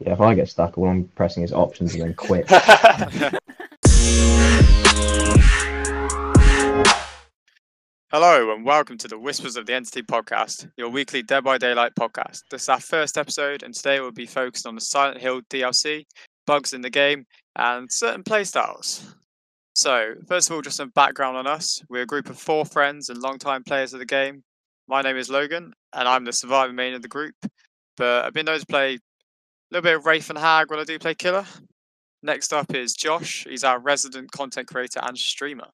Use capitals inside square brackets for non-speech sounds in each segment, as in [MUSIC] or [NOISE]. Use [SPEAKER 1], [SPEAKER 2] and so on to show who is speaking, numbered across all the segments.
[SPEAKER 1] Yeah, if I get stuck, all I'm pressing is options and then
[SPEAKER 2] [LAUGHS]
[SPEAKER 1] quit.
[SPEAKER 3] Hello and welcome to the Whispers of the Entity podcast, your weekly Dead by Daylight podcast. This is our first episode, and today we'll be focused on the Silent Hill DLC, bugs in the game, and certain playstyles. So, first of all, just some background on us. We're a group of four friends and long-time players of the game. My name is Logan, and I'm the survivor main of the group. But I've been known to play a little bit of Wraith and Hag when I do play Killer. Next up is Josh. He's our resident content creator and streamer.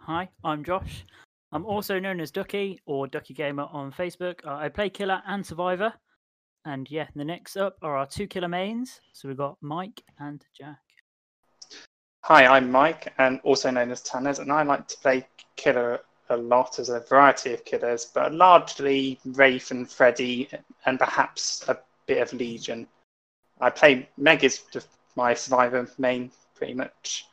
[SPEAKER 4] Hi, I'm Josh. I'm also known as Ducky or Ducky Gamer on Facebook. Uh, I play Killer and Survivor. And yeah, the next up are our two killer mains. So we've got Mike and Jack.
[SPEAKER 2] Hi, I'm Mike, and also known as Tanners, and I like to play killer a lot as a variety of killers, but largely Wraith and Freddy, and perhaps a bit of Legion. I play Meg is just my survivor main pretty much,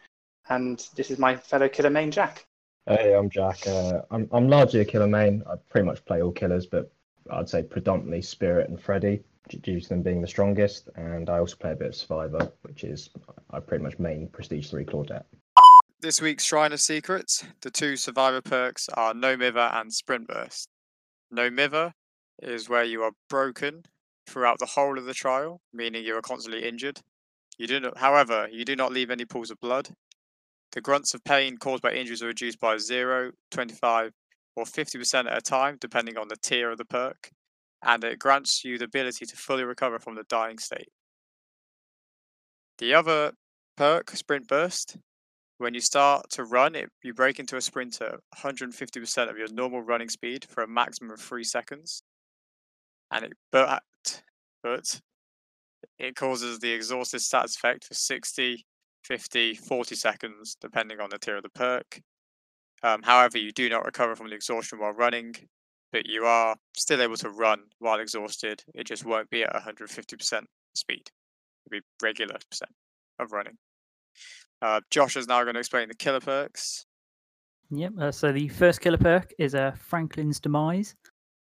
[SPEAKER 2] and this is my fellow killer
[SPEAKER 1] [LAUGHS]
[SPEAKER 2] main Jack.
[SPEAKER 1] [LAUGHS] Hey, I'm Jack. Uh, I'm I'm largely a killer main. I pretty much play all killers, but I'd say predominantly Spirit and Freddy d- due to them being the strongest. And I also play a bit of Survivor, which is I pretty much main Prestige Three Claudette.
[SPEAKER 3] This week's Shrine of Secrets, the two survivor perks are No Mither and Sprint Burst. No Mither is where you are broken throughout the whole of the trial, meaning you are constantly injured. You do not, however, you do not leave any pools of blood. The grunts of pain caused by injuries are reduced by 0, 25, or 50% at a time, depending on the tier of the perk, and it grants you the ability to fully recover from the dying state. The other perk, Sprint Burst, when you start to run, it, you break into a sprint at 150% of your normal running speed for a maximum of three seconds, and it but but it causes the exhausted stats effect for 60, 50, 40 seconds, depending on the tier of the perk. Um, however, you do not recover from the exhaustion while running, but you are still able to run while exhausted. It just won't be at 150% speed; it'll be regular percent of running. Uh, Josh is now going to explain the killer perks.
[SPEAKER 4] Yep. Uh, so the first killer perk is uh, Franklin's demise.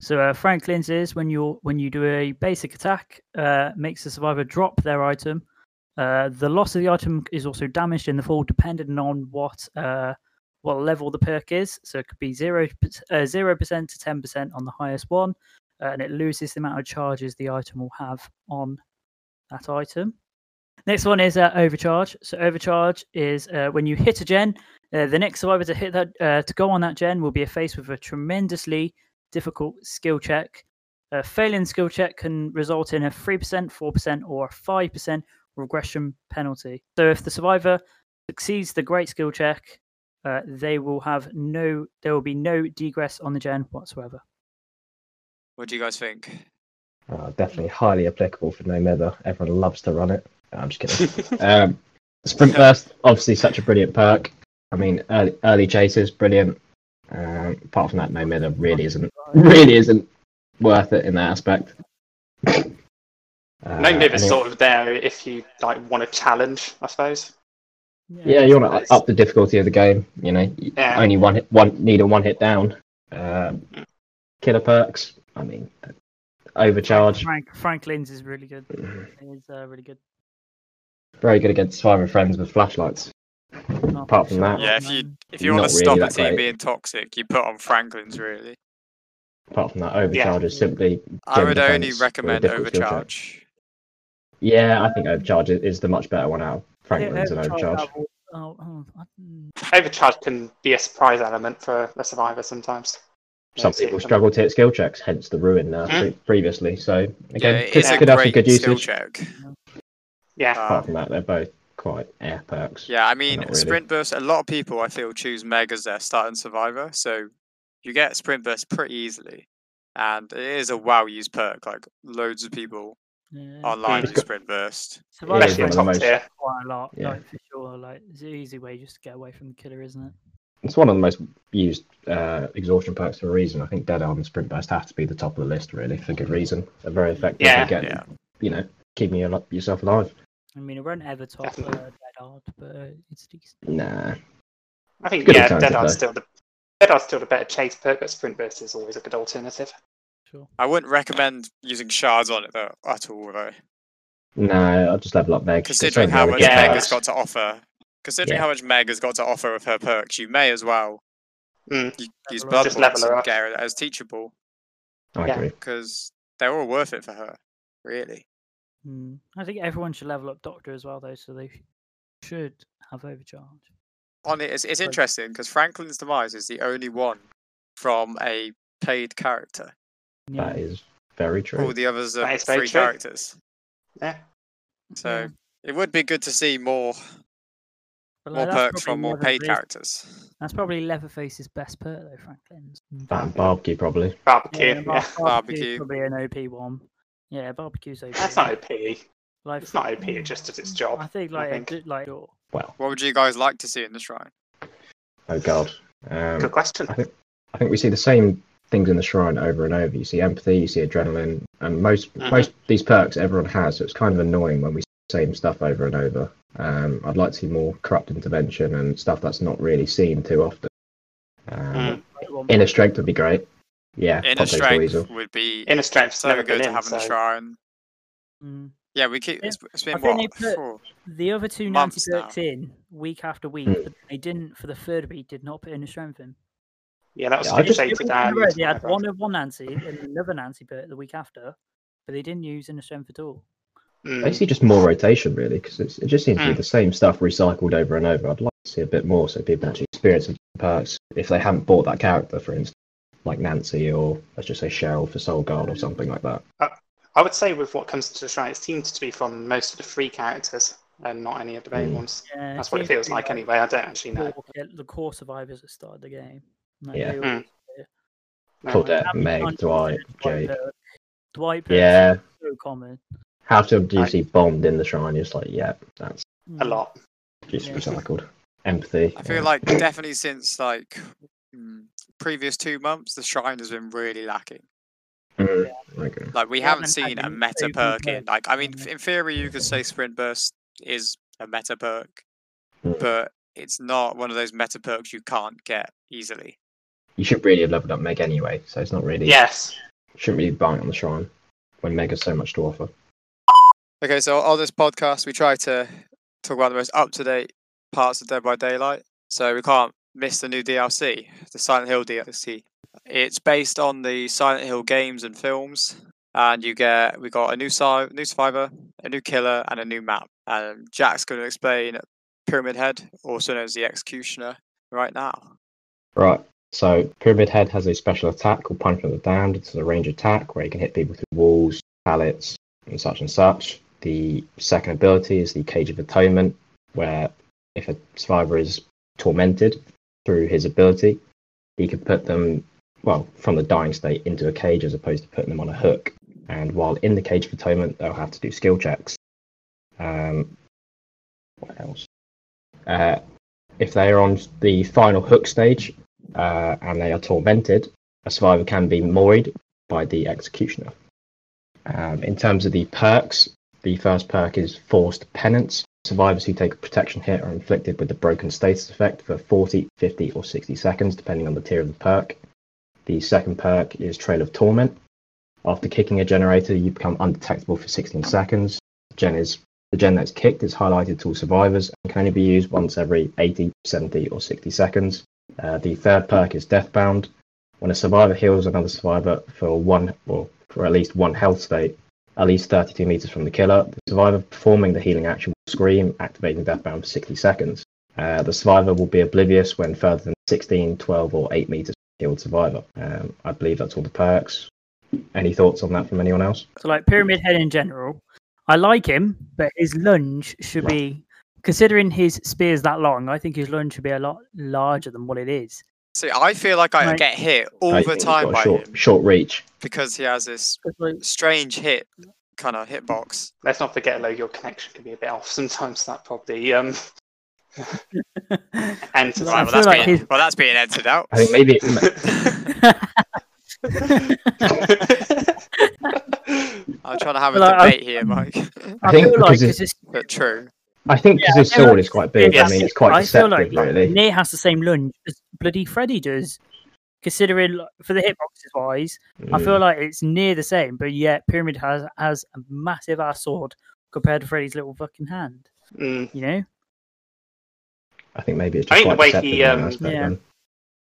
[SPEAKER 4] So uh, Franklin's is when you when you do a basic attack, uh, makes the survivor drop their item. Uh, the loss of the item is also damaged in the fall, depending on what uh, what level the perk is. So it could be zero uh, zero percent to ten percent on the highest one, uh, and it loses the amount of charges the item will have on that item. Next one is uh, overcharge. So overcharge is uh, when you hit a gen, uh, the next survivor to hit that uh, to go on that gen will be faced with a tremendously difficult skill check. A failing skill check can result in a three percent, four percent, or a five percent regression penalty. So if the survivor succeeds the great skill check, uh, they will have no, there will be no degress on the gen whatsoever.
[SPEAKER 3] What do you guys think?
[SPEAKER 1] Uh, definitely highly applicable for No Mither. Everyone loves to run it. No, I'm just kidding. Um, sprint burst, obviously such a brilliant perk. I mean, early, early chases, brilliant. Um, apart from that, no miller really isn't really isn't worth it in that aspect. Uh,
[SPEAKER 2] no Niv is
[SPEAKER 1] anyway-
[SPEAKER 2] sort of there if you like want a challenge, I suppose.
[SPEAKER 1] Yeah, you want to up the difficulty of the game. You know, you
[SPEAKER 2] Yeah.
[SPEAKER 1] only one hit, one need a one hit down. Um, killer perks. I mean, overcharge.
[SPEAKER 4] Frank, Franklin's is really good.
[SPEAKER 1] Mm-hmm.
[SPEAKER 4] It's uh, really good.
[SPEAKER 1] Very good against survivor friends with flashlights. Apart from that,
[SPEAKER 3] Yeah, if you
[SPEAKER 4] Um,
[SPEAKER 3] if you
[SPEAKER 1] not
[SPEAKER 3] want to
[SPEAKER 1] really
[SPEAKER 3] stop a
[SPEAKER 1] that
[SPEAKER 3] team
[SPEAKER 1] great.
[SPEAKER 3] being toxic, you put on Franklin's really.
[SPEAKER 1] apart from that, overcharge is simply.
[SPEAKER 3] I
[SPEAKER 1] Gen
[SPEAKER 3] would only
[SPEAKER 1] defense with a
[SPEAKER 3] recommend
[SPEAKER 1] difficult skill check.
[SPEAKER 3] overcharge.
[SPEAKER 1] Yeah, I think overcharge i- is the much better one out. of Franklin's
[SPEAKER 4] yeah,
[SPEAKER 1] and overcharge.
[SPEAKER 4] level- Oh, oh, I- mm,
[SPEAKER 2] Overcharge can be a surprise element for a survivor sometimes. You
[SPEAKER 1] Some
[SPEAKER 2] don't see it Hmm?
[SPEAKER 1] people
[SPEAKER 2] coming.
[SPEAKER 1] struggle to hit skill checks, hence the ruin uh, pre- previously. So
[SPEAKER 3] yeah,
[SPEAKER 1] again,
[SPEAKER 3] it
[SPEAKER 1] could,
[SPEAKER 3] is a
[SPEAKER 1] could have some
[SPEAKER 3] great
[SPEAKER 1] good
[SPEAKER 3] skill
[SPEAKER 1] usage. [LAUGHS]
[SPEAKER 3] check.
[SPEAKER 2] Yeah.
[SPEAKER 1] Apart
[SPEAKER 3] Um,
[SPEAKER 1] from that, they're both quite air perks.
[SPEAKER 3] yeah, I mean
[SPEAKER 1] not really.
[SPEAKER 3] sprint burst. A lot of people I feel choose meg as their starting survivor, so you get sprint burst pretty easily, and it is a well used perk. Like loads of people
[SPEAKER 4] yeah.
[SPEAKER 3] online
[SPEAKER 2] It's
[SPEAKER 3] use
[SPEAKER 2] got-
[SPEAKER 3] sprint burst.
[SPEAKER 4] Survivor
[SPEAKER 1] Yeah,
[SPEAKER 2] Especially
[SPEAKER 1] one of the
[SPEAKER 2] in
[SPEAKER 4] Friends
[SPEAKER 2] top
[SPEAKER 1] most-
[SPEAKER 2] tier.
[SPEAKER 4] quite a lot,
[SPEAKER 1] yeah.
[SPEAKER 4] like for sure. Like it's an easy way just to get away from the killer, isn't it?
[SPEAKER 1] It's one of the most used uh, exhaustion perks for a reason. I think Dead Arm and Sprint Burst have to be the top of the list, really, for good reason. They're very effective
[SPEAKER 2] Yeah.
[SPEAKER 1] at getting,
[SPEAKER 3] Yeah.
[SPEAKER 1] you know, keeping you, al- yourself alive.
[SPEAKER 4] I mean, it won't ever top uh,
[SPEAKER 2] Definitely.
[SPEAKER 4] Dead Art, but uh, it's decent.
[SPEAKER 1] Nah.
[SPEAKER 2] I think
[SPEAKER 1] Good
[SPEAKER 2] yeah,
[SPEAKER 1] alternative,
[SPEAKER 2] Deadart's
[SPEAKER 1] though.
[SPEAKER 2] still the Deadart's still the better chase perk, but Sprint Burst is always a good alternative.
[SPEAKER 4] Sure.
[SPEAKER 3] I wouldn't recommend using shards on it though at all though.
[SPEAKER 1] No, I'll just level up Meg.
[SPEAKER 3] Considering how much
[SPEAKER 2] Yeah.
[SPEAKER 3] Meg has got to offer, considering
[SPEAKER 1] Yeah.
[SPEAKER 3] how much Meg has got to offer with her perks, you may as well
[SPEAKER 2] Mm.
[SPEAKER 3] u- use
[SPEAKER 4] Level her up.
[SPEAKER 3] blood
[SPEAKER 2] Just level
[SPEAKER 3] points
[SPEAKER 2] her
[SPEAKER 3] and
[SPEAKER 2] up.
[SPEAKER 3] get her as teachable
[SPEAKER 1] I
[SPEAKER 2] yeah.
[SPEAKER 1] agree.
[SPEAKER 3] because they're all worth it for her, really.
[SPEAKER 4] Mm. I think everyone should level up Doctor as well, though, so they sh- should have overcharge.
[SPEAKER 3] On it, it's, it's
[SPEAKER 4] Right.
[SPEAKER 3] interesting because Franklin's demise is the only one from a paid character.
[SPEAKER 1] That is very true.
[SPEAKER 3] All the others
[SPEAKER 2] That
[SPEAKER 3] are
[SPEAKER 2] is very
[SPEAKER 3] free
[SPEAKER 2] true.
[SPEAKER 3] characters.
[SPEAKER 2] Yeah.
[SPEAKER 3] So
[SPEAKER 4] Yeah.
[SPEAKER 3] it would be good to see more
[SPEAKER 4] But,
[SPEAKER 3] more
[SPEAKER 4] like, that's
[SPEAKER 3] perks
[SPEAKER 4] probably
[SPEAKER 3] from more paid
[SPEAKER 4] Leatherface-
[SPEAKER 3] characters.
[SPEAKER 4] That's probably Leatherface's best perk, though, Franklin's.
[SPEAKER 1] That and barbecue probably.
[SPEAKER 2] Barbecue. Yeah,
[SPEAKER 3] [LAUGHS]
[SPEAKER 4] bar-
[SPEAKER 3] Barbecue.
[SPEAKER 4] barbecue's Probably an OP one. Yeah, barbecue's OP.
[SPEAKER 2] That's not OP. It's
[SPEAKER 4] Like, mm,
[SPEAKER 2] not OP. It just does its job.
[SPEAKER 4] I think like
[SPEAKER 2] think.
[SPEAKER 4] it did, like your
[SPEAKER 1] Well,
[SPEAKER 3] What would you guys like to see in the shrine?
[SPEAKER 1] oh god. Um,
[SPEAKER 2] Good question.
[SPEAKER 1] I think I think we see the same things in the shrine over and over. You see empathy, you see adrenaline, and most
[SPEAKER 3] Uh-huh.
[SPEAKER 2] Mhm.
[SPEAKER 1] most these perks everyone has. So it's kind of annoying when we see the same stuff over and over. Um, I'd like to see more corrupt intervention and stuff that's not really seen too often. Um,
[SPEAKER 2] Mm.
[SPEAKER 4] one.
[SPEAKER 1] Inner strength would be great. Yeah,
[SPEAKER 3] Hmm. Inner
[SPEAKER 1] Pop goes the
[SPEAKER 3] strength
[SPEAKER 1] weasel.
[SPEAKER 3] would be
[SPEAKER 2] Inner strength's
[SPEAKER 3] so
[SPEAKER 2] never
[SPEAKER 3] good
[SPEAKER 2] been
[SPEAKER 3] to
[SPEAKER 2] in,
[SPEAKER 3] have in the
[SPEAKER 2] so-
[SPEAKER 3] shrine.
[SPEAKER 4] Mm.
[SPEAKER 3] Yeah, we keep. It's, it's been
[SPEAKER 4] I think
[SPEAKER 3] what?
[SPEAKER 4] they put-
[SPEAKER 3] four-
[SPEAKER 4] The other two Nancy
[SPEAKER 3] Months
[SPEAKER 4] perks in week after week,
[SPEAKER 1] Mm.
[SPEAKER 4] but they didn't for the third week. Did not put in a strength in.
[SPEAKER 2] Yeah, that was
[SPEAKER 1] Yeah, I just-
[SPEAKER 4] Two
[SPEAKER 2] crusaded
[SPEAKER 4] weeks in a
[SPEAKER 2] earlier
[SPEAKER 4] row,
[SPEAKER 2] to Mm.
[SPEAKER 4] They had
[SPEAKER 2] whatever.
[SPEAKER 4] one of one Nancy and another Nancy perk the week after, but they didn't use inner strength at all.
[SPEAKER 3] Hmm.
[SPEAKER 2] Mm.
[SPEAKER 1] Basically, just more rotation really, because it just seems to be
[SPEAKER 2] Mm.
[SPEAKER 1] the same stuff recycled over and over. I'd like to see a bit more, so people actually experience the perks if they haven't bought that character, for instance, like Nancy or let's just say Cheryl for Soul Guard or something like that.
[SPEAKER 2] I would say with what comes to the shrine, it seems to be from most of the free characters and not any of the main
[SPEAKER 1] Mm.
[SPEAKER 2] ones.
[SPEAKER 4] Yeah,
[SPEAKER 2] That's what it
[SPEAKER 4] seems to
[SPEAKER 2] feels
[SPEAKER 4] be,
[SPEAKER 2] like anyway. I don't actually know.
[SPEAKER 4] core- yeah, the core survivors that started the game. Like,
[SPEAKER 1] Yeah.
[SPEAKER 4] they
[SPEAKER 2] Mm.
[SPEAKER 4] all-
[SPEAKER 2] No.
[SPEAKER 1] Claudette,
[SPEAKER 4] How many
[SPEAKER 1] Meg,
[SPEAKER 4] times
[SPEAKER 1] Dwight,
[SPEAKER 4] have you seen a
[SPEAKER 1] Jake.
[SPEAKER 4] Dwight perk? Dwight perk is
[SPEAKER 1] Yeah,
[SPEAKER 4] so common.
[SPEAKER 1] how to do you
[SPEAKER 2] Right.
[SPEAKER 1] see Bond in the shrine? It's like, yeah, that's
[SPEAKER 2] A
[SPEAKER 4] Mm.
[SPEAKER 2] lot.
[SPEAKER 1] just
[SPEAKER 4] Yeah.
[SPEAKER 1] recycled. Empathy.
[SPEAKER 3] I feel
[SPEAKER 1] yeah.
[SPEAKER 3] like definitely since like mm, previous two months, the shrine has been really lacking.
[SPEAKER 1] Mm, okay.
[SPEAKER 3] Like we
[SPEAKER 4] We
[SPEAKER 3] haven't
[SPEAKER 4] haven't
[SPEAKER 3] seen
[SPEAKER 4] had
[SPEAKER 3] a
[SPEAKER 4] any
[SPEAKER 3] meta
[SPEAKER 4] open
[SPEAKER 3] perk in.
[SPEAKER 4] perks
[SPEAKER 3] Like I mean,
[SPEAKER 4] on
[SPEAKER 3] f-
[SPEAKER 4] it.
[SPEAKER 3] in theory, you could say Sprint Burst is a meta perk,
[SPEAKER 1] Mm.
[SPEAKER 3] but it's not one of those meta perks you can't get easily.
[SPEAKER 1] You should really have leveled up Meg anyway, so it's not really.
[SPEAKER 2] Yes.
[SPEAKER 1] Shouldn't really be buying on the shrine when Meg has so much to offer.
[SPEAKER 3] Okay, so on this podcast, we try to talk about the most up to date parts of Dead by Daylight. So we can't miss the new DLC, the Silent Hill DLC. It's based on the Silent Hill games and films, and you get we got a new si- new survivor, a new killer, and a new map. And Jack's going to explain Pyramid Head, also known as the Executioner, right now.
[SPEAKER 1] Right. So Pyramid Head has a special attack called Punishment of the Damned. It's a range attack where you can hit people through walls, pallets, and such and such. The second ability is the Cage of Atonement, where if a survivor is tormented through his ability, he can put them well from the dying state into a cage as opposed to putting them on a hook. And while in the Cage of Atonement, they'll have to do skill checks. Um, what else? Uh, if they are on the final hook stage, uh, and they are tormented, a survivor can be moyed by the executioner. Um, in terms of the perks, the first perk is forced penance. Survivors who take a protection hit are inflicted with the broken status effect for 40, 50, or 60 seconds, depending on the tier of the perk. The second perk is Trail of Torment. After kicking a generator, you become undetectable for 16 seconds. The gen, is, the gen that's kicked is highlighted to all survivors and can only be used once every 80, 70, or 60 seconds. Uh, the third perk is Deathbound. When a survivor heals another survivor for one, well, for at least one health state, at least 32 meters from the killer, the survivor performing the healing action will scream, activating Deathbound for 60 seconds. Uh, the survivor will be oblivious when further than 16, 12, or 8 meters from the killed survivor. Um, I believe that's all the perks. Any thoughts on that from anyone else?
[SPEAKER 4] So like Pyramid Head in general, I like him, but his lunge should be considering his spear's that long. I think his lunge should be a lot larger than what it is.
[SPEAKER 3] See, I feel like I
[SPEAKER 4] Right.
[SPEAKER 3] get hit all
[SPEAKER 1] Uh,
[SPEAKER 3] the
[SPEAKER 1] he's
[SPEAKER 3] time
[SPEAKER 1] got a
[SPEAKER 3] by
[SPEAKER 1] short,
[SPEAKER 3] him
[SPEAKER 1] short reach.
[SPEAKER 3] because he has this
[SPEAKER 4] 'Cause, like,
[SPEAKER 3] strange hit kind of hitbox.
[SPEAKER 2] Let's not forget, though, your connection can be a bit off sometimes. That probably um and
[SPEAKER 4] Right,
[SPEAKER 3] Right,
[SPEAKER 4] I
[SPEAKER 3] well
[SPEAKER 4] feel
[SPEAKER 3] that's,
[SPEAKER 4] like
[SPEAKER 3] being,
[SPEAKER 4] his-
[SPEAKER 3] well, that's being edited out.
[SPEAKER 1] I think maybe
[SPEAKER 3] I'm trying to have a
[SPEAKER 4] Well, I-
[SPEAKER 3] debate here, Mike. [LAUGHS]
[SPEAKER 1] I
[SPEAKER 4] I
[SPEAKER 1] think
[SPEAKER 4] feel like
[SPEAKER 1] because
[SPEAKER 4] because his,
[SPEAKER 3] but true.
[SPEAKER 1] I think because his
[SPEAKER 4] I feel
[SPEAKER 1] sword
[SPEAKER 4] like
[SPEAKER 1] is quite big.
[SPEAKER 4] yeah,
[SPEAKER 1] I mean,
[SPEAKER 4] that's
[SPEAKER 1] it's
[SPEAKER 4] it.
[SPEAKER 1] quite
[SPEAKER 4] I feel
[SPEAKER 1] deceptive,
[SPEAKER 4] like, like
[SPEAKER 1] really.
[SPEAKER 4] Nier has the same lunge as bloody Freddy does. considering like, for the hitboxes wise, I feel
[SPEAKER 1] Mm.
[SPEAKER 4] like it's near the same, but yet Pyramid has has a massive ass sword compared to Freddy's little fucking hand.
[SPEAKER 2] Mm.
[SPEAKER 4] You know,
[SPEAKER 1] I think maybe it's
[SPEAKER 2] I
[SPEAKER 1] just
[SPEAKER 2] think
[SPEAKER 1] quite
[SPEAKER 2] the way he,
[SPEAKER 1] deceptive in that
[SPEAKER 2] um,
[SPEAKER 1] aspect,
[SPEAKER 4] Yeah.
[SPEAKER 1] then.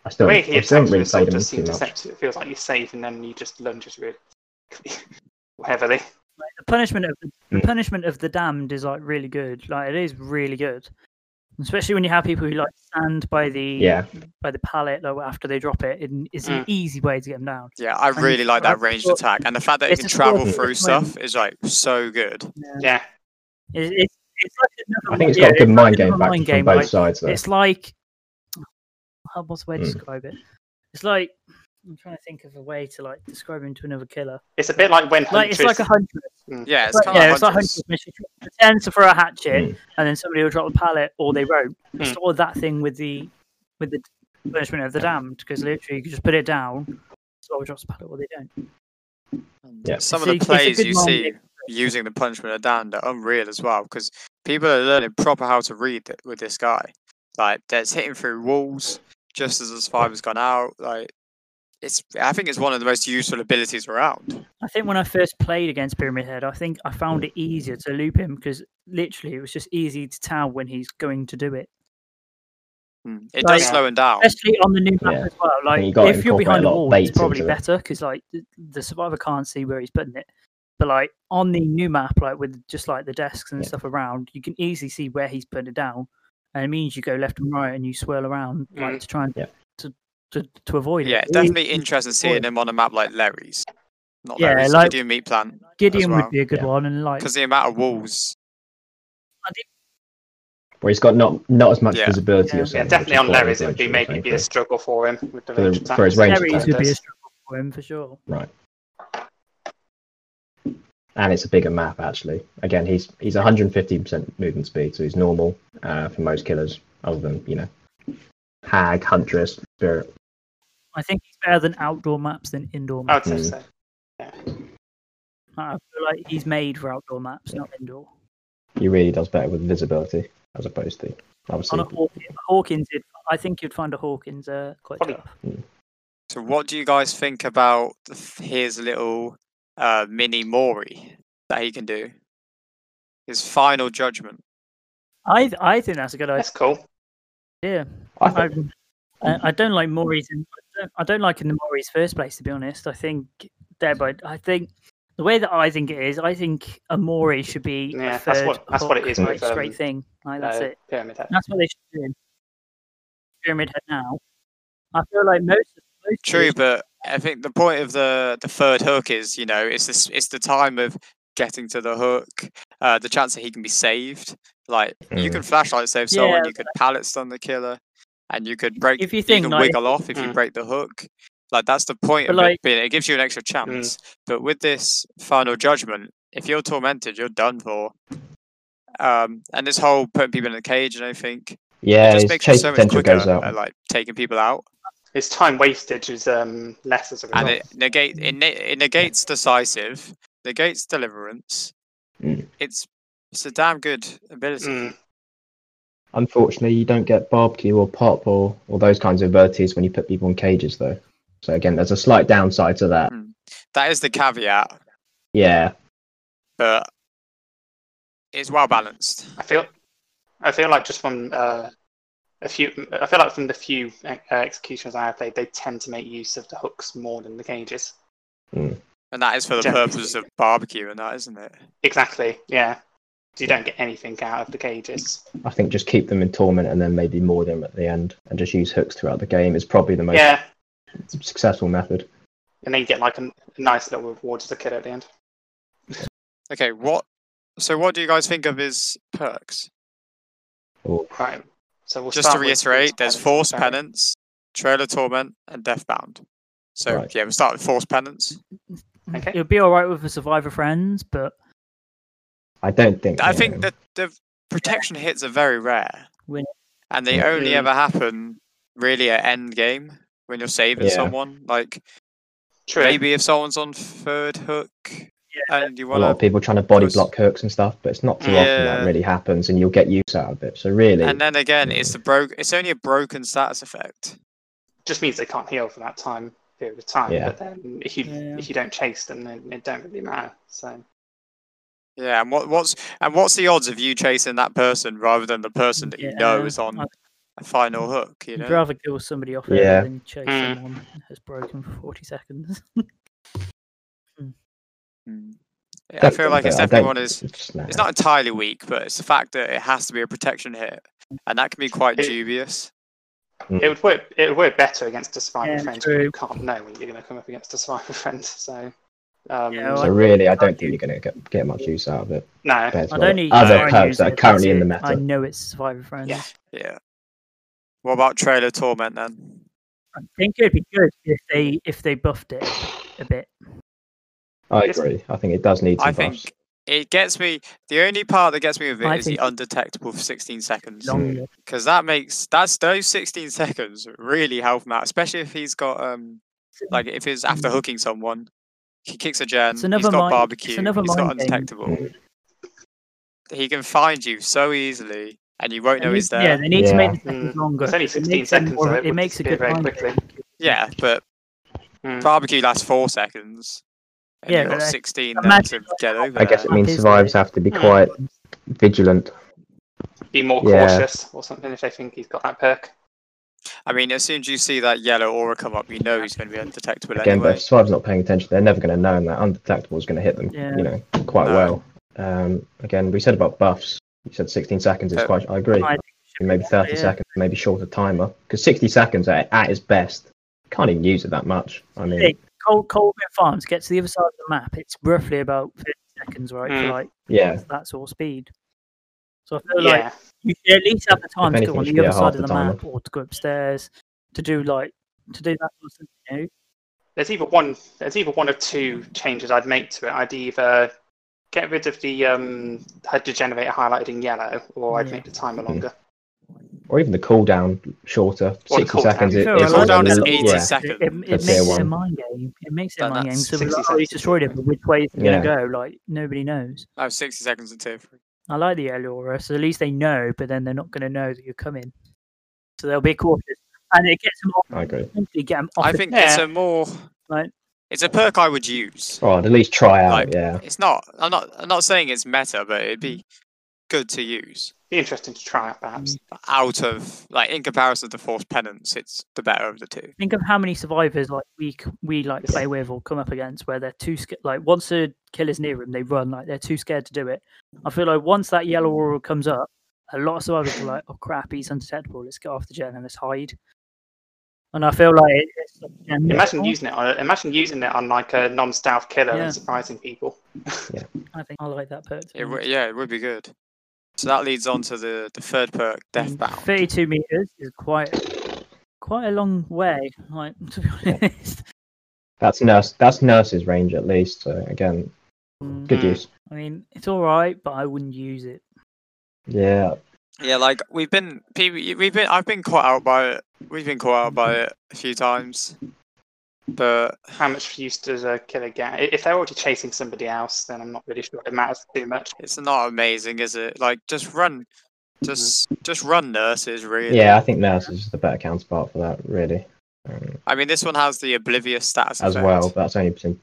[SPEAKER 1] I
[SPEAKER 2] The
[SPEAKER 1] still, I
[SPEAKER 2] way he
[SPEAKER 1] still
[SPEAKER 2] attacks
[SPEAKER 1] haven't really
[SPEAKER 2] himself
[SPEAKER 1] played him
[SPEAKER 2] just
[SPEAKER 1] too
[SPEAKER 2] seems
[SPEAKER 1] much.
[SPEAKER 2] deceptive. It feels like you save and then you just lunges really heavily.
[SPEAKER 4] like, the punishment of the, the
[SPEAKER 1] Mm.
[SPEAKER 4] punishment of the damned is like really good. Like it is really good, especially when you have people who like stand by the
[SPEAKER 1] Yeah,
[SPEAKER 4] by the pallet like, after they drop it. and It's an
[SPEAKER 2] Mm.
[SPEAKER 4] easy way to get them down.
[SPEAKER 3] Yeah, I
[SPEAKER 4] And
[SPEAKER 3] really like that
[SPEAKER 4] I've
[SPEAKER 3] ranged
[SPEAKER 4] got-
[SPEAKER 3] attack, and the fact that it
[SPEAKER 4] it's
[SPEAKER 3] can
[SPEAKER 4] just
[SPEAKER 3] travel
[SPEAKER 1] gorgeous.
[SPEAKER 3] through
[SPEAKER 4] It's when-
[SPEAKER 3] stuff is like so good.
[SPEAKER 2] Yeah.
[SPEAKER 4] It, it's it's like another,
[SPEAKER 1] I think it's
[SPEAKER 4] yeah,
[SPEAKER 1] got a good mind
[SPEAKER 4] another
[SPEAKER 1] game back
[SPEAKER 4] mind
[SPEAKER 1] from
[SPEAKER 4] game,
[SPEAKER 1] both
[SPEAKER 4] like,
[SPEAKER 1] sides. Though.
[SPEAKER 4] It's like oh, what's the way to
[SPEAKER 1] Mm.
[SPEAKER 4] describe it? It's like I'm trying to think of a way to like describe him to another killer.
[SPEAKER 2] It's a bit like when
[SPEAKER 4] Like it's like a
[SPEAKER 2] Huntress-
[SPEAKER 4] hundred.
[SPEAKER 3] Yeah, it's
[SPEAKER 4] Like,
[SPEAKER 3] kind
[SPEAKER 4] yeah,
[SPEAKER 3] of
[SPEAKER 4] it's like
[SPEAKER 3] hundreds.
[SPEAKER 4] hundred mission. Pretend to throw a hatchet,
[SPEAKER 1] Mm.
[SPEAKER 4] and then somebody will drop the pallet, or they won't.
[SPEAKER 3] Hmm.
[SPEAKER 4] It's
[SPEAKER 2] Mm.
[SPEAKER 4] sort of that thing with the with the punishment of the damned, because literally you can just put it down. Somebody drops the pallet, or they don't.
[SPEAKER 1] Yeah.
[SPEAKER 3] Some
[SPEAKER 4] So
[SPEAKER 3] of
[SPEAKER 4] it's
[SPEAKER 3] the
[SPEAKER 4] a
[SPEAKER 3] plays
[SPEAKER 4] good
[SPEAKER 3] you
[SPEAKER 4] mind
[SPEAKER 3] see
[SPEAKER 4] game.
[SPEAKER 3] using the punishment of Dan are unreal as well, because people are learning proper how to read th- with this guy. Like, that's hitting through walls just as the survivor's gone out. Like, it's I think it's one of the most useful abilities around.
[SPEAKER 4] I think when I first played against Pyramid Head, I think I found it easier to loop him because literally it was just easy to tell when he's going to do it,
[SPEAKER 3] Mm. It
[SPEAKER 4] Hmm. Like-
[SPEAKER 3] does slow him down.
[SPEAKER 4] especially on the new map
[SPEAKER 1] Yeah.
[SPEAKER 4] as well.
[SPEAKER 1] you
[SPEAKER 4] Like
[SPEAKER 1] gotta
[SPEAKER 4] if you're
[SPEAKER 1] incorporate
[SPEAKER 4] behind
[SPEAKER 1] a
[SPEAKER 4] a
[SPEAKER 1] lot of
[SPEAKER 4] wall, it's
[SPEAKER 1] bait
[SPEAKER 4] probably
[SPEAKER 1] into it.
[SPEAKER 4] better because like the, the survivor can't see where he's putting it. But like on the new map, like with just like the desks and
[SPEAKER 1] Yeah.
[SPEAKER 4] stuff around, you can easily see where he's putting it down, and it means you go left and right and you swirl around like
[SPEAKER 2] Mm.
[SPEAKER 4] to try and
[SPEAKER 1] Yeah.
[SPEAKER 4] to, to to avoid
[SPEAKER 3] Yeah,
[SPEAKER 4] it. It is-
[SPEAKER 3] definitely interesting seeing him on a map like Larry's. Not
[SPEAKER 4] Yeah,
[SPEAKER 3] Larry's,
[SPEAKER 4] like-
[SPEAKER 3] Gideon Meat Plant.
[SPEAKER 4] Gideon
[SPEAKER 3] well.
[SPEAKER 4] would be a good
[SPEAKER 1] Yeah.
[SPEAKER 4] one, and like
[SPEAKER 3] Because the amount of walls.
[SPEAKER 1] Where he's got not not as much
[SPEAKER 3] Yeah.
[SPEAKER 1] visibility
[SPEAKER 4] Yeah.
[SPEAKER 1] or something.
[SPEAKER 2] Yeah, definitely
[SPEAKER 1] which is
[SPEAKER 2] on
[SPEAKER 1] quite
[SPEAKER 2] Larry's it would be
[SPEAKER 1] influential, I
[SPEAKER 2] maybe
[SPEAKER 1] think,
[SPEAKER 2] be
[SPEAKER 1] yeah.
[SPEAKER 2] a struggle for him with the
[SPEAKER 1] For the-
[SPEAKER 2] range
[SPEAKER 1] for his range
[SPEAKER 4] Ceres would be a
[SPEAKER 2] attack.
[SPEAKER 4] struggle for him for sure.
[SPEAKER 1] Right. And it's a bigger map actually. Again, he's he's 115% movement speed, so he's normal uh, for most killers, other than you know, hag, huntress, spirit.
[SPEAKER 4] I think he's better than outdoor maps than indoor
[SPEAKER 2] I would
[SPEAKER 4] maps.
[SPEAKER 2] say
[SPEAKER 1] Mm.
[SPEAKER 2] so.
[SPEAKER 4] I feel like he's made for outdoor maps, not indoor.
[SPEAKER 1] He really does better with visibility as opposed to
[SPEAKER 4] On
[SPEAKER 1] obviously.
[SPEAKER 4] a Hawkins, Hawkins you'd- I think you'd find a Hawkins uh, quite
[SPEAKER 2] Probably.
[SPEAKER 4] tough.
[SPEAKER 3] So, what do you guys think about the f- his little uh, mini Mori that he can do? His final judgment.
[SPEAKER 4] I I think that's a good
[SPEAKER 2] That's cool.
[SPEAKER 4] idea.
[SPEAKER 1] I
[SPEAKER 4] I,
[SPEAKER 1] think
[SPEAKER 4] I, I don't like Maury's. In, I, don't, I don't like in the Maury's first place, to be honest. I think there, but I think the way that I think it is, I think a Maury should be
[SPEAKER 2] Yeah,
[SPEAKER 4] a
[SPEAKER 2] that's
[SPEAKER 4] third
[SPEAKER 2] what- that's what it
[SPEAKER 4] hook,
[SPEAKER 2] is
[SPEAKER 4] like,
[SPEAKER 2] with,
[SPEAKER 4] straight
[SPEAKER 2] um,
[SPEAKER 4] thing. Like that's
[SPEAKER 2] Uh,
[SPEAKER 4] it.
[SPEAKER 2] Pyramid Head.
[SPEAKER 4] That's what they should do. Pyramid Head now. I feel like most of most of
[SPEAKER 3] True,
[SPEAKER 4] these-
[SPEAKER 3] but I think the point of the the third hook is, you know, it's this it's the time of getting to the hook, uh, the chance that he can be saved. Like you
[SPEAKER 1] Mm.
[SPEAKER 3] can flashlight save someone,
[SPEAKER 4] Yeah,
[SPEAKER 3] you could pallet stun the killer, and you could break.
[SPEAKER 4] If you think,
[SPEAKER 3] can
[SPEAKER 4] like, if
[SPEAKER 3] wiggle off if you
[SPEAKER 2] Mm.
[SPEAKER 3] break the hook. Like that's the point
[SPEAKER 4] But
[SPEAKER 3] of
[SPEAKER 4] like-
[SPEAKER 3] it. Being, it gives you an extra
[SPEAKER 1] Mm.
[SPEAKER 3] chance. But with this final judgment, if you're tormented, you're done for. Um, and this whole putting people in a cage and everything, it
[SPEAKER 1] yeah,
[SPEAKER 3] just
[SPEAKER 1] his
[SPEAKER 3] makes it
[SPEAKER 1] chase
[SPEAKER 3] so much
[SPEAKER 1] potential
[SPEAKER 3] quicker
[SPEAKER 1] goes up.
[SPEAKER 3] at like taking people out.
[SPEAKER 2] His time wastage is um, less as a
[SPEAKER 3] and
[SPEAKER 2] result.
[SPEAKER 3] it negate it, ne- it negates decisive, negates deliverance.
[SPEAKER 1] Mm.
[SPEAKER 3] It's it's a damn good ability.
[SPEAKER 2] Mm.
[SPEAKER 1] Unfortunately, you don't get barbecue or pop or, or those kinds of abilities when you put people in cages, though. So again, there's a slight downside to that.
[SPEAKER 3] That is the caveat,
[SPEAKER 1] Yeah,
[SPEAKER 3] but it's well balanced.
[SPEAKER 2] I feel, I feel like just from uh, a few, I feel like from the few uh, executions I have played, they tend to make use of the hooks more than the cages.
[SPEAKER 3] And that is for the
[SPEAKER 2] Generally
[SPEAKER 3] purpose of
[SPEAKER 2] speaking.
[SPEAKER 3] barbecue and that, isn't it?
[SPEAKER 2] Exactly. Yeah. You don't get anything out of the cages.
[SPEAKER 1] I think just keep them in torment and then maybe more them at the end, and just use hooks throughout the game is probably the most
[SPEAKER 2] Yeah,
[SPEAKER 1] successful method.
[SPEAKER 2] and then you get like a, a nice little reward as a kid at the end.
[SPEAKER 3] Okay, what so what do you guys think of his perks?
[SPEAKER 1] Or
[SPEAKER 2] Right. So we'll
[SPEAKER 3] Just to
[SPEAKER 2] start with
[SPEAKER 3] reiterate, there's Force
[SPEAKER 2] Sorry.
[SPEAKER 3] Penance, Trail of Torment, and Deathbound. So
[SPEAKER 1] Right.
[SPEAKER 3] yeah, we'll start with Force Penance.
[SPEAKER 2] Okay.
[SPEAKER 4] It would be all right with the survivor friends, but
[SPEAKER 1] I don't think.
[SPEAKER 3] I
[SPEAKER 1] yeah.
[SPEAKER 3] think that the protection hits are very rare,
[SPEAKER 4] When-
[SPEAKER 3] and they
[SPEAKER 1] Yeah.
[SPEAKER 3] only
[SPEAKER 2] Mm.
[SPEAKER 3] ever happen really at end game when you're saving
[SPEAKER 1] Yeah.
[SPEAKER 3] someone. Like
[SPEAKER 2] True.
[SPEAKER 3] maybe if someone's on third hook and
[SPEAKER 1] a
[SPEAKER 3] you
[SPEAKER 1] lot
[SPEAKER 3] want
[SPEAKER 1] of
[SPEAKER 3] to,
[SPEAKER 1] people trying to body
[SPEAKER 3] Because-
[SPEAKER 1] block hooks and stuff, but it's not too often
[SPEAKER 3] Yeah. uh,
[SPEAKER 1] that really happens, and you'll get use out of it. So really,
[SPEAKER 3] and then again, it's the broke. It's only a broken status effect.
[SPEAKER 2] just means they can't heal for that time period of time.
[SPEAKER 1] Yeah.
[SPEAKER 2] But then if you
[SPEAKER 4] Yeah.
[SPEAKER 2] if you don't chase them, then it don't really matter. So
[SPEAKER 3] Yeah, and what, what's and what's the odds of you chasing that person rather than the person that you know
[SPEAKER 4] Yeah,
[SPEAKER 3] is on
[SPEAKER 4] I'd-
[SPEAKER 3] a final hook? You
[SPEAKER 4] You'd
[SPEAKER 3] know,
[SPEAKER 4] rather kill somebody off early
[SPEAKER 1] Yeah.
[SPEAKER 4] than chase
[SPEAKER 2] Mm.
[SPEAKER 4] someone that's broken for 40 seconds.
[SPEAKER 3] Mm. Yeah, I feel like it's definitely one is.
[SPEAKER 1] It's,
[SPEAKER 3] It's not entirely weak, but it's the fact that it has to be a protection hit, and that can be quite
[SPEAKER 2] It-
[SPEAKER 3] dubious.
[SPEAKER 2] it would work it would work better against a survivor
[SPEAKER 4] Yeah,
[SPEAKER 2] friend. but
[SPEAKER 4] true.
[SPEAKER 2] You can't know when you're going to come up against a survivor [LAUGHS] friend. So um,
[SPEAKER 4] Yeah, well,
[SPEAKER 1] So really, I don't think you're going to get, get much use out of it.
[SPEAKER 2] no,
[SPEAKER 1] compared to
[SPEAKER 4] I'd only try
[SPEAKER 1] other
[SPEAKER 4] and
[SPEAKER 1] perks
[SPEAKER 4] use
[SPEAKER 1] that
[SPEAKER 4] it
[SPEAKER 1] are
[SPEAKER 4] if
[SPEAKER 1] currently
[SPEAKER 4] it's
[SPEAKER 1] in the
[SPEAKER 4] it- I
[SPEAKER 1] meta.
[SPEAKER 4] know it's Survivor Friends.
[SPEAKER 2] Yeah.
[SPEAKER 3] Yeah. What about Trailer Torment then?
[SPEAKER 4] I think it'd be good if they if they buffed it a bit.
[SPEAKER 1] I
[SPEAKER 2] It's-
[SPEAKER 1] agree. I think it does need some
[SPEAKER 3] I think
[SPEAKER 1] buffs.
[SPEAKER 3] it gets me. The only part that gets me with it is
[SPEAKER 4] I
[SPEAKER 3] the
[SPEAKER 4] think-
[SPEAKER 3] undetectable for 16
[SPEAKER 1] Hmm.
[SPEAKER 3] seconds.
[SPEAKER 4] Longer.
[SPEAKER 3] because that makes that's those 16 [LAUGHS] seconds really help him out, especially if he's got um like if he's after
[SPEAKER 4] Mm.
[SPEAKER 3] hooking someone, he kicks a gen,
[SPEAKER 4] It's
[SPEAKER 3] he's
[SPEAKER 4] another
[SPEAKER 3] got
[SPEAKER 4] mind- it's
[SPEAKER 3] barbecue, he's
[SPEAKER 4] another
[SPEAKER 3] got
[SPEAKER 4] mind game.
[SPEAKER 3] undetectable.
[SPEAKER 1] Mm.
[SPEAKER 3] He can find you so easily, and you won't
[SPEAKER 4] They
[SPEAKER 3] know
[SPEAKER 4] need-
[SPEAKER 3] he's there.
[SPEAKER 4] Yeah,
[SPEAKER 3] Yeah,
[SPEAKER 4] they need to make
[SPEAKER 1] Yeah.
[SPEAKER 4] the seconds
[SPEAKER 2] Mm.
[SPEAKER 4] longer.
[SPEAKER 2] It's only
[SPEAKER 4] It
[SPEAKER 2] 16
[SPEAKER 4] makes them
[SPEAKER 2] seconds,
[SPEAKER 4] more-
[SPEAKER 2] though, it
[SPEAKER 4] It
[SPEAKER 2] would
[SPEAKER 4] makes a
[SPEAKER 2] disappear
[SPEAKER 4] good
[SPEAKER 2] very
[SPEAKER 4] mind
[SPEAKER 2] quickly.
[SPEAKER 4] game.
[SPEAKER 3] but
[SPEAKER 2] Mm.
[SPEAKER 3] barbecue lasts four seconds. And
[SPEAKER 4] Yeah,
[SPEAKER 3] you've
[SPEAKER 4] but
[SPEAKER 3] got
[SPEAKER 4] that-
[SPEAKER 3] 16 then
[SPEAKER 4] imagine
[SPEAKER 3] to get over.
[SPEAKER 1] I guess it
[SPEAKER 3] there.
[SPEAKER 4] Up
[SPEAKER 1] means
[SPEAKER 4] is
[SPEAKER 1] survivors
[SPEAKER 4] the-
[SPEAKER 1] have to be
[SPEAKER 2] Hmm.
[SPEAKER 1] quite vigilant.
[SPEAKER 2] be more
[SPEAKER 1] Yeah.
[SPEAKER 2] cautious or something if they think he's got that perk.
[SPEAKER 3] I mean, as soon as you see that yellow aura come up, you know he's going to be undetectable
[SPEAKER 1] Again, but
[SPEAKER 3] anyway.
[SPEAKER 1] if survivors not paying attention, they're never going to know, and that undetectable is going to hit them,
[SPEAKER 4] Yeah.
[SPEAKER 1] you know, quite
[SPEAKER 3] No.
[SPEAKER 1] well. Um, again, we said about buffs. You said 16 seconds is
[SPEAKER 3] Uh,
[SPEAKER 1] quite. I agree.
[SPEAKER 4] I think
[SPEAKER 1] maybe 30
[SPEAKER 4] yeah.
[SPEAKER 1] seconds, maybe shorter timer. Because 60 seconds at, at its best, can't even use it that much. I mean,
[SPEAKER 4] Hey. Cold Colvin Farms gets to the other side of the map. It's roughly about 50 seconds, right?
[SPEAKER 2] Mm.
[SPEAKER 4] For like
[SPEAKER 1] yeah,
[SPEAKER 4] that sort of speed. So I feel like
[SPEAKER 2] yeah,
[SPEAKER 4] you should at least have the time to
[SPEAKER 1] anything,
[SPEAKER 4] go on
[SPEAKER 1] it should
[SPEAKER 4] the
[SPEAKER 1] be a
[SPEAKER 4] other side
[SPEAKER 1] half
[SPEAKER 4] of
[SPEAKER 1] the
[SPEAKER 4] the
[SPEAKER 1] timer.
[SPEAKER 4] map or to go upstairs to do like to do that sort of thing. You know?
[SPEAKER 2] there's either one there's either one of two changes I'd make to it. I'd either get rid of the um HUD degenerator highlighted in yellow, or I'd
[SPEAKER 4] Yeah.
[SPEAKER 2] make the timer
[SPEAKER 1] Mhm.
[SPEAKER 2] longer.
[SPEAKER 1] or even the cooldown shorter.
[SPEAKER 2] Or the
[SPEAKER 1] 60 seconds
[SPEAKER 2] cooldown.
[SPEAKER 1] is,
[SPEAKER 4] So
[SPEAKER 3] If
[SPEAKER 4] I
[SPEAKER 1] is,
[SPEAKER 4] like
[SPEAKER 3] cooldown
[SPEAKER 1] a
[SPEAKER 3] is
[SPEAKER 1] lot-
[SPEAKER 3] 80
[SPEAKER 1] yeah.
[SPEAKER 3] seconds.
[SPEAKER 4] It, it
[SPEAKER 1] That's tier
[SPEAKER 4] makes it a
[SPEAKER 1] one.
[SPEAKER 4] mind game. It makes it a
[SPEAKER 3] Then
[SPEAKER 4] mind game.
[SPEAKER 3] that's
[SPEAKER 4] So we're
[SPEAKER 2] 60
[SPEAKER 4] like, oh, he's
[SPEAKER 2] seconds.
[SPEAKER 4] destroyed it, but which way is it going
[SPEAKER 1] Yeah.
[SPEAKER 4] to go? Like nobody knows.
[SPEAKER 3] I have 60 seconds in tier 3.
[SPEAKER 4] I like the Allura, so at least they know, but then they're not going to know that you're coming, so they'll be cautious. And it gets them off.
[SPEAKER 1] I agree.
[SPEAKER 4] Potentially get them off.
[SPEAKER 3] I
[SPEAKER 4] the-
[SPEAKER 3] think
[SPEAKER 2] Yeah.
[SPEAKER 3] it's a more.
[SPEAKER 4] Right.
[SPEAKER 3] It's a perk I would use.
[SPEAKER 1] Or I'd at least try out,
[SPEAKER 3] Like-
[SPEAKER 1] yeah.
[SPEAKER 3] It's not. I'm not. I'm not saying it's meta, but it'd
[SPEAKER 4] Mm.
[SPEAKER 3] be good to use.
[SPEAKER 2] Be interesting to try out perhaps.
[SPEAKER 3] Out of like in comparison to Force Penance, it's the better of the two.
[SPEAKER 4] think of how many survivors like we c- we like
[SPEAKER 2] Yes.
[SPEAKER 4] play with or come up against where they're too scared. Like once a killer's near them, they run. Like they're too scared to do it. I feel like once that yellow aura comes up, a lot of survivors are like, "Oh crap, he's undetectable. Let's get off the gen and let's hide." And I feel like it- it's like, gen-
[SPEAKER 2] Imagine using it on imagine using it on like a non-stealth killer
[SPEAKER 4] Yeah.
[SPEAKER 2] and surprising people.
[SPEAKER 4] I think I like that perk. to be
[SPEAKER 3] It,
[SPEAKER 4] honest.
[SPEAKER 3] w- yeah, it would be good. So that leads on to the the third perk,
[SPEAKER 1] Mm-hmm.
[SPEAKER 4] Mm,
[SPEAKER 3] Deathbound.
[SPEAKER 4] Thirty-two meters is quite quite a long way. Like [LAUGHS] to be honest,
[SPEAKER 1] That's nurse. That's nurse's range at least. So again,
[SPEAKER 4] Mm,
[SPEAKER 1] good
[SPEAKER 2] Hmm.
[SPEAKER 1] use.
[SPEAKER 4] I mean it's all right, but I wouldn't use it.
[SPEAKER 1] Yeah,
[SPEAKER 3] Yeah, like we've been people. We've been. I've been caught out by it. We've been caught out by it a few times. But
[SPEAKER 2] How much use does a killer get? I- If they're already chasing somebody else, then I'm not really sure it matters too much.
[SPEAKER 3] it's not amazing, is it? Like just run, just just run nurses. Really.
[SPEAKER 1] Mm-hmm. yeah. I think nurse is the better counterpart for that, really, um,
[SPEAKER 3] I mean, this one has the oblivious status
[SPEAKER 1] as
[SPEAKER 3] effect.
[SPEAKER 1] well. But that's only between.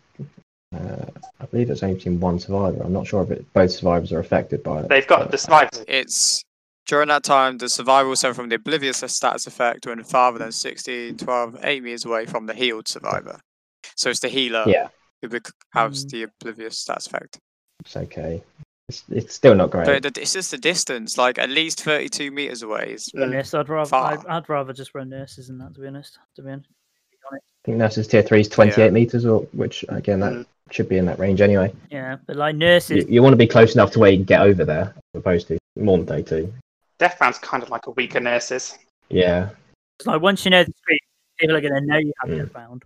[SPEAKER 1] Uh, I believe it's only between one survivor. I'm not sure if it, both survivors are affected by it.
[SPEAKER 2] They've got the survivors.
[SPEAKER 3] it's during that time the survivor was sent from the oblivious status effect when farther than 60 12 8 meters away from the healed survivor so it's the healer
[SPEAKER 1] Yeah,
[SPEAKER 3] who bec- has
[SPEAKER 4] Mm.
[SPEAKER 3] the oblivious status effect
[SPEAKER 1] it's okay. It's, it's still not great.
[SPEAKER 3] but the, it's just the distance like at least 32 meters away is
[SPEAKER 2] Mm.
[SPEAKER 4] Nurse, I'd rather
[SPEAKER 3] Far.
[SPEAKER 4] I'd, I'd rather just run nurses than that. To be honest, to be honest.
[SPEAKER 1] I think nurse's tier three is 28 meters, or which again that
[SPEAKER 2] Mm.
[SPEAKER 1] should be in that range anyway.
[SPEAKER 4] Yeah, but like
[SPEAKER 1] You,
[SPEAKER 4] nurses,
[SPEAKER 1] you want to be close enough to where you can get over there, as opposed to more than day two.
[SPEAKER 2] Deathbound's kind of like a weaker nurses.
[SPEAKER 1] Yeah,
[SPEAKER 4] it's like once you know the street, people are going to know you have
[SPEAKER 1] Mm.
[SPEAKER 4] mm. found.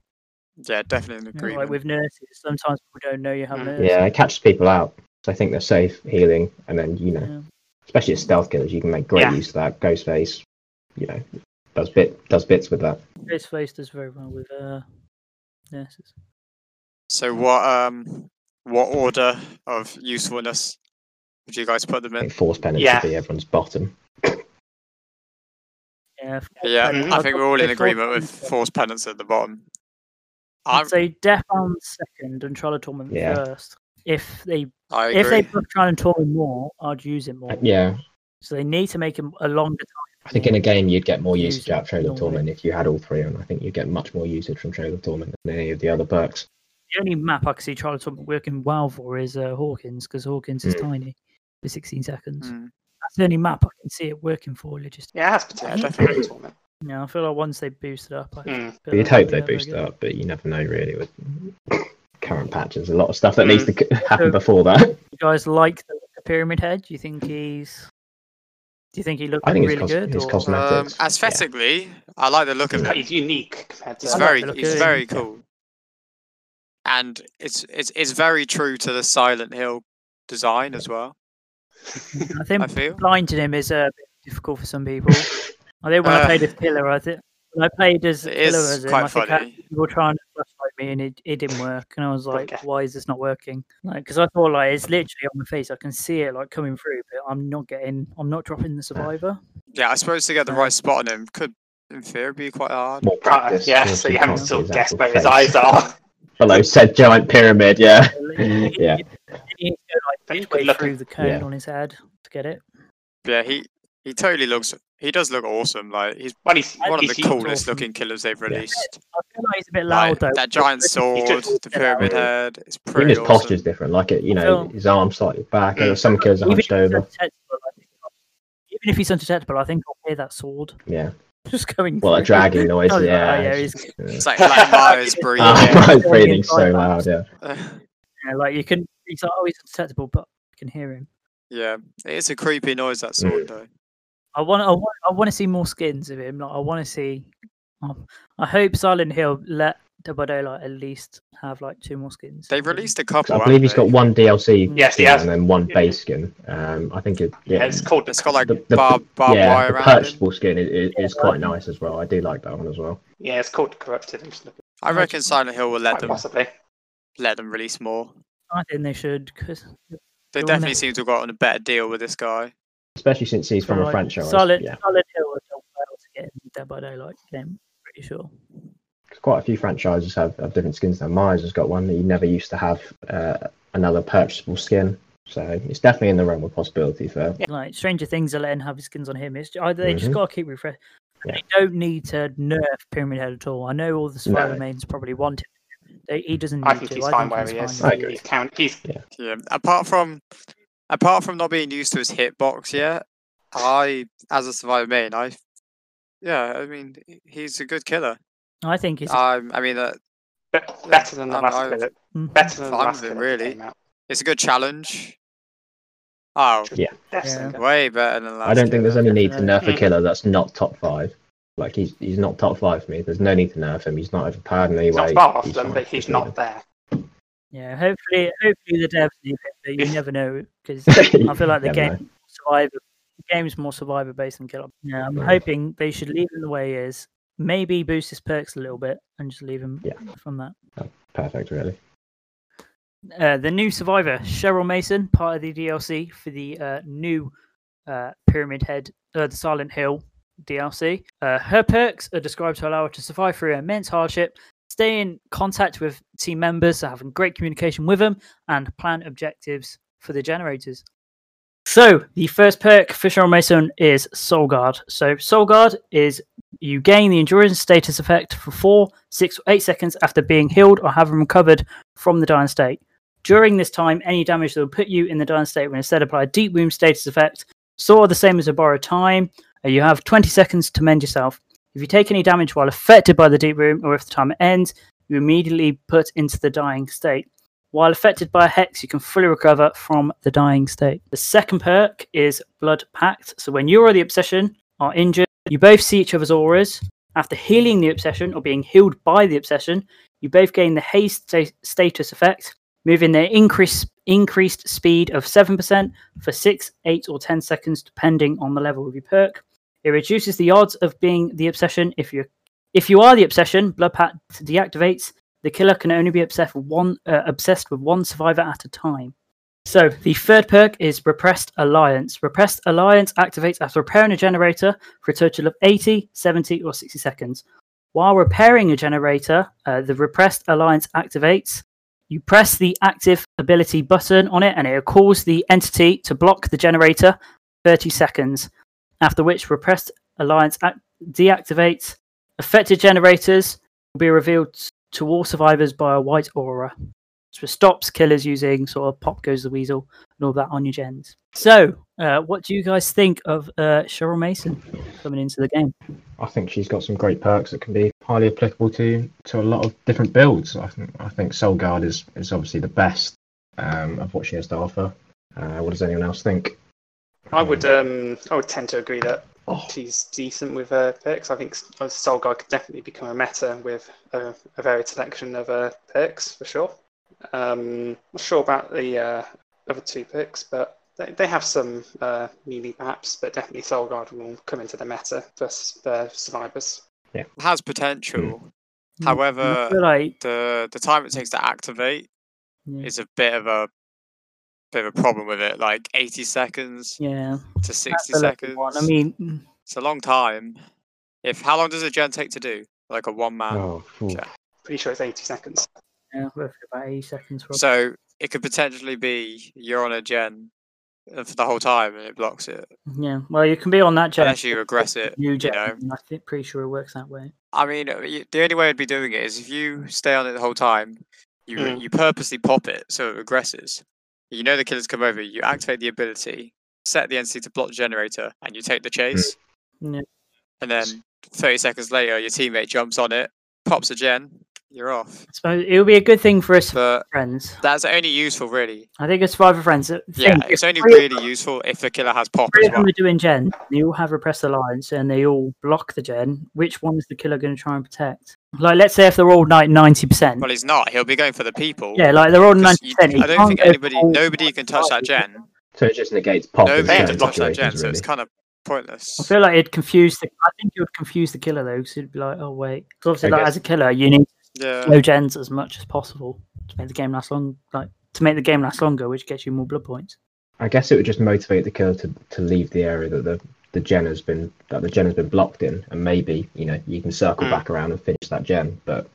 [SPEAKER 3] yeah definitely an
[SPEAKER 4] You know,
[SPEAKER 3] agreement
[SPEAKER 4] Like with nurses, sometimes people don't know you have
[SPEAKER 2] Mm.
[SPEAKER 4] nurses.
[SPEAKER 1] yeah, it catches people out. So I think they're safe healing, and then you know, especially as stealth killers, you can make great
[SPEAKER 2] Yeah.
[SPEAKER 1] use of that. Ghostface, you know, does bit does bits with that.
[SPEAKER 4] Face face does very well with uh, nurses.
[SPEAKER 3] so what um what order of usefulness would you guys put them
[SPEAKER 1] I
[SPEAKER 3] in
[SPEAKER 1] think force penance
[SPEAKER 2] Yeah.
[SPEAKER 1] should be everyone's bottom.
[SPEAKER 4] Yeah.
[SPEAKER 3] Yeah,
[SPEAKER 2] Mhm.
[SPEAKER 4] Um,
[SPEAKER 3] I think we're all in
[SPEAKER 4] Before-
[SPEAKER 3] agreement with forced penance at the bottom.
[SPEAKER 4] I'd
[SPEAKER 3] I'm,
[SPEAKER 4] say Defon second and Trial of Torment
[SPEAKER 1] Yeah.
[SPEAKER 4] first. If they
[SPEAKER 3] I
[SPEAKER 4] if they
[SPEAKER 3] agree.
[SPEAKER 4] buff Trial and Torment more, I'd use it more.
[SPEAKER 1] Yeah,
[SPEAKER 4] So they need to make him a longer
[SPEAKER 1] I think in a game you'd get more usage
[SPEAKER 4] Usage
[SPEAKER 1] out of Trail of
[SPEAKER 4] normally.
[SPEAKER 1] Torment if you had all three, and I think you'd get much more usage from Trail of Torment than any of the other perks.
[SPEAKER 4] the only map I can see Trial of Torment working well for is uh, Hawkins because Hawkins is
[SPEAKER 1] Mm.
[SPEAKER 4] tiny for 16 seconds.
[SPEAKER 3] Mm.
[SPEAKER 4] That's the only map I can see it working for. Logistic.
[SPEAKER 2] Yeah, it has
[SPEAKER 3] Yeah,
[SPEAKER 2] potential for a tournament.
[SPEAKER 4] You know, I feel like once they boost it up, I feel
[SPEAKER 2] Mm.
[SPEAKER 1] You'd
[SPEAKER 4] like
[SPEAKER 1] hope
[SPEAKER 4] they'll be
[SPEAKER 1] they
[SPEAKER 4] able to
[SPEAKER 1] boost it
[SPEAKER 4] get-
[SPEAKER 1] up, but you never know really with [LAUGHS] current patches. A lot of stuff that needs
[SPEAKER 2] Mm.
[SPEAKER 1] to c- [LAUGHS] happen
[SPEAKER 4] So-
[SPEAKER 1] before that.
[SPEAKER 4] You guys like the, the Pyramid Head? Do you think he's? Do you think he looks
[SPEAKER 1] I think
[SPEAKER 4] really
[SPEAKER 1] it's cos-
[SPEAKER 4] good?
[SPEAKER 1] it's
[SPEAKER 4] or-
[SPEAKER 1] cos-
[SPEAKER 3] Um,
[SPEAKER 1] Cosmetics, yeah.
[SPEAKER 3] aesthetically, I like the look of
[SPEAKER 1] Mm.
[SPEAKER 3] it.
[SPEAKER 2] It's unique compared to
[SPEAKER 3] It's
[SPEAKER 4] I like
[SPEAKER 3] very,
[SPEAKER 4] the look
[SPEAKER 3] it's
[SPEAKER 4] of it.
[SPEAKER 3] very
[SPEAKER 1] Yeah.
[SPEAKER 3] cool, and it's it's it's very true to the Silent Hill design as well.
[SPEAKER 4] I think
[SPEAKER 3] I
[SPEAKER 4] [LAUGHS]
[SPEAKER 3] feel.
[SPEAKER 4] blinding him is uh, difficult for some people. I think when I
[SPEAKER 3] Uh,
[SPEAKER 4] played as killer, I think when I played as
[SPEAKER 3] It
[SPEAKER 4] killer
[SPEAKER 3] is
[SPEAKER 4] as him, I
[SPEAKER 3] quite
[SPEAKER 4] think
[SPEAKER 3] funny.
[SPEAKER 4] I, you were trying to flashlight me, and it, it didn't work. And I was like,
[SPEAKER 2] Okay.
[SPEAKER 4] "Why is this not working?" Like, because I thought like it's literally on my face. I can see it like coming through, but I'm not getting. I'm not dropping the survivor.
[SPEAKER 3] Yeah, I suppose to get the
[SPEAKER 4] Uh,
[SPEAKER 3] right spot on him could, in theory, be quite hard.
[SPEAKER 1] More
[SPEAKER 2] Uh,
[SPEAKER 1] practice.
[SPEAKER 2] yeah,
[SPEAKER 1] because
[SPEAKER 2] so you
[SPEAKER 1] can't
[SPEAKER 2] haven't
[SPEAKER 1] see
[SPEAKER 2] still guessed
[SPEAKER 1] actual
[SPEAKER 2] where his
[SPEAKER 1] face.
[SPEAKER 2] eyes [LAUGHS] are.
[SPEAKER 1] Below said giant pyramid, yeah. [LAUGHS] Yeah.
[SPEAKER 4] He needs to, like,
[SPEAKER 2] But you
[SPEAKER 4] way
[SPEAKER 2] could look
[SPEAKER 4] through
[SPEAKER 2] at
[SPEAKER 4] the cone
[SPEAKER 1] Yeah.
[SPEAKER 4] on his head to get it.
[SPEAKER 3] Yeah, he he totally looks. He does look awesome. Like he's
[SPEAKER 2] well, he's
[SPEAKER 3] one of
[SPEAKER 2] he's
[SPEAKER 3] the
[SPEAKER 2] u-
[SPEAKER 3] coolest
[SPEAKER 4] awesome.
[SPEAKER 3] looking killers they've released.
[SPEAKER 4] I feel like he's a bit loud
[SPEAKER 3] Like,
[SPEAKER 4] though.
[SPEAKER 3] that giant
[SPEAKER 2] He's
[SPEAKER 3] sword,
[SPEAKER 2] just-
[SPEAKER 3] the pyramid
[SPEAKER 1] Yeah.
[SPEAKER 3] head. It's
[SPEAKER 1] Even
[SPEAKER 3] pretty
[SPEAKER 1] his
[SPEAKER 3] awesome.
[SPEAKER 1] posture's different. Like it, you know,
[SPEAKER 4] Well-
[SPEAKER 1] his arms slightly back,
[SPEAKER 2] Mm.
[SPEAKER 1] and some kills are
[SPEAKER 4] Even if,
[SPEAKER 1] hunched
[SPEAKER 4] he's [LAUGHS]
[SPEAKER 1] over.
[SPEAKER 4] undetectable, I think I'll- even if he's undetectable, I think I'll hear that sword [LAUGHS]
[SPEAKER 1] Yeah.
[SPEAKER 4] just going.
[SPEAKER 1] Well, a
[SPEAKER 4] through.
[SPEAKER 1] dragging noise.
[SPEAKER 4] Oh,
[SPEAKER 1] yeah.
[SPEAKER 4] yeah, yeah,
[SPEAKER 1] [LAUGHS] it's- yeah.
[SPEAKER 3] It's like, like Mario's breathing.
[SPEAKER 1] Ah,
[SPEAKER 2] Yeah.
[SPEAKER 1] right, breathing so
[SPEAKER 4] Inside that.
[SPEAKER 1] loud. Yeah.
[SPEAKER 4] Yeah, like you can. He's like, oh, he's undetectable, but I can hear him.
[SPEAKER 3] [LAUGHS] yeah, it is a creepy noise that sword though.
[SPEAKER 4] I want. I want. I want to see more skins of him. Like I want to see. Um, I hope Silent Hill let Double Daylight at least have like two more skins.
[SPEAKER 3] They've
[SPEAKER 4] of him.
[SPEAKER 3] released a
[SPEAKER 1] 'Cause
[SPEAKER 3] couple.
[SPEAKER 1] I believe he's got
[SPEAKER 3] haven't they?
[SPEAKER 1] one DLC
[SPEAKER 2] Yes, he
[SPEAKER 1] skin
[SPEAKER 2] has.
[SPEAKER 1] and then one
[SPEAKER 2] Yeah.
[SPEAKER 1] base skin. Um, I think it. Yeah.
[SPEAKER 2] It's called
[SPEAKER 3] It's got like
[SPEAKER 1] The- the-
[SPEAKER 3] barbed barbed
[SPEAKER 1] yeah,
[SPEAKER 3] wire
[SPEAKER 1] the
[SPEAKER 3] around him.
[SPEAKER 1] purchasable skin is, is, is
[SPEAKER 4] Yeah.
[SPEAKER 1] quite nice as well. I do like that one as well.
[SPEAKER 2] yeah, it's called corrupted. I'm just looking-
[SPEAKER 3] I reckon Silent Hill will let them
[SPEAKER 2] Possibly.
[SPEAKER 4] Mm,
[SPEAKER 3] let them release more.
[SPEAKER 4] I think they should because
[SPEAKER 3] They
[SPEAKER 4] They wanna-
[SPEAKER 3] definitely seem to have gotten a better deal with this guy.
[SPEAKER 1] Especially since he's from
[SPEAKER 4] like,
[SPEAKER 1] a franchise.
[SPEAKER 4] Silent,
[SPEAKER 1] Yeah,
[SPEAKER 4] Silent Hill was done well to get in Dead by Daylight game. Pretty sure.
[SPEAKER 1] 'Cause quite a few franchises have, have different skins. Now Myers has got one that you never used to have uh, another purchasable skin. So it's definitely in the realm of possibility for.
[SPEAKER 4] Like Stranger Things are letting have his skins on him. It's ju- they just
[SPEAKER 1] Mhm.
[SPEAKER 4] gotta keep refresh.
[SPEAKER 1] Yeah.
[SPEAKER 4] They don't need to nerf Pyramid Head at all. I know all the Survivor
[SPEAKER 1] No.
[SPEAKER 4] mains probably want it. They, he doesn't. Need
[SPEAKER 2] I think
[SPEAKER 4] to.
[SPEAKER 2] he's
[SPEAKER 4] I
[SPEAKER 2] fine
[SPEAKER 4] think
[SPEAKER 2] where he
[SPEAKER 4] he's
[SPEAKER 2] is.
[SPEAKER 1] I
[SPEAKER 4] fine.
[SPEAKER 1] agree.
[SPEAKER 2] He's count. He's
[SPEAKER 3] Yeah. Apart from apart from not being used to his hitbox yet, I as a survivor main, I yeah, I mean he- he's a good killer.
[SPEAKER 4] I think he's.
[SPEAKER 3] Um, I mean uh,
[SPEAKER 2] be- better than the
[SPEAKER 3] I'm-
[SPEAKER 2] last
[SPEAKER 3] I'm-
[SPEAKER 2] kid that-
[SPEAKER 4] Mhm.
[SPEAKER 2] Better than the
[SPEAKER 3] Fine
[SPEAKER 2] last
[SPEAKER 3] with it,
[SPEAKER 2] kid that
[SPEAKER 3] really.
[SPEAKER 2] came out.
[SPEAKER 3] it's a good challenge. Oh,
[SPEAKER 2] Definitely.
[SPEAKER 4] Yeah.
[SPEAKER 3] way better than last.
[SPEAKER 1] I don't think there's
[SPEAKER 3] killer.
[SPEAKER 1] any need to nerf a
[SPEAKER 2] Mm.
[SPEAKER 1] killer that's not top five. Like he's he's not top five for me. There's no need to nerf him. He's not overpowered in any
[SPEAKER 2] He's
[SPEAKER 1] way.
[SPEAKER 2] not far off
[SPEAKER 1] He's
[SPEAKER 2] them,
[SPEAKER 1] fine.
[SPEAKER 2] but he's
[SPEAKER 1] Just
[SPEAKER 2] not there.
[SPEAKER 4] Yeah, hopefully, hopefully the devs leave it, but you
[SPEAKER 2] If-
[SPEAKER 4] never know
[SPEAKER 1] leave
[SPEAKER 4] because
[SPEAKER 2] [LAUGHS]
[SPEAKER 1] him.
[SPEAKER 4] I feel like the
[SPEAKER 1] Never know.
[SPEAKER 4] game survivor, the game's more survivor based than killer. Yeah, I'm
[SPEAKER 1] Mm.
[SPEAKER 4] hoping they should leave him the way he is. Maybe boost his perks a little bit and just leave him
[SPEAKER 1] Yeah.
[SPEAKER 4] from that.
[SPEAKER 1] Perfect, really.
[SPEAKER 4] Uh, the new survivor, Cheryl Mason, part of the DLC for the uh, new uh, Pyramid Head, uh, the Silent Hill DLC. Uh, her perks are described to allow her to survive through immense hardship, stay in contact with team members, so having great communication with them, and plan objectives for the generators. So, the first perk for Cheryl Mason is Soul Guard. So, Soul Guard is you gain the endurance status effect for four, six, or eight seconds after being healed or having recovered from the dying state. During this time, any damage that will put you in the dying state will instead apply a deep wound status effect, sort of the same as a borrowed time. Uh, You have 20 seconds to mend yourself. If you take any damage while affected by the deep wound, or if the time ends, you immediately put into the dying state. While affected by a hex, you can fully recover from the dying state. The second perk is Blood Pact. So when you or the obsession are injured, you both see each other's auras. After healing the obsession or being healed by the obsession, you both gain the haste sta- status effect, moving their increase, increased speed of 7% for 6, 8, or 10 seconds, depending on the level of your perk. It reduces the odds of being the obsession if you if you are the obsession. Blood Pact deactivates. The killer can only be obsessed with one uh, obsessed with one survivor at a time. So the third perk is Repressed Alliance. Repressed Alliance activates after repairing a generator for a total of 80, 70, or 60 seconds. While repairing a generator, uh, the Repressed Alliance activates. You press the active ability button on it, and it calls the entity to block the generator 30 seconds. After which, Repressed Alliance act- deactivates. Affected generators will be revealed to all survivors by a white aura. So it stops killers using sort of pop goes the weasel and all that on your gens. So, uh, what do you guys think of uh, Cheryl Mason coming into the game?
[SPEAKER 1] I think she's got some great perks that can be highly applicable to to a lot of different builds. I think I think Soul Guard is is obviously the best um, of what she has to offer. Uh, what does anyone else think?
[SPEAKER 2] I would um, I would tend to agree that
[SPEAKER 1] Oh.
[SPEAKER 2] she's decent with her picks. I think S- Soul Guard could definitely become a meta with a, a varied selection of uh, picks for sure. Um, not sure about the uh, other two picks, but they, they have some uh, meaning perhaps, but definitely Soul Guard will come into the meta for s- for survivors.
[SPEAKER 3] has potential.
[SPEAKER 1] Hmm.
[SPEAKER 4] Mm, I
[SPEAKER 3] However,
[SPEAKER 4] feel like
[SPEAKER 3] the the time it takes to activate
[SPEAKER 4] Yeah.
[SPEAKER 3] is a bit of a bit of a problem with it. Like eighty seconds
[SPEAKER 4] yeah,
[SPEAKER 3] to
[SPEAKER 4] that's
[SPEAKER 3] sixty
[SPEAKER 4] the lucky
[SPEAKER 3] seconds.
[SPEAKER 4] one. I mean, mm,
[SPEAKER 3] it's a long time. If how long does a gen take to do? Like a one man.
[SPEAKER 2] uh,
[SPEAKER 1] Oh, phew.
[SPEAKER 3] okay.
[SPEAKER 2] Pretty sure it's 80 seconds.
[SPEAKER 4] yeah, roughly about eighty seconds. For
[SPEAKER 3] So it could potentially be you're on a gen uh, for the whole time and it blocks it
[SPEAKER 4] yeah, well, you can be on that gen.
[SPEAKER 3] unless you regress it.
[SPEAKER 4] New gen.
[SPEAKER 3] know.
[SPEAKER 4] and I think pretty sure it works that way.
[SPEAKER 3] I mean, uh, y- the only way I'd be doing it is if you stay on it the whole time, you re-
[SPEAKER 2] Mm.
[SPEAKER 3] you purposely pop it so it regresses. You know the killers come over, you activate the ability, set the entity to block the generator, and you take the chase.
[SPEAKER 4] Yeah.
[SPEAKER 3] And then 30 seconds later, your teammate jumps on it, pops a gen, you're off.
[SPEAKER 4] So it would be a good thing for us
[SPEAKER 3] But
[SPEAKER 4] friends.
[SPEAKER 3] that's only useful, really.
[SPEAKER 4] I think as survivor friends, uh,
[SPEAKER 3] Yeah,
[SPEAKER 4] think
[SPEAKER 3] it's
[SPEAKER 4] if
[SPEAKER 3] only
[SPEAKER 4] three of
[SPEAKER 3] really useful if the killer has pop
[SPEAKER 4] three
[SPEAKER 3] as
[SPEAKER 4] of them
[SPEAKER 3] well.
[SPEAKER 4] are doing gen. They all have repressed alliance, and they all block the gen. Which one is the killer going to try and protect? Like, let's say if they're all like ninety percent.
[SPEAKER 3] Well, he's not. He'll be going for the people.
[SPEAKER 4] Yeah, like they're all
[SPEAKER 3] because
[SPEAKER 4] ninety
[SPEAKER 3] you-
[SPEAKER 4] percent.
[SPEAKER 3] I don't think anybody, nobody can touch that gen.
[SPEAKER 1] So it just negates pop. in
[SPEAKER 3] Nobody
[SPEAKER 2] yeah,
[SPEAKER 3] can
[SPEAKER 1] certain
[SPEAKER 3] touch that gen,
[SPEAKER 1] situations,
[SPEAKER 3] so it's
[SPEAKER 1] really.
[SPEAKER 3] kind of pointless.
[SPEAKER 4] I feel like it'd confuse the. I think it would confuse the killer though, because it'd be like, oh wait, 'Cause obviously,
[SPEAKER 1] I
[SPEAKER 4] like,
[SPEAKER 1] guess-
[SPEAKER 4] as a killer, you need
[SPEAKER 3] Yeah.
[SPEAKER 4] slow gens as much as possible to make the game last long, like to make the game last longer, which gets you more blood points.
[SPEAKER 1] I guess it would just motivate the killer to, to leave the area that the, the gen has been that the gen has been blocked in, and maybe you know you can circle
[SPEAKER 2] Mm.
[SPEAKER 1] back around and finish that gen. But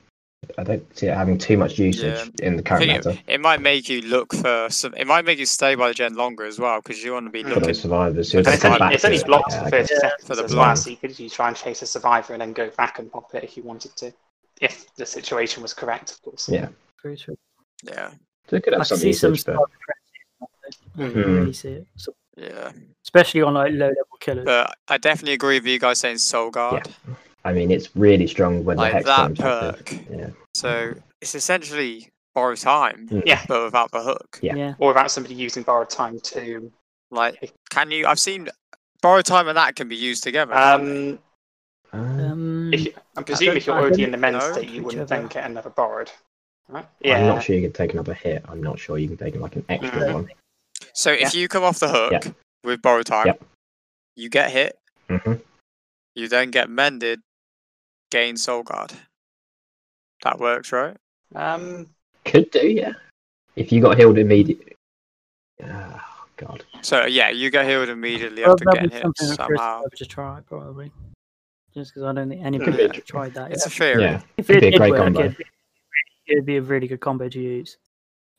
[SPEAKER 1] I don't see it having too much usage in the current
[SPEAKER 3] Thing
[SPEAKER 1] meta
[SPEAKER 3] it, it might make you look for some. It might make you stay by the gen longer as well because you want to be
[SPEAKER 2] For
[SPEAKER 1] for
[SPEAKER 3] looking
[SPEAKER 1] those survivors. Who
[SPEAKER 3] But
[SPEAKER 1] have
[SPEAKER 2] It's
[SPEAKER 3] it's
[SPEAKER 1] gone
[SPEAKER 3] only-
[SPEAKER 2] only,
[SPEAKER 1] back
[SPEAKER 2] it's
[SPEAKER 1] to
[SPEAKER 2] only
[SPEAKER 1] it.
[SPEAKER 2] blocked
[SPEAKER 1] Yeah,
[SPEAKER 2] for
[SPEAKER 1] I
[SPEAKER 2] 30
[SPEAKER 1] guess.
[SPEAKER 2] seconds
[SPEAKER 3] For the
[SPEAKER 2] as well,
[SPEAKER 1] blind.
[SPEAKER 2] so you could usually try and chase a survivor and then go back and pop it if you wanted to, if the situation was correct, of course.
[SPEAKER 1] Yeah.
[SPEAKER 4] Very true.
[SPEAKER 3] yeah,
[SPEAKER 1] So it could
[SPEAKER 4] I
[SPEAKER 1] have some
[SPEAKER 4] see some
[SPEAKER 1] usage,
[SPEAKER 4] stuff.
[SPEAKER 1] but
[SPEAKER 4] I
[SPEAKER 2] Hmm.
[SPEAKER 4] don't
[SPEAKER 1] Mm.
[SPEAKER 4] really see it, so,
[SPEAKER 3] yeah.
[SPEAKER 4] especially on like low level killers.
[SPEAKER 3] But I definitely agree with you guys saying Soul Guard,
[SPEAKER 1] I mean it's really strong when the
[SPEAKER 3] like
[SPEAKER 1] hex
[SPEAKER 3] that
[SPEAKER 1] time's
[SPEAKER 3] perk.
[SPEAKER 1] active. Yeah.
[SPEAKER 3] So it's essentially borrow time,
[SPEAKER 1] Mm.
[SPEAKER 2] Yeah.
[SPEAKER 3] but without the hook.
[SPEAKER 1] yeah.
[SPEAKER 2] Or without somebody using borrowed time to.
[SPEAKER 3] Like, can you? I've seen borrow time and that can be used together. can't they?
[SPEAKER 2] Um,
[SPEAKER 1] Uh,
[SPEAKER 4] Um,
[SPEAKER 2] if you, I presume if you're
[SPEAKER 4] I
[SPEAKER 2] already
[SPEAKER 4] don't
[SPEAKER 2] in the men's
[SPEAKER 3] know
[SPEAKER 2] state, you
[SPEAKER 4] each
[SPEAKER 2] wouldn't
[SPEAKER 4] other.
[SPEAKER 2] then get another borrowed. Right?
[SPEAKER 1] I'm
[SPEAKER 2] Yeah.
[SPEAKER 1] not sure you can take another hit. I'm not sure you can take like an extra
[SPEAKER 2] Mm.
[SPEAKER 1] one.
[SPEAKER 3] so if you come off the hook with borrow time,
[SPEAKER 1] Yep.
[SPEAKER 3] you get hit.
[SPEAKER 1] hmm
[SPEAKER 3] You then get mended, gain Soul Guard. That works, right?
[SPEAKER 2] Um,
[SPEAKER 1] Could do, yeah. If you got healed immediately. Oh, God.
[SPEAKER 3] So yeah, you get healed immediately
[SPEAKER 4] well,
[SPEAKER 3] after
[SPEAKER 4] that'd
[SPEAKER 3] getting
[SPEAKER 4] be
[SPEAKER 3] hit
[SPEAKER 4] something for us
[SPEAKER 3] somehow.
[SPEAKER 4] to try probably. Just because I don't think
[SPEAKER 1] could
[SPEAKER 4] anybody
[SPEAKER 1] be a
[SPEAKER 4] has tried that.
[SPEAKER 3] It's a
[SPEAKER 4] yet.
[SPEAKER 3] theory.
[SPEAKER 1] Yeah.
[SPEAKER 4] if
[SPEAKER 1] it'd
[SPEAKER 4] it
[SPEAKER 1] be a
[SPEAKER 4] did
[SPEAKER 1] great
[SPEAKER 4] work,
[SPEAKER 1] combo.
[SPEAKER 4] it'd be, it'd be a really good combo to use.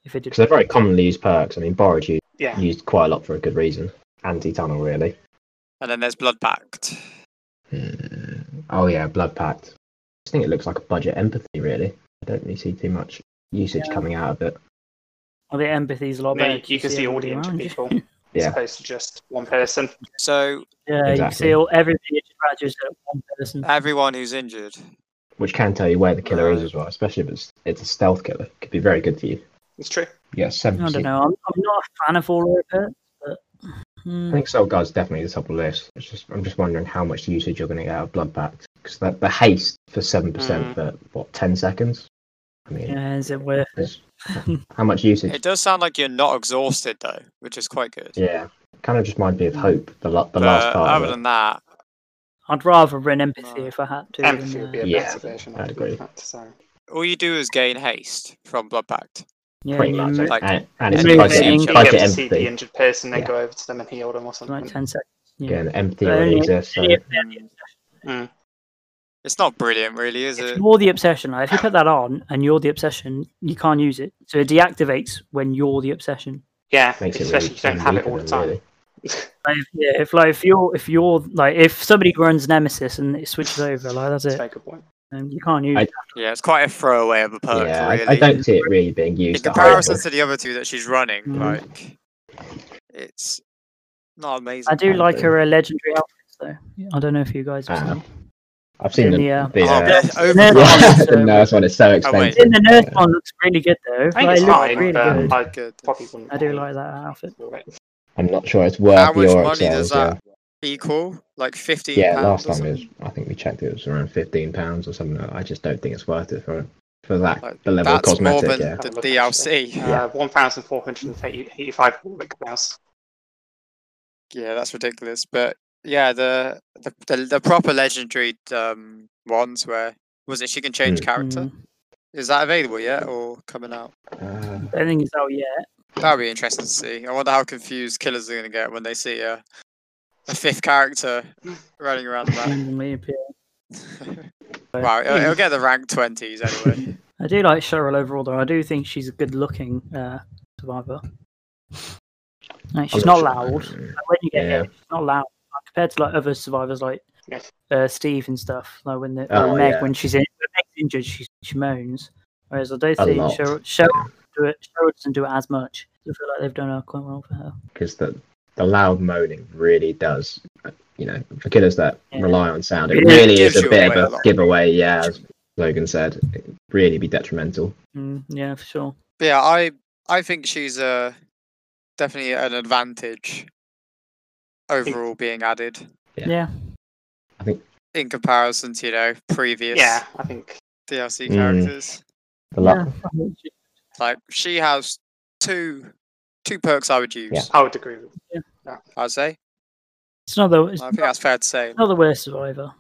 [SPEAKER 4] If it did,
[SPEAKER 1] Because they're very commonly used perks. I mean, borrowed you
[SPEAKER 2] yeah.
[SPEAKER 1] used quite a lot for a good reason. Anti tunnel, really.
[SPEAKER 3] And then there's Blood Pact.
[SPEAKER 1] Hmm. Oh, yeah, Blood Pact. I think it looks like a budget empathy, really. I don't really see too much usage coming out of it.
[SPEAKER 4] I think empathy's a lot
[SPEAKER 2] No,
[SPEAKER 4] better.
[SPEAKER 2] you,
[SPEAKER 4] 'cause
[SPEAKER 2] you can see all the
[SPEAKER 4] everybody
[SPEAKER 2] injured
[SPEAKER 4] around you.
[SPEAKER 2] people as
[SPEAKER 1] Yeah.
[SPEAKER 2] opposed to just one person.
[SPEAKER 3] So
[SPEAKER 4] Yeah, you can
[SPEAKER 1] Exactly.
[SPEAKER 4] see all everything you just just at one person.
[SPEAKER 3] everyone who's injured.
[SPEAKER 1] Which can tell you where the killer is
[SPEAKER 3] Right.
[SPEAKER 1] as well, especially if it's, it's a stealth killer. could be very good for you.
[SPEAKER 2] It's true.
[SPEAKER 1] Yeah,
[SPEAKER 4] I
[SPEAKER 1] 7%.
[SPEAKER 4] don't know. I'm, I'm not a fan of all of it, but
[SPEAKER 1] I
[SPEAKER 4] hmm,
[SPEAKER 1] think Soul Guard's definitely the top of the list. It's just, I'm just wondering how much usage you're going to get out of Blood Pact. Because the haste for 7%
[SPEAKER 2] Mm.
[SPEAKER 1] for, what, 10 seconds? I mean,
[SPEAKER 4] Hmm. yeah, is it worth it?
[SPEAKER 1] it's- how much usage?
[SPEAKER 3] It does sound like you're not exhausted though, which is quite good.
[SPEAKER 1] yeah. Kind of just reminds me of Hope, the, la- the
[SPEAKER 3] But
[SPEAKER 1] last part
[SPEAKER 3] Uh, other
[SPEAKER 1] of it.
[SPEAKER 3] than that,
[SPEAKER 4] I'd rather run empathy
[SPEAKER 3] No.
[SPEAKER 4] if I had to.
[SPEAKER 2] Empathy
[SPEAKER 4] than,
[SPEAKER 2] would be a
[SPEAKER 4] uh,
[SPEAKER 1] Yeah,
[SPEAKER 2] better version
[SPEAKER 1] I'd
[SPEAKER 2] of
[SPEAKER 1] agree.
[SPEAKER 2] that. So.
[SPEAKER 3] all you do is gain haste from Blood Pact.
[SPEAKER 4] Yeah,
[SPEAKER 1] pretty
[SPEAKER 4] you
[SPEAKER 1] much,
[SPEAKER 4] mo-
[SPEAKER 3] Like,
[SPEAKER 1] and, and it's
[SPEAKER 3] Move
[SPEAKER 1] budget,
[SPEAKER 3] it,
[SPEAKER 1] em-
[SPEAKER 3] you
[SPEAKER 2] you get
[SPEAKER 3] budget
[SPEAKER 1] budget
[SPEAKER 2] to see the
[SPEAKER 1] empathy.
[SPEAKER 2] injured person, then
[SPEAKER 1] Yeah.
[SPEAKER 2] go over to them and heal them or something.
[SPEAKER 4] like 10 seconds. Yeah.
[SPEAKER 1] Yeah, and empathy
[SPEAKER 4] But
[SPEAKER 1] already
[SPEAKER 4] only-
[SPEAKER 1] exists. So.
[SPEAKER 4] only if they're the obsession.
[SPEAKER 3] It's not brilliant, really, is
[SPEAKER 4] If
[SPEAKER 3] it?
[SPEAKER 4] you're the obsession, like if you put that on and you're the obsession, you can't use it. So it deactivates when you're the obsession.
[SPEAKER 2] Yeah,
[SPEAKER 1] Makes it
[SPEAKER 2] especially
[SPEAKER 1] really,
[SPEAKER 2] if you don't have it
[SPEAKER 1] really
[SPEAKER 2] all the
[SPEAKER 1] good,
[SPEAKER 2] time.
[SPEAKER 1] really.
[SPEAKER 4] Like, if- yeah, if like if you're if you're like if somebody runs Nemesis and it switches over, like that's
[SPEAKER 2] That's a
[SPEAKER 4] it.
[SPEAKER 2] very good point.
[SPEAKER 4] Um, you can't use
[SPEAKER 1] I-
[SPEAKER 4] it.
[SPEAKER 3] Yeah, it's quite a throwaway of a perk,
[SPEAKER 1] Yeah,
[SPEAKER 3] really.
[SPEAKER 1] I, I don't see it really being
[SPEAKER 3] In
[SPEAKER 1] used. at
[SPEAKER 3] comparison
[SPEAKER 1] all.
[SPEAKER 3] to the other two that she's running,
[SPEAKER 4] Mhm.
[SPEAKER 3] like it's not amazing.
[SPEAKER 4] I do
[SPEAKER 1] can't
[SPEAKER 4] like
[SPEAKER 1] do
[SPEAKER 4] her uh, legendary outfits though. Yeah, I don't know if you guys. Have
[SPEAKER 1] Ah,
[SPEAKER 4] seen them.
[SPEAKER 1] I've seen
[SPEAKER 4] in
[SPEAKER 1] the,
[SPEAKER 4] the, uh,
[SPEAKER 1] the,
[SPEAKER 3] Oh,
[SPEAKER 1] [LAUGHS] uh,
[SPEAKER 3] bless-
[SPEAKER 4] Yeah.
[SPEAKER 3] overall,
[SPEAKER 4] Yeah.
[SPEAKER 3] it's
[SPEAKER 1] the nurse one is so
[SPEAKER 4] It's
[SPEAKER 1] expensive.
[SPEAKER 4] in the nurse
[SPEAKER 1] Yeah.
[SPEAKER 4] one looks really good though.
[SPEAKER 2] I think
[SPEAKER 4] Like,
[SPEAKER 2] it's
[SPEAKER 4] it looks
[SPEAKER 2] fine,
[SPEAKER 4] really
[SPEAKER 2] but
[SPEAKER 4] good.
[SPEAKER 2] I
[SPEAKER 3] good.
[SPEAKER 2] probably wouldn't.
[SPEAKER 4] I do
[SPEAKER 2] pay
[SPEAKER 4] like that outfit.
[SPEAKER 2] for it.
[SPEAKER 1] I'm not sure it's
[SPEAKER 3] How
[SPEAKER 1] worth
[SPEAKER 3] much
[SPEAKER 1] your
[SPEAKER 3] money does
[SPEAKER 1] excels. Yeah,
[SPEAKER 3] that equal? Like fifteen
[SPEAKER 1] yeah
[SPEAKER 3] pounds
[SPEAKER 1] last
[SPEAKER 3] or
[SPEAKER 1] time it was,
[SPEAKER 3] something?
[SPEAKER 1] I think we checked it was around fifteen pounds or something. I just don't think it's worth it for for that
[SPEAKER 3] Like,
[SPEAKER 1] the level of
[SPEAKER 3] That's more
[SPEAKER 1] cosmetic.
[SPEAKER 3] than
[SPEAKER 1] Yeah,
[SPEAKER 3] the
[SPEAKER 2] Have a look,
[SPEAKER 3] DLC.
[SPEAKER 1] Yeah.
[SPEAKER 2] Uh, 1,485 Warwick Mouse.
[SPEAKER 3] Yeah, that's ridiculous. But yeah, the the the, the proper legendary um ones where was it she can change
[SPEAKER 1] Mm.
[SPEAKER 3] character?
[SPEAKER 4] Mm.
[SPEAKER 3] Is that available yet or coming out?
[SPEAKER 1] uh,
[SPEAKER 4] I don't think it's out yet.
[SPEAKER 3] That'll be interesting to see. I wonder how confused killers are gonna get when they see a a fifth character running around the map. [LAUGHS]
[SPEAKER 4] randomly appear.
[SPEAKER 3] Wow, it'll, it'll get the rank twenties anyway.
[SPEAKER 4] I do like Cheryl overall, though. I do think she's a good-looking uh, survivor. Like, she's
[SPEAKER 1] I'm
[SPEAKER 4] not,
[SPEAKER 1] sure.
[SPEAKER 4] loud. Like, when you get
[SPEAKER 1] Yeah.
[SPEAKER 4] hit, she's not loud Like, compared to like other survivors, like
[SPEAKER 2] Yes.
[SPEAKER 4] uh, Steve and stuff. Like when the
[SPEAKER 1] Oh,
[SPEAKER 4] or Meg,
[SPEAKER 1] yeah.
[SPEAKER 4] when she's in, when Meg's injured, she she moans. Whereas I don't
[SPEAKER 1] A
[SPEAKER 4] think
[SPEAKER 1] lot.
[SPEAKER 4] Cheryl, Cheryl do it. Cheryl doesn't do it as much. I feel like they've done uh, quite well for her.
[SPEAKER 1] because the the loud moaning really does. You know, for killers that
[SPEAKER 4] Yeah.
[SPEAKER 1] rely on sound, it
[SPEAKER 4] It
[SPEAKER 1] really
[SPEAKER 3] gives
[SPEAKER 1] is a
[SPEAKER 3] you
[SPEAKER 1] bit of
[SPEAKER 3] away a
[SPEAKER 1] a
[SPEAKER 3] lot.
[SPEAKER 1] giveaway. Yeah, as Logan said, it'd really be detrimental.
[SPEAKER 4] Mm, yeah, for sure.
[SPEAKER 3] But yeah, I I think she's uh, definitely an advantage overall being added
[SPEAKER 1] Yeah.
[SPEAKER 4] Yeah,
[SPEAKER 3] in comparison to you know previous
[SPEAKER 2] Yeah, I think.
[SPEAKER 3] DLC
[SPEAKER 1] Mm.
[SPEAKER 3] characters.
[SPEAKER 1] The lo-
[SPEAKER 4] yeah. I think she-
[SPEAKER 3] Like she has two two perks I would use.
[SPEAKER 2] I would agree with
[SPEAKER 3] I'd say.
[SPEAKER 4] It's not the it's
[SPEAKER 3] I
[SPEAKER 4] not,
[SPEAKER 3] think that's fair to say.
[SPEAKER 4] not the worst survivor.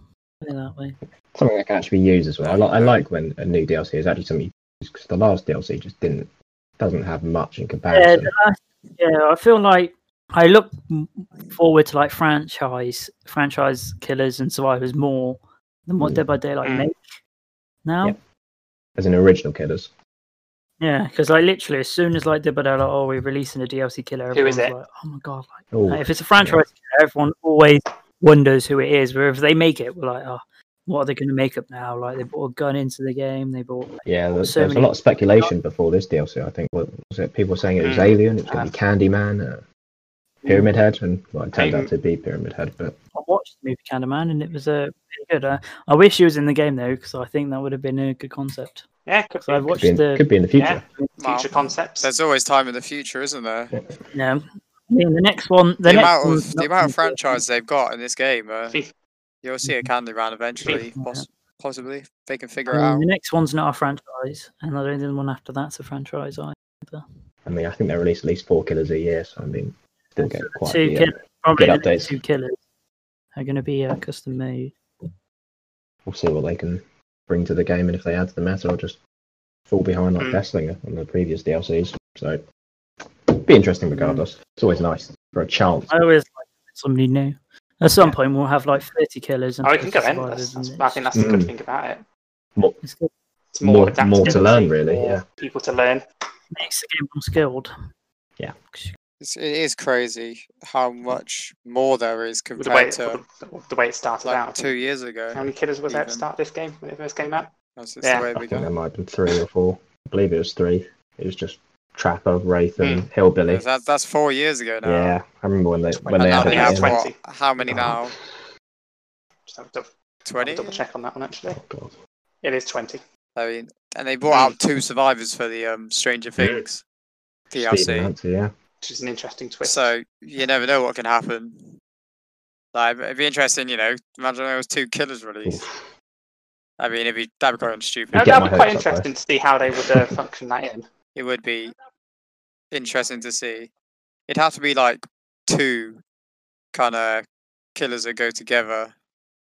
[SPEAKER 4] Put it that way.
[SPEAKER 1] something that can actually be used as well. I, li- I like when a new DLC is actually something because the last DLC just didn't doesn't have much in
[SPEAKER 4] Yeah,
[SPEAKER 1] comparison.
[SPEAKER 4] the last, yeah, I feel like I look m- forward to like franchise franchise killers and survivors more than what
[SPEAKER 1] Mm.
[SPEAKER 4] Dead by Daylight
[SPEAKER 2] Mm.
[SPEAKER 4] make now.
[SPEAKER 1] Yep. As an original killers,
[SPEAKER 4] Yeah, because like literally, as soon as like Dead by Daylight, oh, we're releasing a DLC killer.
[SPEAKER 2] Who is
[SPEAKER 4] everyone's
[SPEAKER 2] it?
[SPEAKER 4] Like, oh my god!
[SPEAKER 1] oh,
[SPEAKER 4] Like, if it's a franchise killer, everyone always wonders who it is. Where if they make it, we're like, oh, what are they going to make up now? Like they brought a gun into the game. They bought
[SPEAKER 1] yeah, there,
[SPEAKER 4] so
[SPEAKER 1] there was a
[SPEAKER 4] many-
[SPEAKER 1] lot of speculation before this DLC. I think was, was it people were saying it was
[SPEAKER 3] Hmm.
[SPEAKER 2] Mm.
[SPEAKER 1] Alien, it was going to be Candyman, uh, Pyramid Head, and well, it turned
[SPEAKER 2] Um,
[SPEAKER 1] out to be Pyramid Head. But
[SPEAKER 4] I watched the movie Candyman, and it was uh, pretty good. Uh, I wish he was in the game though, because I think that would have been a good concept.
[SPEAKER 2] Yeah, could
[SPEAKER 4] So I've
[SPEAKER 2] be
[SPEAKER 1] could be, in,
[SPEAKER 4] watched the
[SPEAKER 1] could be in the future.
[SPEAKER 3] Well,
[SPEAKER 2] future concepts.
[SPEAKER 3] There's always time in the future, isn't there?
[SPEAKER 4] Yeah. I mean, the next one. The,
[SPEAKER 3] The,
[SPEAKER 4] next
[SPEAKER 3] amount
[SPEAKER 4] one's
[SPEAKER 3] of the
[SPEAKER 4] not
[SPEAKER 3] amount
[SPEAKER 4] gonna be
[SPEAKER 3] of
[SPEAKER 4] a-
[SPEAKER 3] franchises they've got in this game, uh,
[SPEAKER 2] Fif-
[SPEAKER 3] you'll see a Candyman eventually, poss- possibly. if They can figure
[SPEAKER 4] I
[SPEAKER 3] it
[SPEAKER 4] mean,
[SPEAKER 3] out.
[SPEAKER 4] the next one's not a franchise, and I don't think the one after that's a franchise either.
[SPEAKER 1] I mean, I think they release at least four killers a year, so I mean, still get quite
[SPEAKER 4] Two
[SPEAKER 1] the, uh,
[SPEAKER 4] killers, probably
[SPEAKER 1] good
[SPEAKER 4] the next
[SPEAKER 1] updates.
[SPEAKER 4] two killers are going to be uh, custom made.
[SPEAKER 1] We'll see what they can bring to the game, and if they add to the meta, I'll just fall behind like
[SPEAKER 2] Mm.
[SPEAKER 1] Guestlinger on the previous DLCs. So, be interesting regardless. It's always nice for a chance.
[SPEAKER 4] I always like somebody new. At some point, we'll have like thirty killers and
[SPEAKER 2] Oh, it can go
[SPEAKER 4] 50
[SPEAKER 2] endless.
[SPEAKER 4] survivors, and
[SPEAKER 2] That's, I think that's the
[SPEAKER 1] Mm.
[SPEAKER 2] good thing about it.
[SPEAKER 4] it's good.
[SPEAKER 2] It's more,
[SPEAKER 1] More-
[SPEAKER 2] adaptability,
[SPEAKER 1] more to learn, really,
[SPEAKER 2] more
[SPEAKER 1] yeah.
[SPEAKER 2] People to learn.
[SPEAKER 4] makes the game more skilled.
[SPEAKER 1] Yeah.
[SPEAKER 4] 'Cause you-
[SPEAKER 3] It's, it is crazy how much more there is
[SPEAKER 2] with The way,
[SPEAKER 3] compared
[SPEAKER 2] it,
[SPEAKER 3] to
[SPEAKER 2] the way it started
[SPEAKER 3] like
[SPEAKER 2] out.
[SPEAKER 3] two years ago.
[SPEAKER 2] How many killers were there to
[SPEAKER 3] Even.
[SPEAKER 2] start this game when it first came out?
[SPEAKER 3] That's just
[SPEAKER 2] Um, Yeah.
[SPEAKER 3] the way
[SPEAKER 1] I
[SPEAKER 3] we
[SPEAKER 1] think there
[SPEAKER 3] go.
[SPEAKER 1] might have been three or four. I believe it was three. It was just Trapper, Wraith, and Hillbilly.
[SPEAKER 3] That, that's four years ago now.
[SPEAKER 1] Yeah, I remember when they when
[SPEAKER 3] And
[SPEAKER 1] they
[SPEAKER 3] now
[SPEAKER 1] added
[SPEAKER 3] they
[SPEAKER 2] yeah,
[SPEAKER 1] that
[SPEAKER 3] have
[SPEAKER 1] in.
[SPEAKER 2] yeah.
[SPEAKER 3] what, how many
[SPEAKER 1] Oh.
[SPEAKER 3] now?
[SPEAKER 2] Just have a double, have a
[SPEAKER 3] Twenty.
[SPEAKER 2] double check on that one, actually.
[SPEAKER 1] Oh, God.
[SPEAKER 2] It is 20.
[SPEAKER 3] I mean, and they brought out two survivors for the um, Stranger Things
[SPEAKER 1] Steve and
[SPEAKER 3] DLC.
[SPEAKER 1] Nancy, yeah.
[SPEAKER 2] Which is an interesting twist.
[SPEAKER 3] So you never know what can happen. Like, it'd be interesting, you know. Imagine there was two killers released.
[SPEAKER 1] Oof.
[SPEAKER 3] I mean, it'd be that'd be quite
[SPEAKER 1] You
[SPEAKER 3] stupid.
[SPEAKER 2] No,
[SPEAKER 1] get my
[SPEAKER 2] that'd
[SPEAKER 1] hopes
[SPEAKER 2] be quite
[SPEAKER 1] up, though.
[SPEAKER 2] interesting to see how
[SPEAKER 1] [LAUGHS]
[SPEAKER 2] they would uh, function that in.
[SPEAKER 3] It would be interesting to see. It'd have to be like two kind of killers that go together.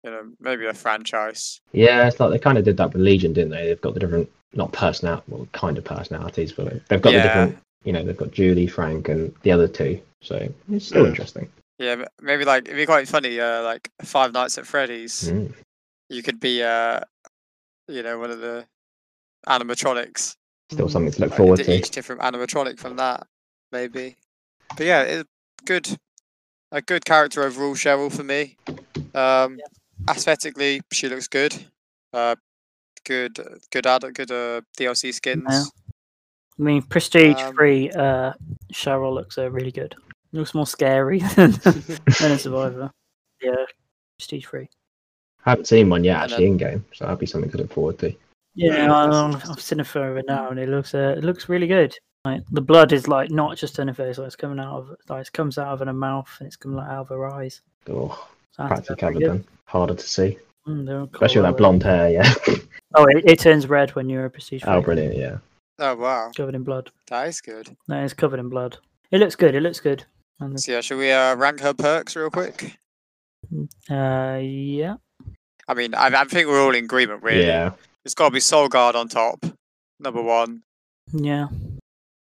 [SPEAKER 3] You know, maybe a franchise.
[SPEAKER 1] Yeah, it's like they kind of did that with Legion, didn't they? They've got the different not personal, well, kind of personalities, but they've got
[SPEAKER 3] Yeah.
[SPEAKER 1] the different, you know, they've got Julie, Frank, and the other two. So it's still
[SPEAKER 2] Mm.
[SPEAKER 1] interesting.
[SPEAKER 3] Yeah, m- maybe like it'd be quite funny. Uh, like Five Nights at Freddy's,
[SPEAKER 1] Mm.
[SPEAKER 3] you could be, uh, you know, one of the animatronics.
[SPEAKER 4] Mm.
[SPEAKER 1] Still something to look
[SPEAKER 3] like,
[SPEAKER 1] forward
[SPEAKER 3] d-
[SPEAKER 1] to.
[SPEAKER 3] each different animatronic from that, maybe. But yeah, it, good, a good character overall, Cheryl for me. Um, aesthetically, she looks good. Uh, good, good ad, good uh, DLC skins.
[SPEAKER 4] I mean, Prestige
[SPEAKER 3] Um,
[SPEAKER 4] Three, uh, Cheryl looks uh, really good. Looks more scary [LAUGHS] than than a Survivor. Yeah, Prestige Three.
[SPEAKER 1] [LAUGHS] I haven't seen one yet
[SPEAKER 3] And
[SPEAKER 1] actually in game, so that'd be something to look forward to.
[SPEAKER 4] Yeah,
[SPEAKER 2] Yeah,
[SPEAKER 4] I'm,
[SPEAKER 2] that's
[SPEAKER 4] on- I've seen a photo of it now, and it looks uh, it looks really good. Like the blood is like not just in her face; like it's coming out of like it comes out of her mouth, and it's coming like, out of her eyes.
[SPEAKER 1] Oh,
[SPEAKER 4] So I think
[SPEAKER 1] practically
[SPEAKER 4] that's pretty
[SPEAKER 1] covered
[SPEAKER 4] good.
[SPEAKER 1] then. Harder to see,
[SPEAKER 4] Mm, they're all
[SPEAKER 1] especially with
[SPEAKER 4] cool,
[SPEAKER 1] that blonde hair. Yeah. [LAUGHS]
[SPEAKER 4] uh, Oh, it, it turns red when you're a Prestige Three.
[SPEAKER 1] oh, brilliant. Yeah.
[SPEAKER 3] Oh wow,
[SPEAKER 4] Covered in blood.
[SPEAKER 3] that is good.
[SPEAKER 4] No, it's covered in blood. It looks good. It looks good. And
[SPEAKER 3] So yeah, should we uh, rank her perks real quick?
[SPEAKER 4] uh, yeah,
[SPEAKER 3] I mean, I, I think we're all in agreement, really.
[SPEAKER 1] Yeah.
[SPEAKER 3] It's got to be Soul Guard on top, number one.
[SPEAKER 4] yeah.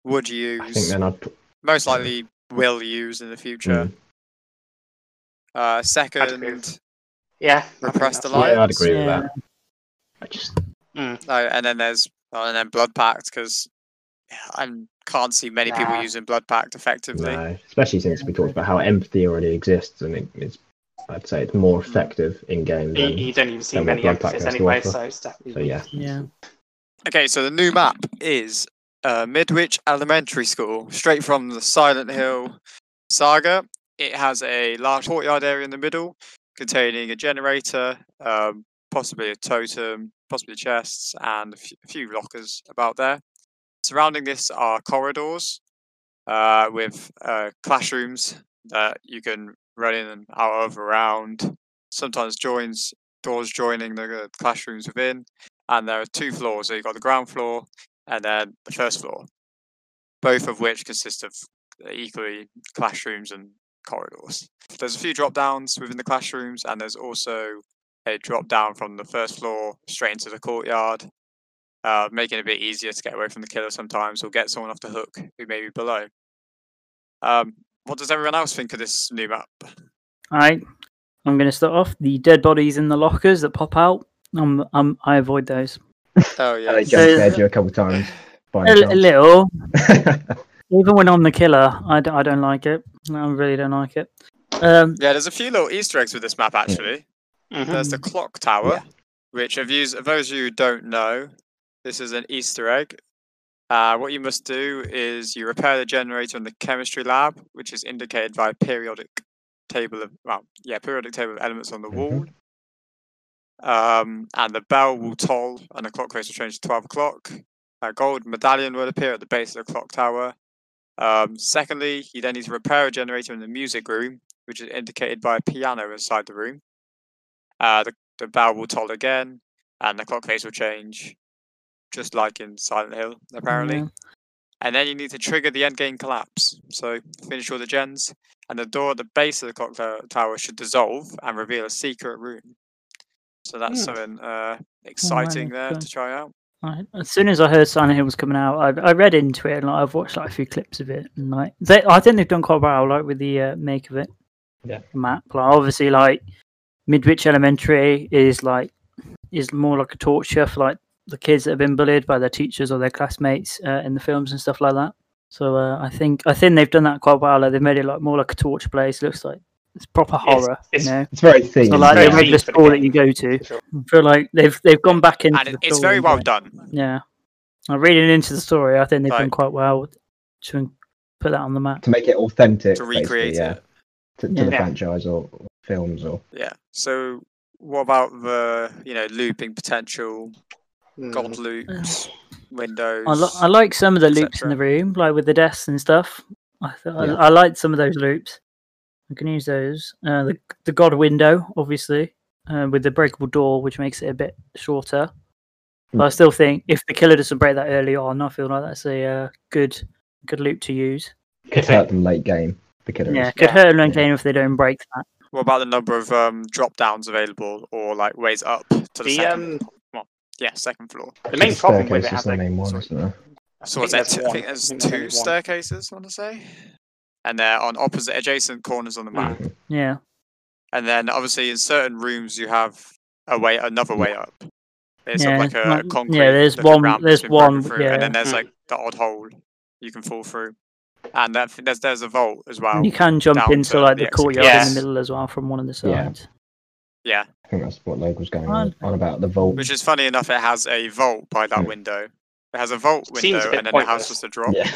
[SPEAKER 3] Would
[SPEAKER 1] I think
[SPEAKER 3] use,
[SPEAKER 1] then I'd. put-
[SPEAKER 3] most
[SPEAKER 1] yeah. Hmm.
[SPEAKER 3] likely will use in the future. Uh, second,
[SPEAKER 2] Yeah. I think
[SPEAKER 3] Repressed
[SPEAKER 2] that's-
[SPEAKER 1] Yeah,
[SPEAKER 3] Alliance?
[SPEAKER 1] I'd agree with
[SPEAKER 4] Yeah.
[SPEAKER 1] that. I just
[SPEAKER 2] Mm.
[SPEAKER 3] no, and then there's oh, and then Blood Pact because I can't see many people
[SPEAKER 2] Nah.
[SPEAKER 3] using Blood Pact effectively.
[SPEAKER 1] No, especially since we talked about how empathy already exists, and it, it's I'd say it's more effective in game
[SPEAKER 2] You,
[SPEAKER 1] than
[SPEAKER 2] you don't even see
[SPEAKER 1] then
[SPEAKER 2] many
[SPEAKER 1] what Blood Pact
[SPEAKER 2] emphasis
[SPEAKER 1] has to
[SPEAKER 2] anyway,
[SPEAKER 1] offer.
[SPEAKER 2] so it's definitely.
[SPEAKER 1] so. Yeah,
[SPEAKER 4] Yeah.
[SPEAKER 3] Okay, so the new map is uh, Midwich Elementary School, straight from the Silent Hill saga. It has a large courtyard area in the middle, containing a generator, um, possibly a totem, possibly chests, and a few- a few lockers about there. Surrounding this are corridors uh, with uh, classrooms that you can run in and out of around. Sometimes joins doors joining the uh, classrooms within and there are two floors. So you've got the ground floor and then the first floor, both of which consist of uh, equally classrooms and corridors. There's a few drop downs within the classrooms, and there's also a drop down from the first floor straight into the courtyard, uh, making it a bit easier to get away from the killer sometimes or get someone off the hook who may be below. Um, what does everyone else think of this new map?
[SPEAKER 4] All right. I'm going to start off the dead bodies in the lockers that pop out. Um, um, I avoid those
[SPEAKER 3] Oh, yeah.
[SPEAKER 1] and they
[SPEAKER 4] So-
[SPEAKER 1] jump scared you a couple times. By
[SPEAKER 4] a, li- a
[SPEAKER 1] chance.
[SPEAKER 4] little. Even when I'm the killer, I, d- I don't like it. I really don't like it. Um,
[SPEAKER 3] Yeah, there's a few little Easter eggs with this map, actually.
[SPEAKER 2] Mhm.
[SPEAKER 3] There's the clock tower, which of you, those of you who don't know, this is an Easter egg. Uh, what you must do is you repair the generator in the chemistry lab, which is indicated by a periodic table of well, yeah, periodic table of elements on the
[SPEAKER 1] Mhm.
[SPEAKER 3] wall. Um, and the bell will toll, and the clock face will change to twelve o'clock. A gold medallion will appear at the base of the clock tower. Um, secondly, you then need to repair a generator in the music room, which is indicated by a piano inside the room. Uh, the, the bell will toll again, and the clock face will change, just like in Silent Hill, apparently.
[SPEAKER 4] yeah.
[SPEAKER 3] And then you need to trigger the endgame collapse. So finish all the gens, and the door at the base of the clock to- tower should dissolve and reveal a secret room. So that's
[SPEAKER 2] Hmm.
[SPEAKER 3] something
[SPEAKER 4] Oh
[SPEAKER 3] uh, exciting there
[SPEAKER 4] okay.
[SPEAKER 3] to try out.
[SPEAKER 4] I, as soon as I heard Silent Hill was coming out, I, I read into it and like, I've watched like a few clips of it. And like, they, I think they've done quite well, like with the uh, make of it.
[SPEAKER 1] Yeah.
[SPEAKER 4] the map. Like, obviously, like Midwich Elementary is like is more like a torture for like the kids that have been bullied by their teachers or their classmates uh, in the films and stuff like that. So uh, I think I think they've done that quite well. Like, they've made it like more like a torture place. Looks like it's proper horror,
[SPEAKER 2] it's-
[SPEAKER 4] you know.
[SPEAKER 1] [LAUGHS] it's very thin.
[SPEAKER 4] It's not like
[SPEAKER 2] very
[SPEAKER 4] they made the
[SPEAKER 2] deep, but
[SPEAKER 4] school that
[SPEAKER 2] again,
[SPEAKER 4] you go to.
[SPEAKER 2] Sure.
[SPEAKER 4] I feel like they've they've gone back into
[SPEAKER 3] And it,
[SPEAKER 4] the
[SPEAKER 3] it's very
[SPEAKER 4] story,
[SPEAKER 3] well
[SPEAKER 4] like-
[SPEAKER 3] done.
[SPEAKER 4] Yeah, I'm reading into the story. I think they've done
[SPEAKER 3] Like-
[SPEAKER 4] quite well to put that on the map.
[SPEAKER 1] to make it authentic.
[SPEAKER 3] To
[SPEAKER 1] basically,
[SPEAKER 3] recreate
[SPEAKER 1] yeah,
[SPEAKER 3] it.
[SPEAKER 1] to, to the
[SPEAKER 2] Yeah.
[SPEAKER 1] franchise or or films or
[SPEAKER 3] Yeah. So what about the you know looping potential,
[SPEAKER 4] Hmm.
[SPEAKER 2] Mm.
[SPEAKER 3] god loops, windows?
[SPEAKER 4] I, li- I like some of the loops in
[SPEAKER 3] cetera.
[SPEAKER 4] the room, like with the desks and stuff. I, th-
[SPEAKER 1] Yeah.
[SPEAKER 4] I, I like some of those loops. I can use those. Uh, the the god window, obviously, uh, with the breakable door, which makes it a bit shorter. But I
[SPEAKER 1] Mm.
[SPEAKER 4] still think if the killer doesn't break that early on, I feel like that's a uh, good good loop to use.
[SPEAKER 1] could
[SPEAKER 2] Okay.
[SPEAKER 1] hurt them late game. The killer
[SPEAKER 4] Yeah,
[SPEAKER 1] is.
[SPEAKER 4] could
[SPEAKER 2] Yeah.
[SPEAKER 4] hurt them
[SPEAKER 1] Yeah.
[SPEAKER 4] game if they don't break that.
[SPEAKER 3] What about the number of um, drop downs available or like ways up to the,
[SPEAKER 2] The
[SPEAKER 3] second?
[SPEAKER 2] um,
[SPEAKER 3] Come on. Yeah, second floor.
[SPEAKER 2] The main problem
[SPEAKER 1] Staircase
[SPEAKER 2] with it
[SPEAKER 1] is
[SPEAKER 2] has
[SPEAKER 1] the
[SPEAKER 2] a,
[SPEAKER 1] main one, isn't it?
[SPEAKER 2] I
[SPEAKER 3] So
[SPEAKER 2] think
[SPEAKER 3] what's that?
[SPEAKER 2] there's
[SPEAKER 3] Two, I
[SPEAKER 2] one.
[SPEAKER 3] think there's
[SPEAKER 2] I think
[SPEAKER 3] two
[SPEAKER 2] only one.
[SPEAKER 3] staircases. I want to say, and they're on opposite adjacent corners on the
[SPEAKER 2] Mm.
[SPEAKER 3] map.
[SPEAKER 1] Mhm.
[SPEAKER 4] Yeah.
[SPEAKER 3] And then obviously in certain rooms you have a way another way up. There's sort
[SPEAKER 4] Yeah,
[SPEAKER 3] of like a
[SPEAKER 4] well, yeah,
[SPEAKER 3] concrete.
[SPEAKER 4] there's
[SPEAKER 3] looking
[SPEAKER 4] one-
[SPEAKER 3] ramp that's
[SPEAKER 4] there's
[SPEAKER 3] been broken
[SPEAKER 4] one,
[SPEAKER 3] Through, And then
[SPEAKER 4] yeah.
[SPEAKER 3] there's
[SPEAKER 2] Mm.
[SPEAKER 3] like the odd hole you can fall through. And that, there's there's a vault as well.
[SPEAKER 4] you can jump
[SPEAKER 3] down
[SPEAKER 4] into
[SPEAKER 3] to
[SPEAKER 4] like
[SPEAKER 3] the
[SPEAKER 4] the,
[SPEAKER 3] exit
[SPEAKER 4] courtyard in
[SPEAKER 2] Yes.
[SPEAKER 4] the middle as well from one of the
[SPEAKER 1] Yeah.
[SPEAKER 4] sides.
[SPEAKER 1] I think that's what Logue was going on,
[SPEAKER 4] Fine.
[SPEAKER 1] on about the vault.
[SPEAKER 3] Which is funny enough, it has a vault by that
[SPEAKER 1] Mm.
[SPEAKER 3] window. It has a vault
[SPEAKER 2] Seems a
[SPEAKER 3] window,
[SPEAKER 2] bit
[SPEAKER 3] and then it has
[SPEAKER 2] pointless.
[SPEAKER 3] just a drop.
[SPEAKER 1] Yeah.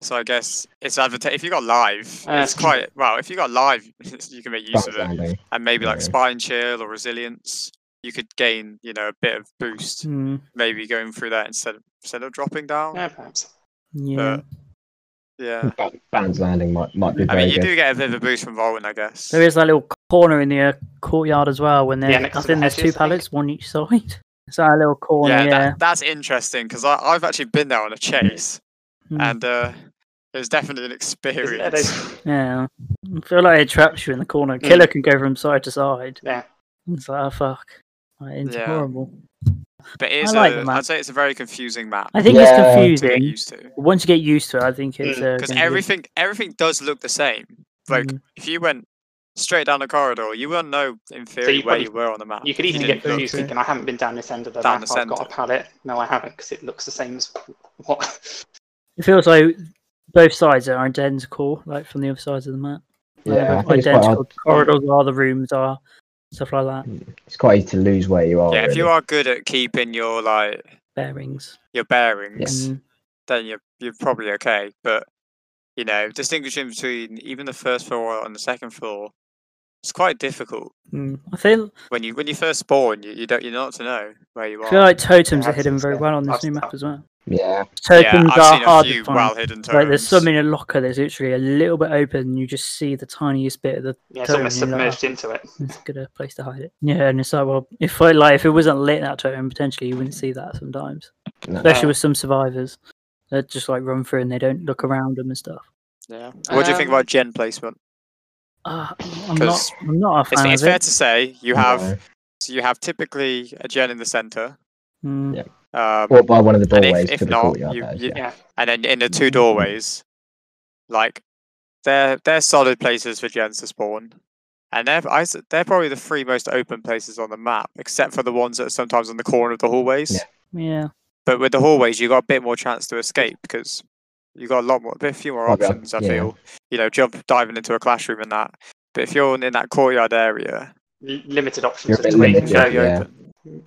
[SPEAKER 3] So I guess it's advertised. If you got live,
[SPEAKER 2] Uh,
[SPEAKER 4] [LAUGHS]
[SPEAKER 3] it's quite well. If you got live, [LAUGHS] you can make use
[SPEAKER 1] That's
[SPEAKER 3] of it,
[SPEAKER 1] landing.
[SPEAKER 3] and maybe like
[SPEAKER 1] yeah.
[SPEAKER 3] spine chill or resilience. You could gain, you know, a bit of boost
[SPEAKER 4] Mm,
[SPEAKER 3] maybe going through that instead of instead of dropping down.
[SPEAKER 2] Yeah, perhaps.
[SPEAKER 4] yeah.
[SPEAKER 3] But-
[SPEAKER 4] Hmm.
[SPEAKER 3] Yeah,
[SPEAKER 1] Ban- Ban's landing might might be
[SPEAKER 3] I
[SPEAKER 1] very
[SPEAKER 3] mean, you
[SPEAKER 1] good.
[SPEAKER 3] do get a bit of a boost from Volwin, I guess.
[SPEAKER 4] There is that little corner in the uh, courtyard as well. When
[SPEAKER 2] Yeah,
[SPEAKER 4] there,
[SPEAKER 2] next
[SPEAKER 4] I
[SPEAKER 2] to the
[SPEAKER 4] think there's two
[SPEAKER 2] hedges, I think.
[SPEAKER 4] pallets, one each side. [LAUGHS] It's that little corner.
[SPEAKER 3] yeah,
[SPEAKER 4] Yeah.
[SPEAKER 3] That, that's interesting because I've actually been there on a chase,
[SPEAKER 4] Mm.
[SPEAKER 3] and uh, it was definitely an experience.
[SPEAKER 2] Isn't it
[SPEAKER 4] [LAUGHS]
[SPEAKER 2] those-
[SPEAKER 4] Yeah, I feel like it traps you in the corner. Killer can go from side to side.
[SPEAKER 2] Yeah.
[SPEAKER 4] It's like, oh, fuck. Like, it's
[SPEAKER 3] Yeah.
[SPEAKER 4] horrible.
[SPEAKER 3] But it is
[SPEAKER 4] I like
[SPEAKER 3] a,
[SPEAKER 4] the map.
[SPEAKER 3] I'd say it's a very confusing map
[SPEAKER 4] I think
[SPEAKER 1] Yeah, to
[SPEAKER 3] to
[SPEAKER 4] it's
[SPEAKER 3] get
[SPEAKER 4] confusing.
[SPEAKER 3] used to
[SPEAKER 4] Once you get used to it, I think it's. uh,
[SPEAKER 3] because
[SPEAKER 4] gonna be-
[SPEAKER 3] everything everything does look the same. Like
[SPEAKER 4] Mm.
[SPEAKER 3] if you went straight down the corridor, you wouldn't know in theory
[SPEAKER 2] you
[SPEAKER 3] where
[SPEAKER 2] probably-
[SPEAKER 3] you were on the map.
[SPEAKER 2] You could even
[SPEAKER 4] Yeah,
[SPEAKER 3] didn't
[SPEAKER 2] get
[SPEAKER 3] look.
[SPEAKER 2] confused
[SPEAKER 4] okay.
[SPEAKER 2] thinking, I haven't been down this end of the
[SPEAKER 3] Down
[SPEAKER 2] map,
[SPEAKER 3] this
[SPEAKER 2] I've got a
[SPEAKER 3] end.
[SPEAKER 2] pallet. No, I haven't, because it looks the same as what. [LAUGHS]
[SPEAKER 4] It feels like both sides are identical, like from the other sides of the map. Like,
[SPEAKER 1] Yeah, I
[SPEAKER 4] they're
[SPEAKER 1] think it's quite
[SPEAKER 4] identical
[SPEAKER 1] hard.
[SPEAKER 4] corridors are, the rooms are, stuff like that.
[SPEAKER 1] It's quite easy to lose where you are.
[SPEAKER 4] Oh,
[SPEAKER 3] yeah, if you
[SPEAKER 1] really.
[SPEAKER 3] are good at keeping your like
[SPEAKER 4] Bearings.
[SPEAKER 3] your bearings,
[SPEAKER 4] Mm,
[SPEAKER 3] then you're you're probably okay. But you know, distinguishing between even the first floor and the second floor, it's quite difficult
[SPEAKER 4] mm. I feel,
[SPEAKER 3] when you when you first born. You, you don't you're not to know where you
[SPEAKER 4] I feel
[SPEAKER 3] are.
[SPEAKER 4] like totems
[SPEAKER 2] Yeah,
[SPEAKER 4] are hidden
[SPEAKER 2] I've-
[SPEAKER 4] very well on this
[SPEAKER 2] I've-
[SPEAKER 4] new map as well.
[SPEAKER 1] Yeah,
[SPEAKER 3] yeah,
[SPEAKER 4] Totems
[SPEAKER 3] I've
[SPEAKER 4] are
[SPEAKER 3] seen a
[SPEAKER 4] hard to
[SPEAKER 3] few
[SPEAKER 4] find.
[SPEAKER 3] well hidden totems.
[SPEAKER 4] Like there's some in a locker that's literally a little bit open, and you just see the tiniest bit of the.
[SPEAKER 2] Yeah, it's
[SPEAKER 4] Totally,
[SPEAKER 2] almost
[SPEAKER 4] yeah.
[SPEAKER 2] submerged into it.
[SPEAKER 4] It's a good uh, place to hide it. Yeah, and it's like, well, if I like, if it wasn't lit that time, potentially you wouldn't see that sometimes,
[SPEAKER 1] No.
[SPEAKER 4] especially with some survivors. They just like run through and they don't look around them and stuff.
[SPEAKER 3] Yeah. What do you think
[SPEAKER 2] Um,
[SPEAKER 3] about gen placement?
[SPEAKER 4] Uh, I'm not,
[SPEAKER 3] 'Cause
[SPEAKER 4] I'm not a
[SPEAKER 3] It's,
[SPEAKER 4] fan
[SPEAKER 3] it's
[SPEAKER 4] of
[SPEAKER 3] fair
[SPEAKER 4] it.
[SPEAKER 3] to say you have
[SPEAKER 1] No.
[SPEAKER 3] so you have typically a gen in the center,
[SPEAKER 4] Mm,
[SPEAKER 1] Yeah.
[SPEAKER 3] um,
[SPEAKER 1] or by one of the
[SPEAKER 3] and if-
[SPEAKER 1] doorways
[SPEAKER 3] if
[SPEAKER 1] to the
[SPEAKER 3] not,
[SPEAKER 1] courtyard.
[SPEAKER 3] you-
[SPEAKER 1] there,
[SPEAKER 3] you-
[SPEAKER 1] yeah.
[SPEAKER 2] Yeah.
[SPEAKER 3] and then in the
[SPEAKER 1] Mm-hmm.
[SPEAKER 3] two doorways, like they're they're solid places for gens to spawn, and they're I, s- they're probably the three most open places on the map, except for the ones that are sometimes on the corner of the hallways.
[SPEAKER 1] Yeah.
[SPEAKER 4] yeah,
[SPEAKER 3] But with the hallways, you got a bit more chance to escape because you got a lot more, a bit few more
[SPEAKER 1] Probably,
[SPEAKER 3] options. I
[SPEAKER 1] yeah.
[SPEAKER 3] feel you know, jump diving into a classroom and that. But if you're in that courtyard area,
[SPEAKER 2] L- limited
[SPEAKER 1] You're
[SPEAKER 2] options
[SPEAKER 1] a
[SPEAKER 2] as
[SPEAKER 1] bit
[SPEAKER 2] to where you
[SPEAKER 1] limited,
[SPEAKER 2] can go.
[SPEAKER 3] yeah, you're
[SPEAKER 1] yeah.
[SPEAKER 3] open.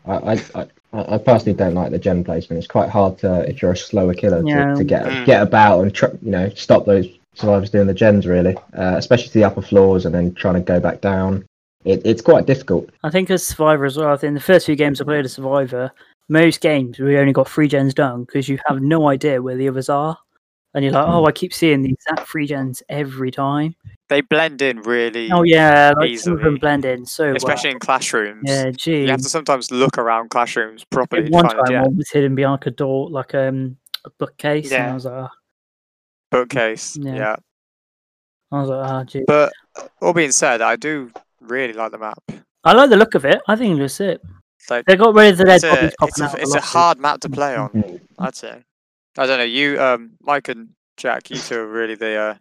[SPEAKER 1] I, I- I, I, I personally don't like the gen placement. It's quite hard to if you're a slower killer to,
[SPEAKER 4] Yeah.
[SPEAKER 1] to get
[SPEAKER 2] Mm.
[SPEAKER 1] get about and tr- you know stop those survivors doing the gens really, uh, especially to the upper floors and then trying to go back down. It, it's quite
[SPEAKER 4] [LAUGHS]
[SPEAKER 1] difficult.
[SPEAKER 4] I think as Survivor as well. I think the first few games I played as Survivor, most games we only got three gens done because you have no idea where the others are, and you're like, oh, I keep seeing the exact three gens every time.
[SPEAKER 3] They blend in really,
[SPEAKER 4] Oh yeah, like some of them
[SPEAKER 3] easily.
[SPEAKER 4] blend in so well.
[SPEAKER 3] especially in classrooms.
[SPEAKER 4] Yeah, gee.
[SPEAKER 3] You have to sometimes look around classrooms properly to
[SPEAKER 4] one
[SPEAKER 3] find
[SPEAKER 4] time,
[SPEAKER 3] a gen
[SPEAKER 4] one was hidden behind like a door, like um, a bookcase, and I
[SPEAKER 2] Yeah.
[SPEAKER 4] was like, "Ah."
[SPEAKER 3] bookcase.
[SPEAKER 4] Yeah.
[SPEAKER 3] Yeah.
[SPEAKER 4] I was like, ah, gee.
[SPEAKER 3] But all being said, I do really like the map.
[SPEAKER 4] I like the look of it. I think it looks it.
[SPEAKER 3] Like
[SPEAKER 4] They got rid of the dead
[SPEAKER 3] it's a,
[SPEAKER 4] bodies
[SPEAKER 3] it's,
[SPEAKER 4] popping out.
[SPEAKER 3] a,
[SPEAKER 4] of the
[SPEAKER 3] it's a
[SPEAKER 4] lockers.
[SPEAKER 3] hard map to play on.
[SPEAKER 1] Mm.
[SPEAKER 3] I'd say. I don't know. You, um, Mike and Jack, you two are really the uh,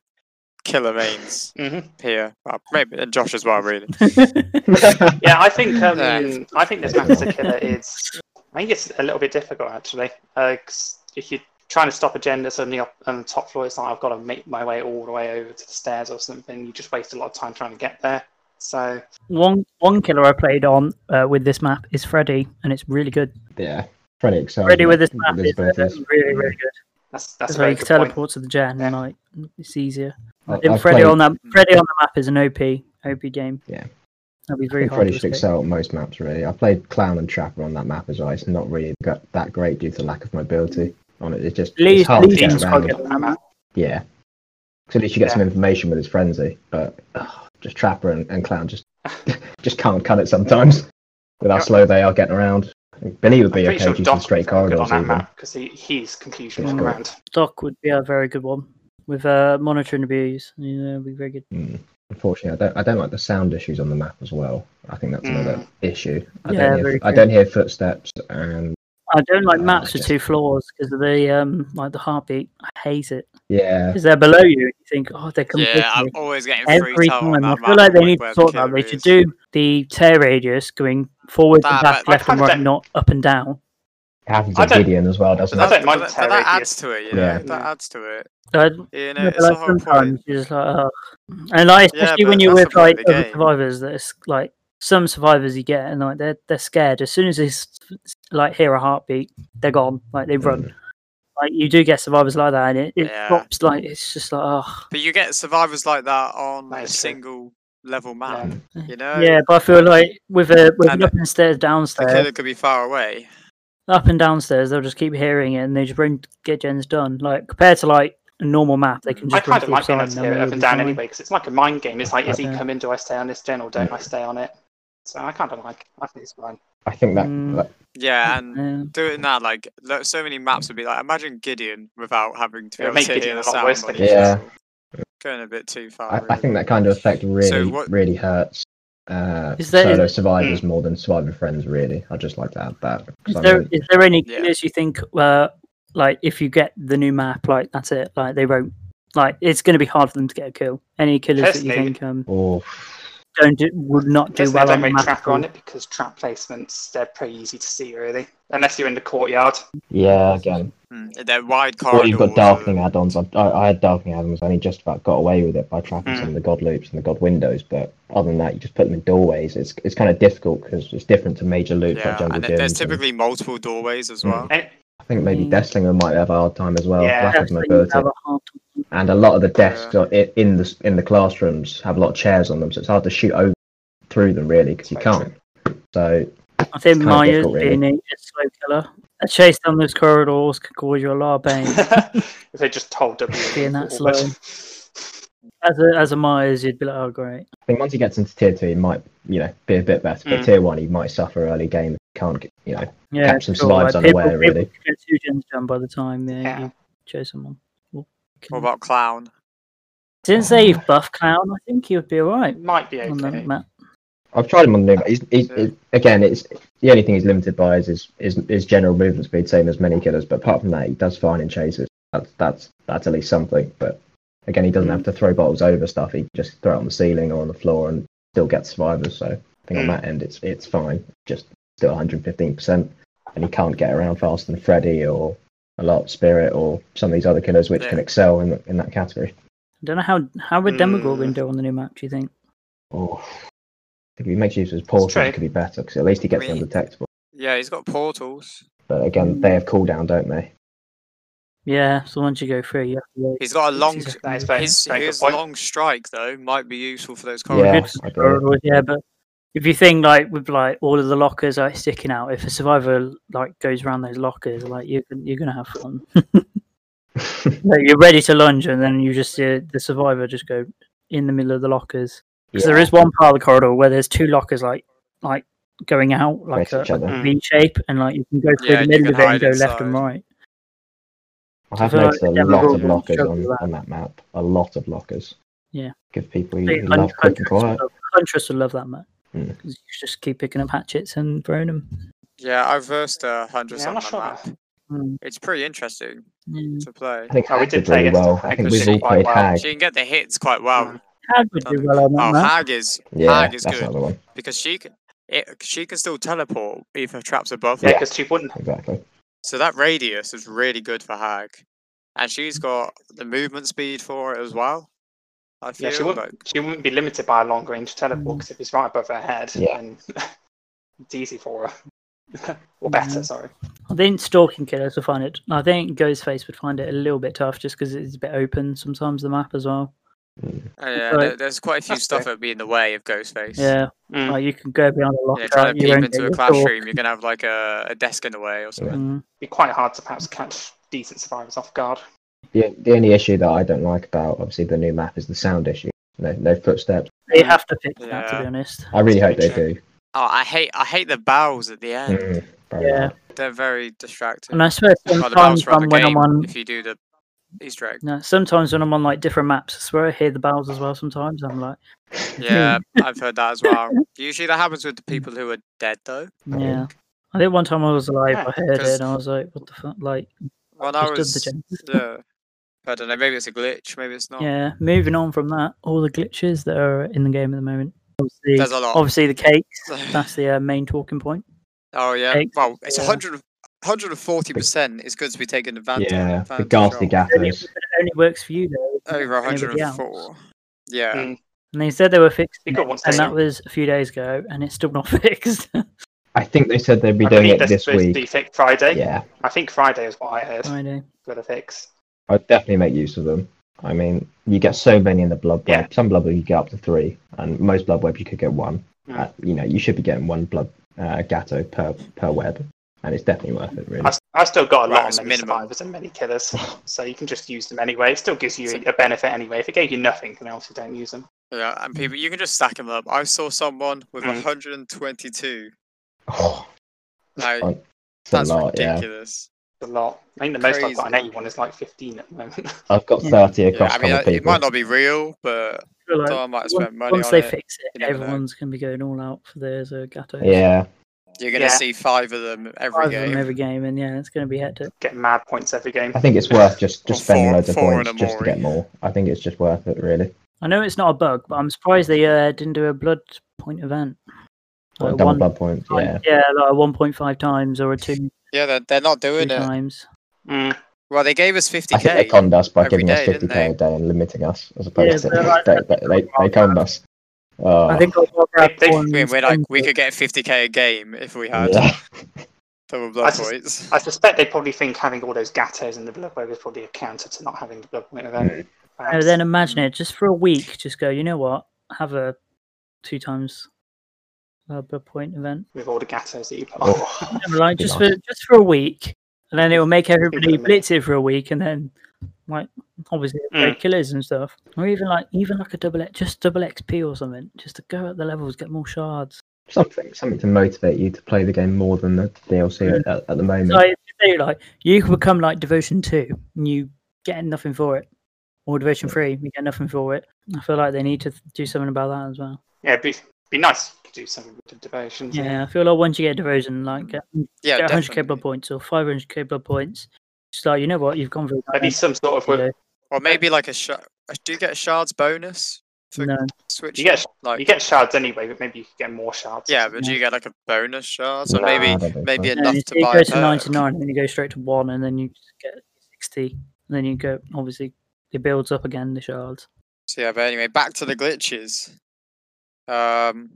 [SPEAKER 3] killer mains
[SPEAKER 2] Mhm.
[SPEAKER 3] here. Well, maybe and Josh as well,
[SPEAKER 4] [LAUGHS]
[SPEAKER 3] really.
[SPEAKER 2] Yeah, I think um,
[SPEAKER 3] Yeah.
[SPEAKER 2] I think this map as a killer is. I think it's a little bit difficult actually. Uh 'cause if you're trying to stop a gen that's on the, op- on the top floor, it's like I've got to make my way all the way over to the stairs or something. You just waste a lot of time trying to get there. So
[SPEAKER 4] one one killer I played on uh, with this map is Freddy, and it's really good.
[SPEAKER 1] yeah, Freddy excels.
[SPEAKER 4] Freddy
[SPEAKER 1] at
[SPEAKER 4] with this
[SPEAKER 1] his
[SPEAKER 4] map is uh,
[SPEAKER 1] abilities.
[SPEAKER 4] really really good.
[SPEAKER 2] that's that's a
[SPEAKER 4] so
[SPEAKER 2] very
[SPEAKER 4] you
[SPEAKER 2] good
[SPEAKER 4] can
[SPEAKER 2] point.
[SPEAKER 4] teleport to the gen, and
[SPEAKER 2] Yeah.
[SPEAKER 4] like it's easier.
[SPEAKER 1] I-
[SPEAKER 4] I think
[SPEAKER 1] I've
[SPEAKER 4] Freddy
[SPEAKER 1] played-
[SPEAKER 4] on that Freddy on the map is an OP OP game.
[SPEAKER 1] Yeah.
[SPEAKER 4] that'll be
[SPEAKER 1] I
[SPEAKER 4] very
[SPEAKER 1] think
[SPEAKER 4] hard.
[SPEAKER 1] Freddy
[SPEAKER 4] To
[SPEAKER 1] should
[SPEAKER 4] escape.
[SPEAKER 1] excel at most maps really. I played Clown and Trapper on that map as well. It's not really got that great due to lack of mobility on it. It's just it's
[SPEAKER 4] Legion-
[SPEAKER 1] hard to
[SPEAKER 4] Legion's
[SPEAKER 1] get
[SPEAKER 4] quite
[SPEAKER 1] around.
[SPEAKER 4] good on that map.
[SPEAKER 1] Yeah. So at least you get
[SPEAKER 2] Yeah.
[SPEAKER 1] some information with his frenzy, but ugh, just Trapper and, and Clown just [LAUGHS] just can't cut it sometimes with how
[SPEAKER 2] Yeah.
[SPEAKER 1] slow they are getting around. Benny would be
[SPEAKER 2] I'm pretty
[SPEAKER 1] okay
[SPEAKER 2] sure
[SPEAKER 1] due to
[SPEAKER 2] Doc
[SPEAKER 1] the straight
[SPEAKER 2] is very good
[SPEAKER 1] corridors
[SPEAKER 2] on that
[SPEAKER 1] even.
[SPEAKER 2] map because he, he's confused
[SPEAKER 1] Yeah.
[SPEAKER 2] walking around.
[SPEAKER 4] Doc would be a very good one with uh, monitoring abuse. You know, it'd be very good.
[SPEAKER 1] Mm. Unfortunately, I don't. I don't like the sound issues on the map as well. I think that's another
[SPEAKER 2] Mm.
[SPEAKER 1] issue. I
[SPEAKER 4] Yeah,
[SPEAKER 1] don't. Hear,
[SPEAKER 4] very
[SPEAKER 1] I
[SPEAKER 4] true.
[SPEAKER 1] don't hear footsteps, and
[SPEAKER 4] I don't like
[SPEAKER 1] Uh,
[SPEAKER 4] maps with
[SPEAKER 1] just-
[SPEAKER 4] two floors because of the um, like the heartbeat. I hate it
[SPEAKER 1] yeah,
[SPEAKER 4] because they're below you. and You think, oh, they're coming.
[SPEAKER 3] Yeah, I'm
[SPEAKER 4] me.
[SPEAKER 3] always getting
[SPEAKER 4] every
[SPEAKER 3] free time. on
[SPEAKER 4] time. I
[SPEAKER 3] that
[SPEAKER 4] feel
[SPEAKER 3] map
[SPEAKER 4] like they
[SPEAKER 3] on
[SPEAKER 4] need
[SPEAKER 3] where
[SPEAKER 4] to
[SPEAKER 3] the
[SPEAKER 4] sort that. out. They
[SPEAKER 3] killer
[SPEAKER 4] should
[SPEAKER 3] is.
[SPEAKER 4] do the tear radius going forward
[SPEAKER 3] Nah,
[SPEAKER 4] and back,
[SPEAKER 3] but-
[SPEAKER 4] left and
[SPEAKER 2] I've
[SPEAKER 4] right,
[SPEAKER 2] had
[SPEAKER 4] not up and down.
[SPEAKER 1] it happens
[SPEAKER 2] I
[SPEAKER 1] in
[SPEAKER 2] don't-
[SPEAKER 1] Gideon as well, doesn't
[SPEAKER 3] But
[SPEAKER 2] I
[SPEAKER 1] it?
[SPEAKER 3] that,
[SPEAKER 2] don't mind
[SPEAKER 3] but that, but that
[SPEAKER 2] terror,
[SPEAKER 3] adds to it, you know.
[SPEAKER 1] Yeah.
[SPEAKER 3] That adds to it.
[SPEAKER 4] I,
[SPEAKER 3] You know,
[SPEAKER 4] yeah, but
[SPEAKER 3] it's the
[SPEAKER 4] like
[SPEAKER 3] whole point.
[SPEAKER 4] sometimes you're just like, oh. and like
[SPEAKER 3] Yeah,
[SPEAKER 4] especially when
[SPEAKER 3] but
[SPEAKER 4] you're
[SPEAKER 3] that's
[SPEAKER 4] with
[SPEAKER 3] the point
[SPEAKER 4] like
[SPEAKER 3] of the
[SPEAKER 4] other
[SPEAKER 3] game.
[SPEAKER 4] survivors, that it's like some survivors you get and like they're they're scared as soon as they s- like hear a heartbeat, they're gone, like they run.
[SPEAKER 1] Mm.
[SPEAKER 4] Like you do get survivors like that, and it, it
[SPEAKER 3] Yeah.
[SPEAKER 4] drops like it's just like oh
[SPEAKER 3] But you get survivors like that on
[SPEAKER 2] That
[SPEAKER 3] a
[SPEAKER 2] is true.
[SPEAKER 3] single level map.
[SPEAKER 2] Yeah.
[SPEAKER 3] You know,
[SPEAKER 4] yeah. But I feel like with a with an
[SPEAKER 3] And
[SPEAKER 4] up and stairs
[SPEAKER 3] the
[SPEAKER 4] downstairs,
[SPEAKER 3] killer could be far away.
[SPEAKER 4] up and downstairs, they'll just keep hearing it, and they just bring get gens done. Like compared to like a normal map,
[SPEAKER 3] Mm.
[SPEAKER 4] they can
[SPEAKER 2] I
[SPEAKER 4] just
[SPEAKER 2] kind
[SPEAKER 4] run to
[SPEAKER 2] of
[SPEAKER 4] the
[SPEAKER 2] like being
[SPEAKER 4] side
[SPEAKER 2] able
[SPEAKER 4] and
[SPEAKER 2] to
[SPEAKER 4] they'll
[SPEAKER 2] hear it up
[SPEAKER 4] be
[SPEAKER 2] and down
[SPEAKER 4] fine.
[SPEAKER 2] anyway because it's like a mind game. It's like, is he
[SPEAKER 4] Yeah.
[SPEAKER 2] coming? Do I stay on this gen or don't I stay on it? So I kind of like. it. I think it's fine.
[SPEAKER 1] I think that,
[SPEAKER 4] Mm.
[SPEAKER 1] that-
[SPEAKER 3] Yeah, and
[SPEAKER 4] Yeah.
[SPEAKER 3] doing that, like, lo- so many maps would be like, imagine Gideon without having to be
[SPEAKER 2] It would
[SPEAKER 3] able
[SPEAKER 2] make
[SPEAKER 3] to hear
[SPEAKER 2] Gideon
[SPEAKER 3] the
[SPEAKER 2] a lot worse
[SPEAKER 3] sound.
[SPEAKER 2] than
[SPEAKER 3] on
[SPEAKER 1] it
[SPEAKER 3] each
[SPEAKER 1] is. Yeah.
[SPEAKER 3] level. Going a bit too far.
[SPEAKER 1] I, I
[SPEAKER 3] really.
[SPEAKER 1] think that kind of effect really,
[SPEAKER 3] what-
[SPEAKER 1] really hurts. Uh,
[SPEAKER 4] Is there-
[SPEAKER 1] solo
[SPEAKER 4] is-
[SPEAKER 1] survivors more than survivor friends, really. I would just like to add that. 'cause
[SPEAKER 4] Is
[SPEAKER 1] I
[SPEAKER 4] there
[SPEAKER 1] mean,
[SPEAKER 4] is there any
[SPEAKER 3] Yeah.
[SPEAKER 4] killers you think uh, like if you get the new map, like that's it, like they won't like it's going to be hard for them to get a kill. Any killers that you
[SPEAKER 2] Personally-
[SPEAKER 4] think um,
[SPEAKER 1] oh,
[SPEAKER 4] don't do, would not do
[SPEAKER 2] Just
[SPEAKER 4] well
[SPEAKER 2] don't
[SPEAKER 4] on the
[SPEAKER 2] make
[SPEAKER 4] map?
[SPEAKER 2] tracker
[SPEAKER 4] at all?
[SPEAKER 2] on it because trap placements they're pretty easy to see really, unless you're in the courtyard.
[SPEAKER 1] yeah, again.
[SPEAKER 3] Mm, They're wide
[SPEAKER 1] Or
[SPEAKER 3] corridors.
[SPEAKER 1] you've got
[SPEAKER 3] are-
[SPEAKER 1] darkening add-ons. I, I, I had darkening add-ons. I only just about got away with it by trapping
[SPEAKER 3] Hmm.
[SPEAKER 2] Mm.
[SPEAKER 1] some of the god loops and the god windows. But other than that, you just put them in doorways. It's it's kind of difficult because it's different to major loops like
[SPEAKER 3] Yeah,
[SPEAKER 1] jungle
[SPEAKER 3] and there- there's
[SPEAKER 1] gyms and-
[SPEAKER 3] typically multiple doorways as
[SPEAKER 1] Mm.
[SPEAKER 3] well.
[SPEAKER 2] And-
[SPEAKER 1] I think maybe
[SPEAKER 4] Mm.
[SPEAKER 1] Destlinger might have a hard time as well.
[SPEAKER 2] Yeah.
[SPEAKER 1] lack of
[SPEAKER 4] That's what you
[SPEAKER 1] mobility.
[SPEAKER 4] have a hard time.
[SPEAKER 1] and a lot of the desks are i in the s- in the classrooms have a lot of chairs on them, so it's hard to shoot over through them really because you
[SPEAKER 2] Right,
[SPEAKER 1] can't. So
[SPEAKER 4] I think
[SPEAKER 1] kinda
[SPEAKER 4] Myers
[SPEAKER 1] difficult, really.
[SPEAKER 4] being a, a slow killer, a chase down those corridors could cause you a lot
[SPEAKER 2] [LAUGHS]
[SPEAKER 4] of pain.
[SPEAKER 2] [LAUGHS] if they just told W.
[SPEAKER 4] Being that as a as a Myers, you'd be like, oh great.
[SPEAKER 1] I think once he gets into tier two, he might you know be a bit better. But
[SPEAKER 2] Mm.
[SPEAKER 1] tier one, he might suffer early game. if he Can't get- you know?
[SPEAKER 4] Yeah,
[SPEAKER 1] Catch some slides
[SPEAKER 4] like,
[SPEAKER 1] unaware,
[SPEAKER 4] people- people
[SPEAKER 1] really.
[SPEAKER 4] could get two gens done by the time yeah,
[SPEAKER 2] Yeah.
[SPEAKER 4] you chose someone. Well,
[SPEAKER 3] What
[SPEAKER 4] can-
[SPEAKER 3] about Clown?
[SPEAKER 4] Since they've buffed Clown, I think he would be alright.
[SPEAKER 2] It might be
[SPEAKER 4] on the
[SPEAKER 2] okay.
[SPEAKER 4] map.
[SPEAKER 1] I've tried him on the new. He's, he's,
[SPEAKER 3] Yeah.
[SPEAKER 1] he- again, it's the only thing he's limited by is his, is his general movement speed, same as many killers. But apart from that, he does fine in chases. That's that's that's at least something. But again, he doesn't
[SPEAKER 4] Mm.
[SPEAKER 1] have to throw bottles over stuff. He can just throw it on the ceiling or on the floor and still get survivors. So I think on
[SPEAKER 2] Mm.
[SPEAKER 1] that end, it's it's fine. Just still 115 percent, and he can't get around faster than Freddy or a lot Spirit or some of these other killers which
[SPEAKER 3] Yeah.
[SPEAKER 1] can excel in in that category.
[SPEAKER 4] I don't know how how would Demogorgon
[SPEAKER 3] Hmm.
[SPEAKER 2] Mm.
[SPEAKER 4] do on the new map. Do you think?
[SPEAKER 1] Oh, if he makes use of his portal,
[SPEAKER 2] true.
[SPEAKER 1] it could be better because at least he gets
[SPEAKER 3] Wait.
[SPEAKER 1] undetectable.
[SPEAKER 3] Yeah, he's got portals.
[SPEAKER 1] But again,
[SPEAKER 4] Mm.
[SPEAKER 1] they have cooldown, don't they?
[SPEAKER 4] Yeah, so once you go through, you have to wait.
[SPEAKER 3] He's got a long.
[SPEAKER 4] Sixty
[SPEAKER 2] That is
[SPEAKER 4] seconds.
[SPEAKER 2] very,
[SPEAKER 3] His,
[SPEAKER 2] very good
[SPEAKER 3] his
[SPEAKER 2] point.
[SPEAKER 3] long strike though might be useful for those
[SPEAKER 1] Yeah,
[SPEAKER 3] corridors.
[SPEAKER 4] Good
[SPEAKER 1] I agree.
[SPEAKER 4] corridors, yeah, but if you think like with like all of the lockers like sticking out, if a survivor like goes around those lockers, like you're gon- you're gonna have fun. [LAUGHS] like, you're ready to lunge, and then you just see the survivor just go in the middle of the lockers. Because there
[SPEAKER 1] Yeah,
[SPEAKER 4] is one part of the corridor where there's two lockers like like going out like
[SPEAKER 1] face
[SPEAKER 4] a,
[SPEAKER 1] each other.
[SPEAKER 2] Mm.
[SPEAKER 4] V shape, and like you can go through
[SPEAKER 3] Yeah,
[SPEAKER 4] the
[SPEAKER 3] you
[SPEAKER 4] middle
[SPEAKER 3] can
[SPEAKER 4] of it and
[SPEAKER 3] hide
[SPEAKER 4] go left and
[SPEAKER 3] inside.
[SPEAKER 4] right.
[SPEAKER 1] I have
[SPEAKER 4] I feel
[SPEAKER 1] noticed
[SPEAKER 4] like
[SPEAKER 1] a
[SPEAKER 4] Denver
[SPEAKER 1] lot of
[SPEAKER 4] Broncos
[SPEAKER 1] lockers
[SPEAKER 4] struggle
[SPEAKER 1] on,
[SPEAKER 4] with that.
[SPEAKER 1] on that map. A lot of lockers.
[SPEAKER 4] Yeah.
[SPEAKER 1] Give people who
[SPEAKER 4] Hey,
[SPEAKER 1] who
[SPEAKER 4] Hun-
[SPEAKER 1] love quick and
[SPEAKER 4] Huntress would
[SPEAKER 1] quiet.
[SPEAKER 4] love- Huntress would love that map.
[SPEAKER 1] Mm.
[SPEAKER 4] Because you just keep picking up hatchets and throwing them.
[SPEAKER 3] Yeah, I've versed uh, hundreds
[SPEAKER 2] Yeah, I'm
[SPEAKER 3] on
[SPEAKER 2] not
[SPEAKER 3] that
[SPEAKER 2] sure about
[SPEAKER 3] map. It's pretty interesting
[SPEAKER 4] Mm.
[SPEAKER 3] to play.
[SPEAKER 1] I think
[SPEAKER 2] Oh, we
[SPEAKER 1] Hag
[SPEAKER 2] did
[SPEAKER 1] did
[SPEAKER 2] play
[SPEAKER 1] really
[SPEAKER 2] against
[SPEAKER 1] well.
[SPEAKER 2] Hag
[SPEAKER 1] I think
[SPEAKER 3] this
[SPEAKER 1] we've
[SPEAKER 3] year
[SPEAKER 1] all
[SPEAKER 2] quite
[SPEAKER 1] played
[SPEAKER 2] well.
[SPEAKER 1] Hag.
[SPEAKER 3] She can get the hits quite well.
[SPEAKER 2] Mm.
[SPEAKER 4] Hag would do well on that
[SPEAKER 3] Oh,
[SPEAKER 4] map.
[SPEAKER 3] Hag is
[SPEAKER 1] Yeah,
[SPEAKER 3] Hag is
[SPEAKER 1] that's
[SPEAKER 3] good
[SPEAKER 1] another one.
[SPEAKER 3] because she can it, she can still teleport if her traps above her.
[SPEAKER 2] Yeah, because she wouldn't.
[SPEAKER 1] Exactly.
[SPEAKER 3] So that radius is really good for Hag, and she's got the movement speed for it as well. I
[SPEAKER 2] Yeah,
[SPEAKER 3] feel
[SPEAKER 2] she
[SPEAKER 3] like
[SPEAKER 2] wouldn't. She wouldn't be limited by a long range teleport because if it's right above her head,
[SPEAKER 1] Yeah.
[SPEAKER 2] then [LAUGHS] it's easy for her. [LAUGHS] or better,
[SPEAKER 1] Mm-hmm.
[SPEAKER 4] Mhm.
[SPEAKER 2] sorry.
[SPEAKER 4] I think stalking killers would find it. I think Ghostface would find it a little bit tough just because it's a bit open sometimes, the map as well.
[SPEAKER 3] uh, yeah,
[SPEAKER 4] Right.
[SPEAKER 3] there- there's quite a few
[SPEAKER 2] That's
[SPEAKER 3] stuff
[SPEAKER 2] fair.
[SPEAKER 3] that would be in the way of Ghostface.
[SPEAKER 4] Yeah.
[SPEAKER 2] Mm.
[SPEAKER 4] Like you can go behind a
[SPEAKER 3] Hmm.
[SPEAKER 4] locker.
[SPEAKER 3] Yeah, trying to
[SPEAKER 4] you
[SPEAKER 3] peep
[SPEAKER 4] won't
[SPEAKER 3] into
[SPEAKER 4] get
[SPEAKER 3] a
[SPEAKER 4] your
[SPEAKER 3] classroom, you're gonna have like a, a desk in the way or
[SPEAKER 1] Yeah.
[SPEAKER 3] something.
[SPEAKER 4] Mm.
[SPEAKER 2] be quite hard to perhaps catch decent survivors off guard.
[SPEAKER 1] The, the only issue that I don't like about obviously the new map is the sound issue. No, no footsteps.
[SPEAKER 4] They have to fix that, to
[SPEAKER 3] Hmm. Yeah.
[SPEAKER 4] be honest.
[SPEAKER 1] I really hope they
[SPEAKER 2] True.
[SPEAKER 1] do.
[SPEAKER 3] Oh, I hate I hate the bells at the end.
[SPEAKER 1] Mm, very
[SPEAKER 4] Yeah.
[SPEAKER 1] loud.
[SPEAKER 3] They're very distracting.
[SPEAKER 4] And I swear
[SPEAKER 3] Oh, the bells
[SPEAKER 4] sometimes
[SPEAKER 3] throughout the
[SPEAKER 4] [LAUGHS] um, when I'm
[SPEAKER 3] game,
[SPEAKER 4] on
[SPEAKER 3] If you do the Easter
[SPEAKER 4] [LAUGHS]
[SPEAKER 3] egg.
[SPEAKER 4] No, sometimes when I'm on like different maps, I swear I hear the bells as well. Sometimes I'm like,
[SPEAKER 3] Yeah, I've heard that as well. Usually that happens with the people who are dead though.
[SPEAKER 1] Oh.
[SPEAKER 4] yeah. I think one time I was alive, I
[SPEAKER 2] Yeah,
[SPEAKER 4] heard it,
[SPEAKER 3] because-
[SPEAKER 4] and I was like, what the fuck? Like,
[SPEAKER 3] When I
[SPEAKER 4] just did
[SPEAKER 3] was
[SPEAKER 4] the jump.
[SPEAKER 3] yeah, I don't know. Maybe it's a glitch. Maybe it's not.
[SPEAKER 4] Yeah, moving on from that, all the glitches that are in the game at the moment. Obviously,
[SPEAKER 3] There's a lot.
[SPEAKER 4] obviously the cakes.
[SPEAKER 3] [LAUGHS]
[SPEAKER 4] That's the uh, main talking point.
[SPEAKER 3] oh yeah.
[SPEAKER 4] Eggs,
[SPEAKER 3] Well, it's a
[SPEAKER 4] yeah.
[SPEAKER 3] 100 140 percent. It's good to be taken advantage.
[SPEAKER 1] Yeah, the
[SPEAKER 3] advantage
[SPEAKER 1] ghastly
[SPEAKER 3] of.
[SPEAKER 4] Only,
[SPEAKER 1] gaffers.
[SPEAKER 4] it only works for you though. isn't it?
[SPEAKER 3] Over
[SPEAKER 4] Anybody else?
[SPEAKER 3] 104. Yeah.
[SPEAKER 2] Mm.
[SPEAKER 4] And they said they were fixed,
[SPEAKER 2] You got one
[SPEAKER 4] and that
[SPEAKER 2] second.
[SPEAKER 4] was a few days ago, and it's still not
[SPEAKER 3] [LAUGHS]
[SPEAKER 4] [LAUGHS] fixed.
[SPEAKER 1] I think they said they'd be
[SPEAKER 2] I
[SPEAKER 1] doing
[SPEAKER 2] believe
[SPEAKER 1] it
[SPEAKER 2] they're
[SPEAKER 1] this
[SPEAKER 2] supposed to be
[SPEAKER 1] week.
[SPEAKER 2] fixed Friday.
[SPEAKER 1] Yeah,
[SPEAKER 2] I think Friday is what I heard.
[SPEAKER 4] I know.
[SPEAKER 2] for the fix.
[SPEAKER 1] I'd definitely make use of them. I mean, you get so many in the blood web.
[SPEAKER 2] Yeah.
[SPEAKER 1] Some blood web you get up to three, and most blood web you could get one.
[SPEAKER 3] Hmm.
[SPEAKER 2] Mm.
[SPEAKER 1] Uh, you know, you should be getting one blood uh, gatto per per web, and it's definitely worth it. Really,
[SPEAKER 2] I, have still got a
[SPEAKER 3] Right,
[SPEAKER 2] lot
[SPEAKER 3] it's
[SPEAKER 2] of many
[SPEAKER 3] minimum.
[SPEAKER 2] survivors and many
[SPEAKER 1] [LAUGHS]
[SPEAKER 2] killers, so you can just use them anyway. It still gives you a benefit anyway. If it gave you nothing, then obviously don't use them.
[SPEAKER 3] Yeah, and people, you can just stack them up. I saw someone with
[SPEAKER 2] Mm.
[SPEAKER 3] 122.
[SPEAKER 1] [SIGHS] oh,
[SPEAKER 3] Like,
[SPEAKER 1] Fun. it's a
[SPEAKER 3] that's
[SPEAKER 1] lot. Yeah,
[SPEAKER 3] ridiculous.
[SPEAKER 2] It's a lot. I think the most I've got on
[SPEAKER 3] Crazy.
[SPEAKER 2] anyone is like 15 at the moment. [LAUGHS]
[SPEAKER 1] I've got
[SPEAKER 4] Yeah.
[SPEAKER 1] thirty
[SPEAKER 3] Yeah,
[SPEAKER 1] across
[SPEAKER 3] I mean,
[SPEAKER 1] other
[SPEAKER 3] uh, it
[SPEAKER 1] people.
[SPEAKER 3] might not be real, but
[SPEAKER 4] I feel like
[SPEAKER 3] someone might have
[SPEAKER 4] once-
[SPEAKER 3] spent money
[SPEAKER 4] once
[SPEAKER 3] on
[SPEAKER 4] they
[SPEAKER 3] it.
[SPEAKER 4] fix it,
[SPEAKER 3] you never know.
[SPEAKER 4] everyone's going to be going all out for theirs uh, gattos.
[SPEAKER 1] Yeah,
[SPEAKER 3] You're going to
[SPEAKER 2] Yeah.
[SPEAKER 3] see five of them every
[SPEAKER 4] Five of
[SPEAKER 3] game.
[SPEAKER 4] them every game, and yeah, it's going to be hectic.
[SPEAKER 2] Get mad points every game.
[SPEAKER 1] I think it's worth just just
[SPEAKER 3] Or
[SPEAKER 1] spending
[SPEAKER 3] [LAUGHS] four-
[SPEAKER 1] loads of
[SPEAKER 3] four
[SPEAKER 1] points
[SPEAKER 3] and a
[SPEAKER 1] just to get
[SPEAKER 3] Maury.
[SPEAKER 1] more. I think it's just worth it. Really,
[SPEAKER 4] I know it's not a bug, but I'm surprised they uh, didn't do a blood point event.
[SPEAKER 1] Like
[SPEAKER 4] Like
[SPEAKER 1] double
[SPEAKER 4] Uh, one,
[SPEAKER 1] blood points.
[SPEAKER 4] time-
[SPEAKER 1] Yeah,
[SPEAKER 4] like a 1.5 times or a two,
[SPEAKER 3] Yeah, they're, they're not
[SPEAKER 4] two
[SPEAKER 3] doing it.
[SPEAKER 4] times.
[SPEAKER 2] Mm.
[SPEAKER 3] Well, they gave us
[SPEAKER 1] I think they
[SPEAKER 3] 50k.
[SPEAKER 1] conned us by
[SPEAKER 3] every
[SPEAKER 1] giving us
[SPEAKER 3] day, didn't
[SPEAKER 1] fifty k a day and limiting us as opposed
[SPEAKER 4] Yeah,
[SPEAKER 1] [LAUGHS] to
[SPEAKER 4] but I-
[SPEAKER 1] they, they, they, they conned us. Oh,
[SPEAKER 4] I think I'll go
[SPEAKER 2] They-
[SPEAKER 4] grab
[SPEAKER 2] they-
[SPEAKER 4] one
[SPEAKER 3] I mean, we're like, we
[SPEAKER 4] spend
[SPEAKER 3] could get 50k a game if we had
[SPEAKER 1] yeah.
[SPEAKER 3] double
[SPEAKER 2] I
[SPEAKER 3] blood
[SPEAKER 2] just-
[SPEAKER 3] points.
[SPEAKER 2] I suspect they probably think having all those gattos in the blood wave is probably a counter to not having the blood wave event.
[SPEAKER 1] Mm.
[SPEAKER 4] it.
[SPEAKER 2] Perhaps.
[SPEAKER 4] No, Oh, then imagine it just for a week. Just go. You know what? Have a two times uh, blood point event.
[SPEAKER 1] [LAUGHS]
[SPEAKER 2] with all the gattos that you put
[SPEAKER 1] Oh.
[SPEAKER 2] on.
[SPEAKER 4] No, like
[SPEAKER 1] Be
[SPEAKER 4] just for
[SPEAKER 1] nice.
[SPEAKER 4] just for a week, and then it will make everybody
[SPEAKER 2] Yeah.
[SPEAKER 4] blitz it for a week, and then like obviously they're
[SPEAKER 3] Hmm.
[SPEAKER 4] killers and stuff, or even like even like a double X- just double XP or something, just to go up the levels, get more shards.
[SPEAKER 1] something something to motivate you to play the game more than the DLC at, at the moment.
[SPEAKER 4] So like, if you do, like you could become like Devotion Two, and you get nothing for it, or Devotion Three, you get nothing for it. I feel like they need to do something about that as well.
[SPEAKER 2] [LAUGHS] yeah, it'd be, be nice to do something with the devotions.
[SPEAKER 4] Yeah, I feel like once you get Devotion, like get
[SPEAKER 3] Yeah,
[SPEAKER 4] get 100k
[SPEAKER 3] definitely.
[SPEAKER 4] blood points or 500k blood points, just like you know what, you've gone through.
[SPEAKER 2] Maybe some sort of.
[SPEAKER 3] Or maybe like a shard. Do you get a shards bonus? for
[SPEAKER 4] no,
[SPEAKER 3] Switch.
[SPEAKER 2] You get
[SPEAKER 3] like,
[SPEAKER 2] You get shards anyway, but maybe you could get more shards.
[SPEAKER 3] yeah, but do
[SPEAKER 4] Yeah.
[SPEAKER 3] you get like a bonus shard? So
[SPEAKER 1] Nah, I
[SPEAKER 3] maybe
[SPEAKER 1] don't think
[SPEAKER 3] maybe
[SPEAKER 1] so.
[SPEAKER 4] No,
[SPEAKER 3] enough
[SPEAKER 4] you
[SPEAKER 3] to
[SPEAKER 4] see, you
[SPEAKER 3] buy
[SPEAKER 4] go
[SPEAKER 3] a
[SPEAKER 4] to
[SPEAKER 3] perk.
[SPEAKER 4] 99 and then you go straight to 1 and then you just get 60 and then you go obviously it builds up again the shards
[SPEAKER 3] So yeah, but anyway, back to the glitches. Um,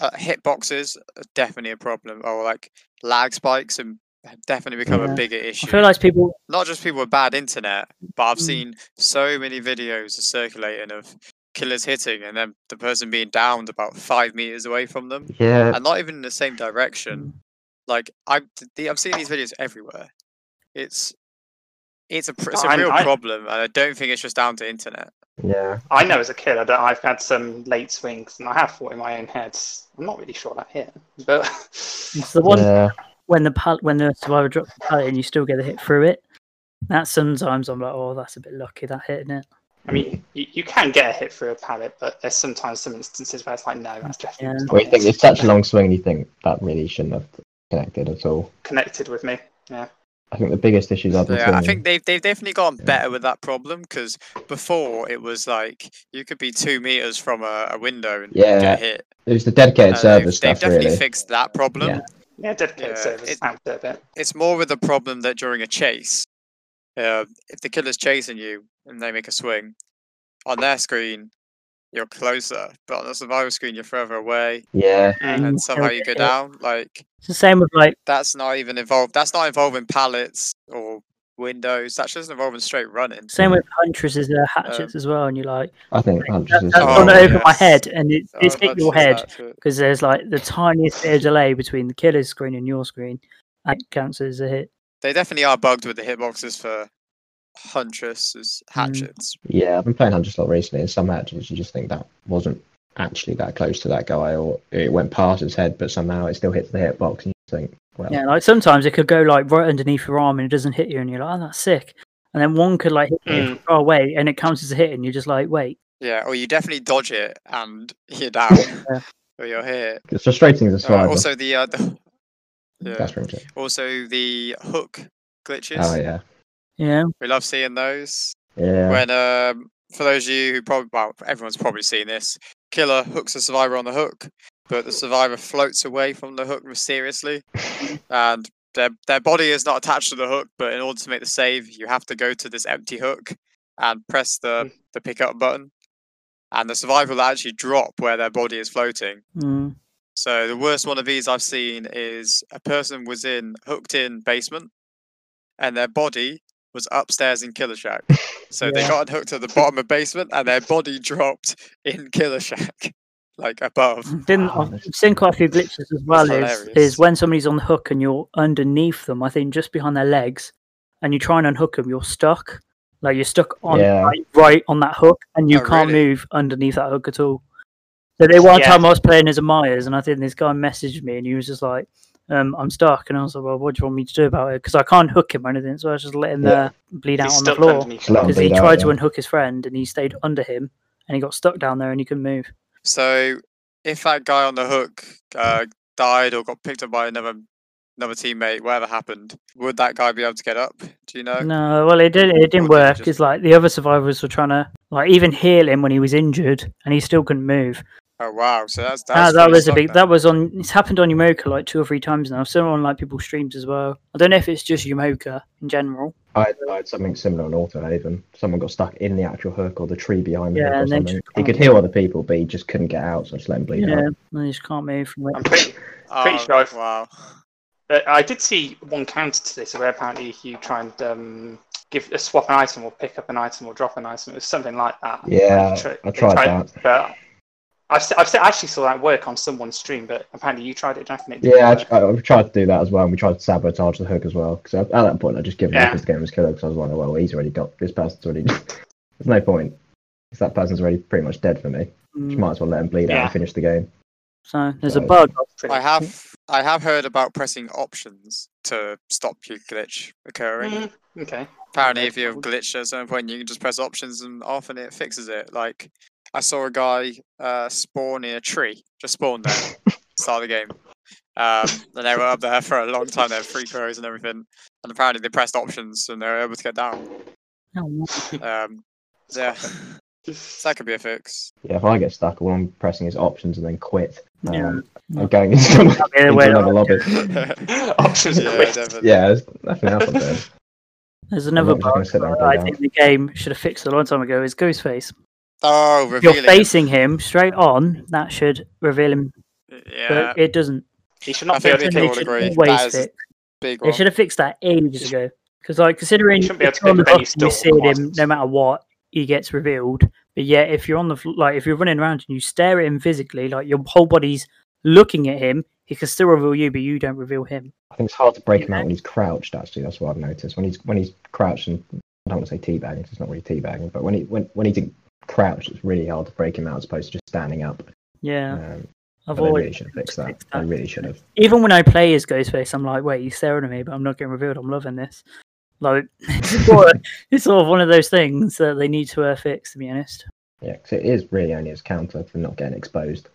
[SPEAKER 3] uh, hitboxes are definitely a problem, or like lag spikes, and have definitely become
[SPEAKER 4] Yeah.
[SPEAKER 3] a bigger
[SPEAKER 4] i
[SPEAKER 3] issue.
[SPEAKER 4] feel like people
[SPEAKER 3] Not just people with bad internet, but I've
[SPEAKER 4] Mm.
[SPEAKER 3] seen so many videos circulating of killers hitting and then the person being downed about five meters away from them,
[SPEAKER 1] Yeah,
[SPEAKER 3] and not even in the same direction.
[SPEAKER 4] Mm.
[SPEAKER 3] Like I'm, th- the, I'm seeing these videos everywhere. It's it's a pr- it's
[SPEAKER 2] I-
[SPEAKER 3] a real
[SPEAKER 2] I-
[SPEAKER 3] problem, and I don't think it's just down to internet.
[SPEAKER 1] yeah.
[SPEAKER 2] I know as a killer that I've had some late swings, and I have fought in my own head. I'm not really sure that hit, but [LAUGHS]
[SPEAKER 4] it's the one
[SPEAKER 1] yeah.
[SPEAKER 4] when the pal- when the survivor drops the pallet and you still get a hit through it that sometimes i'm like oh that's a bit lucky that hit isn't it
[SPEAKER 2] I mean, you, you can get a hit through a pallet, but there's sometimes some instances where it's like, no, that's definitely
[SPEAKER 4] Yeah.
[SPEAKER 2] not
[SPEAKER 1] Well, you think
[SPEAKER 2] it.
[SPEAKER 1] it's such a long swing. You think that really shouldn't have connected at all.
[SPEAKER 2] connected with me. Yeah,
[SPEAKER 1] I think the biggest issues I've been
[SPEAKER 3] Yeah, I
[SPEAKER 1] seeing-
[SPEAKER 3] think they've they've definitely gotten
[SPEAKER 1] Yeah.
[SPEAKER 3] better with that problem because before it was like you could be two meters from a, a window and
[SPEAKER 1] Yeah,
[SPEAKER 3] get hit.
[SPEAKER 1] it was the dedicated
[SPEAKER 3] Uh,
[SPEAKER 1] server
[SPEAKER 3] they've, they've
[SPEAKER 1] stuff
[SPEAKER 3] definitely
[SPEAKER 1] really.
[SPEAKER 3] fixed that problem.
[SPEAKER 1] Yeah.
[SPEAKER 2] yeah, dedicated
[SPEAKER 3] Yeah,
[SPEAKER 2] servers
[SPEAKER 3] it-
[SPEAKER 2] out there a bit.
[SPEAKER 3] It's more with the problem that during a chase, uh, if the killer's chasing you and they make a swing, on their screen you're closer, but on the survival screen you're further away,
[SPEAKER 1] yeah,
[SPEAKER 2] Mm.
[SPEAKER 4] Mm.
[SPEAKER 3] and somehow you go
[SPEAKER 4] Yeah.
[SPEAKER 3] down. Like
[SPEAKER 4] it's the same with like
[SPEAKER 3] that's not even involved. That's not involving pallets or windows. That's just involving straight running.
[SPEAKER 4] same with huntresses and hatchets
[SPEAKER 3] Um,
[SPEAKER 4] as well and you're like
[SPEAKER 1] I think hundreds
[SPEAKER 4] that,
[SPEAKER 1] is
[SPEAKER 4] that's
[SPEAKER 3] Oh,
[SPEAKER 4] gone over my
[SPEAKER 3] yes.
[SPEAKER 4] head and it's, it's
[SPEAKER 3] Oh,
[SPEAKER 4] hit your
[SPEAKER 3] that's-
[SPEAKER 4] head
[SPEAKER 3] that's it.
[SPEAKER 4] because there's like the tiniest bit of delay between the killer's screen and your screen and it counts as a hit
[SPEAKER 3] They definitely are bugged with the hitboxes for
[SPEAKER 4] Mm.
[SPEAKER 3] huntresses, hatchets.
[SPEAKER 1] yeah. I've been playing hundreds a lot recently, and some matches you just think that wasn't actually that close to that guy, or it went past his head, but somehow it still hits the hitbox, and you think, well,
[SPEAKER 4] Yeah, like sometimes it could go like right underneath your arm and it doesn't hit you, and you're like, "Oh, that's sick." and then one could like hit you
[SPEAKER 3] Hmm.
[SPEAKER 4] from far away, and it counts as a hit, and you're just like, wait,
[SPEAKER 3] Yeah, or you definitely dodge it and [LAUGHS] you're down,
[SPEAKER 4] Yeah.
[SPEAKER 3] or you're hit.
[SPEAKER 1] It's frustrating as a
[SPEAKER 3] Uh,
[SPEAKER 1] survivor.
[SPEAKER 3] also, the, uh, the [LAUGHS] yeah.
[SPEAKER 1] That's really good.
[SPEAKER 3] Also, the hook glitches.
[SPEAKER 1] Oh yeah,
[SPEAKER 4] you know,
[SPEAKER 3] We love seeing those.
[SPEAKER 1] yeah.
[SPEAKER 3] When um, for those of you who probably well, everyone's probably seen this. Killer hooks a survivor on the hook, but the survivor floats away from the hook mysteriously, and their their body is not attached to the hook. But in order to make the save, you have to go to this empty hook and press
[SPEAKER 1] Hmm.
[SPEAKER 3] the the pick up button, and the survivor will actually drop where their body is floating.
[SPEAKER 4] mm,
[SPEAKER 3] So the worst one of these I've seen is a person was in hooked in basement, and their body was upstairs in Killer
[SPEAKER 4] [LAUGHS]
[SPEAKER 3] Shack. So they
[SPEAKER 4] Yeah.
[SPEAKER 3] got hooked at the bottom of basement, and their body dropped in Killer Shack, [LAUGHS] like above.
[SPEAKER 4] didn't
[SPEAKER 1] Oh,
[SPEAKER 4] I've
[SPEAKER 1] that's-
[SPEAKER 4] seen quite a few glitches as well. Is,
[SPEAKER 3] hilarious.
[SPEAKER 4] is when somebody's on the hook and you're underneath them. I think just behind their legs, and you try and unhook them, you're stuck. Like you're stuck on
[SPEAKER 1] Yeah.
[SPEAKER 4] like, right on that hook, and you
[SPEAKER 3] Oh,
[SPEAKER 4] can't
[SPEAKER 3] really?
[SPEAKER 4] move underneath that hook at all. So they one
[SPEAKER 2] Yeah.
[SPEAKER 4] time I was playing as a Myers, and I think this guy messaged me, and he was just like, um, "I'm stuck," and I was like, "Well, what do you want me to do about it? Because I can't hook him or anything." So I was just let him
[SPEAKER 1] Yeah.
[SPEAKER 4] uh, bleed out
[SPEAKER 2] He's
[SPEAKER 4] on the
[SPEAKER 2] stuck
[SPEAKER 4] floor.
[SPEAKER 2] underneath.
[SPEAKER 1] Let 'em
[SPEAKER 4] because he
[SPEAKER 1] bleed out,
[SPEAKER 4] tried
[SPEAKER 1] yeah.
[SPEAKER 4] to unhook his friend and he stayed under him and he got stuck down there and he couldn't move.
[SPEAKER 3] So if that guy on the hook uh, died or got picked up by another another teammate, whatever happened, would that guy be able to get up? Do you know?
[SPEAKER 4] No, well, it didn't. It
[SPEAKER 3] Or did
[SPEAKER 4] didn't
[SPEAKER 3] he
[SPEAKER 4] work.
[SPEAKER 3] just-
[SPEAKER 4] It's like the other survivors were trying to like even heal him when he was injured and he still couldn't move.
[SPEAKER 3] Oh wow! So that's
[SPEAKER 4] Ah,
[SPEAKER 3] that's
[SPEAKER 4] that
[SPEAKER 3] really
[SPEAKER 4] was a
[SPEAKER 3] stuck
[SPEAKER 4] big.
[SPEAKER 3] then.
[SPEAKER 4] That was on. It's happened on Yomoka like two or three times now. Still on like people streams as well. I don't know if it's just Yomoka in general.
[SPEAKER 1] I, I had something similar in Autohaven. Someone got stuck in the actual hook or the tree behind the
[SPEAKER 4] Yeah,
[SPEAKER 1] hook or
[SPEAKER 4] and they
[SPEAKER 1] something.
[SPEAKER 4] just
[SPEAKER 1] He could
[SPEAKER 4] can't-
[SPEAKER 1] heal other people, but he just couldn't get out, so I just let him bleed
[SPEAKER 4] Yeah,
[SPEAKER 1] out.
[SPEAKER 4] and he just can't move from
[SPEAKER 2] I'm
[SPEAKER 4] it.
[SPEAKER 2] pretty, pretty
[SPEAKER 3] Oh,
[SPEAKER 2] sure I've-
[SPEAKER 3] Wow.
[SPEAKER 2] Uh, I did see one counter to this where apparently you try and um, give swap an item or pick up an item or drop an item. It was something like that.
[SPEAKER 1] Yeah,
[SPEAKER 2] Tr-
[SPEAKER 1] I tried
[SPEAKER 2] try-
[SPEAKER 1] that.
[SPEAKER 2] But I've, se- I've se- actually saw that work on someone's stream, but apparently you tried it, Jack, and it didn't
[SPEAKER 1] Yeah,
[SPEAKER 2] work.
[SPEAKER 1] I, I tried to do that as well, and we tried to sabotage the hook as well. Because at at that point, I just given up
[SPEAKER 2] Yeah.
[SPEAKER 1] because the game was killer. Because I was like, well, he's already got this person's already. [LAUGHS] There's no point. 'Cause that person's already pretty much dead for me. Just
[SPEAKER 4] Mm,
[SPEAKER 1] might as well let him bleed out
[SPEAKER 2] Yeah.
[SPEAKER 1] and finish the game.
[SPEAKER 4] So there's a
[SPEAKER 1] So-
[SPEAKER 4] bug.
[SPEAKER 2] Pretty-
[SPEAKER 3] I have I have heard about pressing options to stop your glitch occurring.
[SPEAKER 2] Mm, okay.
[SPEAKER 3] Apparently,
[SPEAKER 2] no
[SPEAKER 3] if you have glitched at a certain point, you can just press options and often it fixes it. Like I saw a guy uh, spawn in a tree, just spawned there, start of the game. Um, and they were up there for a long time. They had free throws and everything. And apparently, they pressed options and they were able to get down.
[SPEAKER 1] uh,
[SPEAKER 4] No,
[SPEAKER 3] Um, yeah, so that could be
[SPEAKER 1] [LAUGHS]
[SPEAKER 3] a fix. [LAUGHS]
[SPEAKER 1] Yeah, if I get stuck, all I'm pressing is options and then quit. Um,
[SPEAKER 4] Yeah.
[SPEAKER 1] I'm going [LAUGHS] into, another-
[SPEAKER 4] that'd be the
[SPEAKER 1] into
[SPEAKER 4] way that-
[SPEAKER 1] another lobby.
[SPEAKER 2] [LAUGHS]
[SPEAKER 3] [LAUGHS]
[SPEAKER 2] Options
[SPEAKER 3] yeah,
[SPEAKER 2] quit.
[SPEAKER 3] definitely.
[SPEAKER 1] Yeah, there's nothing else I'm doing.
[SPEAKER 4] There's another
[SPEAKER 1] not just gonna
[SPEAKER 4] bug.
[SPEAKER 1] sit there and
[SPEAKER 4] that I
[SPEAKER 1] bleed
[SPEAKER 4] think the game should have fixed a long time ago. Is Ghostface.
[SPEAKER 3] Oh,
[SPEAKER 4] If you're
[SPEAKER 3] revealing. it.
[SPEAKER 4] facing him straight on, that should reveal him,
[SPEAKER 3] Yeah,
[SPEAKER 4] but it doesn't.
[SPEAKER 2] You should
[SPEAKER 3] I
[SPEAKER 2] not be
[SPEAKER 3] think
[SPEAKER 2] able to
[SPEAKER 3] we
[SPEAKER 4] It
[SPEAKER 3] can
[SPEAKER 2] kill
[SPEAKER 3] all
[SPEAKER 4] should
[SPEAKER 3] agree.
[SPEAKER 4] always
[SPEAKER 3] That is
[SPEAKER 4] fix-
[SPEAKER 3] big
[SPEAKER 4] They
[SPEAKER 3] one.
[SPEAKER 4] should have fixed that ages ago. Because, like, considering
[SPEAKER 2] You shouldn't be able
[SPEAKER 4] if
[SPEAKER 2] to
[SPEAKER 4] you're on the
[SPEAKER 2] pick up
[SPEAKER 4] hook
[SPEAKER 2] any
[SPEAKER 4] and you
[SPEAKER 2] stolen
[SPEAKER 4] see him
[SPEAKER 2] ones.
[SPEAKER 4] no matter what, he gets revealed. But yeah, if you're on the fl- like, if you're running around and you stare at him physically, like your whole body's looking at him, he can still reveal you, but you don't reveal him.
[SPEAKER 1] I think it's hard to break him out when he's crouched. Actually, that's what I've noticed. When he's when he's crouched, and I don't want to say teabagging, 'cause it's not really teabagging, but when he when when he's crouched, it's really hard to break him out as opposed to just standing up.
[SPEAKER 4] Yeah,
[SPEAKER 1] Um, but
[SPEAKER 4] I've
[SPEAKER 1] they really
[SPEAKER 4] always
[SPEAKER 1] should have fixed that.
[SPEAKER 4] fixed
[SPEAKER 1] They
[SPEAKER 4] that.
[SPEAKER 1] really should have.
[SPEAKER 4] even when I play as Ghostface, I'm like, wait, he's staring at me, but I'm not getting revealed. I'm loving this. Like, [LAUGHS] it's sort of- it's sort of one of those things that they need to uh, fix. To be honest,
[SPEAKER 1] Yeah, 'cause it is really only his counter for not getting exposed,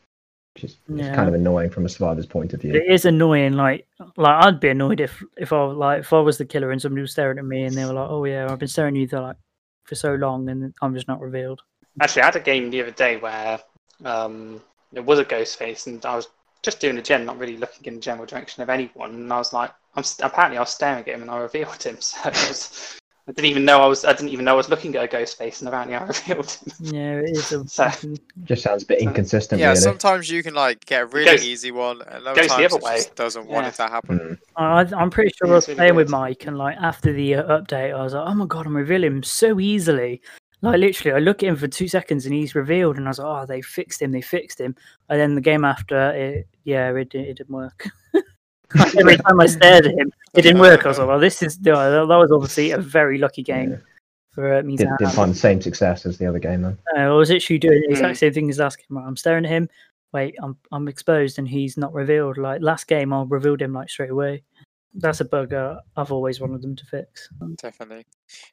[SPEAKER 1] which is it's
[SPEAKER 4] Yeah.
[SPEAKER 1] kind of annoying from a survivor's point of view.
[SPEAKER 4] it is annoying. Like, like I'd be annoyed if if I like if I was the killer and somebody was staring at me and they were like, oh yeah, I've been staring at you for like for so long and I'm just not revealed.
[SPEAKER 2] Actually, I had a game the other day where um, there was a ghost face, and I was just doing a gen, not really looking in the general direction of anyone. And I was like, I'm st- apparently I was staring at him, and I revealed him. [LAUGHS] So it was, I didn't even know I was. I didn't even know I was looking at a ghost face, and apparently I [LAUGHS] revealed him.
[SPEAKER 4] Yeah, it is. A,
[SPEAKER 2] So-
[SPEAKER 4] fucking-
[SPEAKER 1] Just sounds a bit
[SPEAKER 2] So-
[SPEAKER 1] inconsistent,
[SPEAKER 3] Yeah,
[SPEAKER 1] really.
[SPEAKER 3] sometimes you can like get a really
[SPEAKER 2] goes-
[SPEAKER 3] easy one, and
[SPEAKER 2] goes
[SPEAKER 3] other
[SPEAKER 2] the
[SPEAKER 3] times
[SPEAKER 2] other
[SPEAKER 3] it just doesn't want
[SPEAKER 2] Yeah.
[SPEAKER 3] it to happen.
[SPEAKER 1] Mm.
[SPEAKER 4] I, I- I'm pretty sure
[SPEAKER 2] Yeah,
[SPEAKER 4] I
[SPEAKER 2] it's
[SPEAKER 4] was
[SPEAKER 2] really
[SPEAKER 4] playing with
[SPEAKER 2] weird.
[SPEAKER 4] Mike, and like after the uh, update, I was like, "Oh my god, I'm revealing him so easily!" Like literally, I look at him for two seconds, and he's revealed, and I was like, "Oh, they fixed him, they fixed him." And then the game after, it yeah, it, di- it didn't work. [LAUGHS] Every time I stared at him, it didn't work. I was like, "Well, this is no, that that was obviously a very lucky game
[SPEAKER 1] Yeah.
[SPEAKER 4] for uh, me to
[SPEAKER 1] Didn't, didn't
[SPEAKER 4] have."
[SPEAKER 1] find the same success as the other game, though.
[SPEAKER 4] No, Uh, I was literally doing the exact
[SPEAKER 3] Hmm.
[SPEAKER 2] Mm.
[SPEAKER 4] same thing as last game. right, I'm staring at him. Wait, I'm I'm exposed, and he's not revealed. Like last game, I revealed him like straight away. that's a bug uh, I've always wanted them to fix.
[SPEAKER 3] Definitely.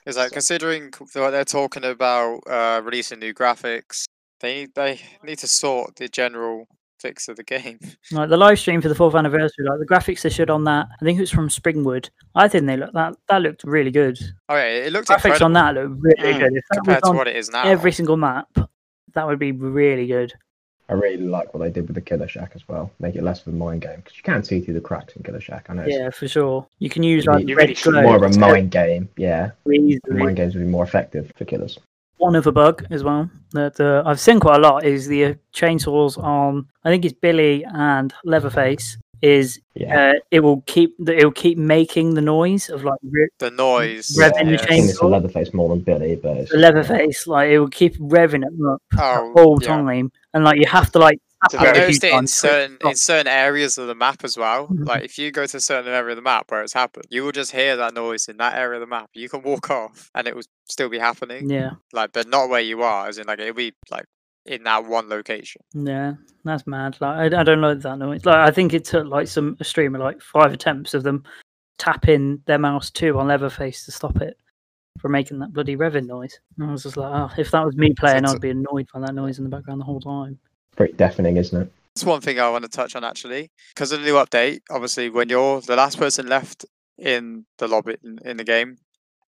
[SPEAKER 3] Is that considering c- what they're talking about uh, releasing new graphics, they need they need to sort the general fix of the game. [LAUGHS]
[SPEAKER 4] Like the live stream for the fourth anniversary, like the graphics they showed on that, I think it was from Springwood. I think they look that that looked really good.
[SPEAKER 3] Oh yeah, it looked incredible
[SPEAKER 4] Graphics
[SPEAKER 3] Hmm,
[SPEAKER 4] on that look really
[SPEAKER 2] Mm,
[SPEAKER 4] good. If that was
[SPEAKER 3] compared to
[SPEAKER 4] on
[SPEAKER 3] what it is now.
[SPEAKER 4] every single map, that would be really good.
[SPEAKER 1] I really like what they did with the Killer Shack as well. Make it less of a mind game because you can see through the cracks in Killer Shack. I know
[SPEAKER 4] Yeah, for sure. You can use
[SPEAKER 1] You
[SPEAKER 4] like
[SPEAKER 2] really
[SPEAKER 4] red
[SPEAKER 2] should
[SPEAKER 1] it's more
[SPEAKER 4] glow
[SPEAKER 1] of a
[SPEAKER 4] to
[SPEAKER 1] mind game. Yeah,
[SPEAKER 4] easily
[SPEAKER 1] mind games would be more effective for killers.
[SPEAKER 4] one other bug as well that uh, I've seen quite a lot is the uh, chainsaws on. I think it's Billy and Leatherface. Is
[SPEAKER 1] Yeah,
[SPEAKER 4] uh, it will keep that it will keep making the noise of like re-
[SPEAKER 3] the noise.
[SPEAKER 4] Rev in the
[SPEAKER 1] I think
[SPEAKER 4] chains-
[SPEAKER 1] it's a Leatherface more than Billy, but it's,
[SPEAKER 4] the Leatherface like it will keep revving it up
[SPEAKER 3] Oh,
[SPEAKER 4] all
[SPEAKER 3] yeah.
[SPEAKER 4] time, and like you have to like
[SPEAKER 2] It's a
[SPEAKER 4] tap
[SPEAKER 3] I've
[SPEAKER 2] very-
[SPEAKER 4] it a few
[SPEAKER 3] noticed it in
[SPEAKER 4] times to
[SPEAKER 3] certain in
[SPEAKER 4] stop.
[SPEAKER 3] certain areas of the map as well.
[SPEAKER 2] Mm-hmm.
[SPEAKER 4] Mhm.
[SPEAKER 3] Like if you go to a certain area of the map where it's happened, you will just hear that noise in that area of the map. You can walk [LAUGHS] off and it will still be happening.
[SPEAKER 4] Yeah,
[SPEAKER 3] Like but not where you are, as in like it'll be like in that one location.
[SPEAKER 4] yeah, that's mad. Like I, I don't like that noise. Like I think it took like some a streamer like five attempts of them tapping their mouse two on Leatherface to stop it from making that bloody revving noise. And I was just like, oh, if that was me playing,
[SPEAKER 3] it's-
[SPEAKER 4] I'd be annoyed by that noise in the background the whole time.
[SPEAKER 1] pretty deafening, isn't it?
[SPEAKER 3] That's one thing I want to touch on actually, because of the new update. Obviously, when you're the last person left in the lobby in, in the game,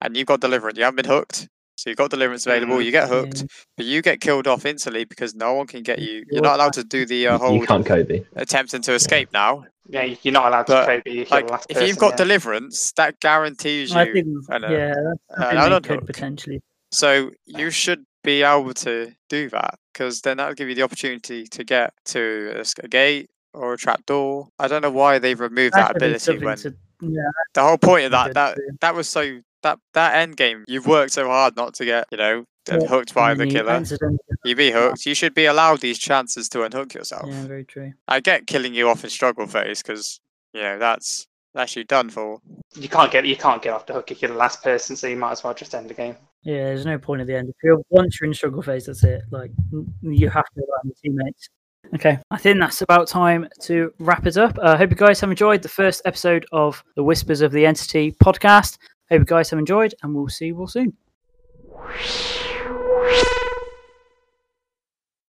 [SPEAKER 3] and you've got deliverance, you haven't been hooked, so you've got deliverance available.
[SPEAKER 2] Mm,
[SPEAKER 3] You get
[SPEAKER 4] Yeah.
[SPEAKER 3] hooked, but you get killed off instantly because no one can get you.
[SPEAKER 4] You're
[SPEAKER 3] You're not allowed to do the uh,
[SPEAKER 1] You- you
[SPEAKER 3] whole
[SPEAKER 1] can't Kobe.
[SPEAKER 3] attempting to escape now.
[SPEAKER 2] Yeah, you're not allowed
[SPEAKER 3] But,
[SPEAKER 2] to Kobe.
[SPEAKER 3] Like,
[SPEAKER 2] the last
[SPEAKER 3] if you've
[SPEAKER 2] person,
[SPEAKER 3] got
[SPEAKER 2] yeah.
[SPEAKER 3] deliverance, that guarantees you.
[SPEAKER 4] I think,
[SPEAKER 3] I know.
[SPEAKER 4] yeah, that's
[SPEAKER 3] Uh,
[SPEAKER 4] something
[SPEAKER 3] I
[SPEAKER 4] they
[SPEAKER 3] don't
[SPEAKER 4] could
[SPEAKER 3] hook.
[SPEAKER 4] potentially.
[SPEAKER 3] So you should be able to do that because then that'll give you the opportunity to get to a s- a gate or a trapdoor. I don't know why they've removed that
[SPEAKER 4] should be
[SPEAKER 3] ability
[SPEAKER 4] something
[SPEAKER 3] when
[SPEAKER 4] to- yeah,
[SPEAKER 3] the whole point of
[SPEAKER 4] be
[SPEAKER 3] that
[SPEAKER 4] good
[SPEAKER 3] that
[SPEAKER 4] to do.
[SPEAKER 3] that was so that that end game. You've worked so hard not to get you know d-
[SPEAKER 4] Yeah,
[SPEAKER 3] hooked by
[SPEAKER 4] and
[SPEAKER 3] the
[SPEAKER 4] you
[SPEAKER 3] killer.
[SPEAKER 4] accidentally-
[SPEAKER 3] You be hooked. You should be allowed these chances to unhook yourself.
[SPEAKER 4] Yeah, very true.
[SPEAKER 3] I get killing you off in struggle phase because you know that's that's you done for.
[SPEAKER 2] you can't get you can't get off the hook if you're the last person, so you might as well just end the game.
[SPEAKER 4] Yeah, there's no point at the end. If you're once you're in struggle phase, that's it. Like n- you have to rely on your teammates. Okay, I think that's about time to wrap it up. I hope you guys have enjoyed the first episode of the Whispers of the Entity podcast. Hope you guys have enjoyed, and we'll see you all soon.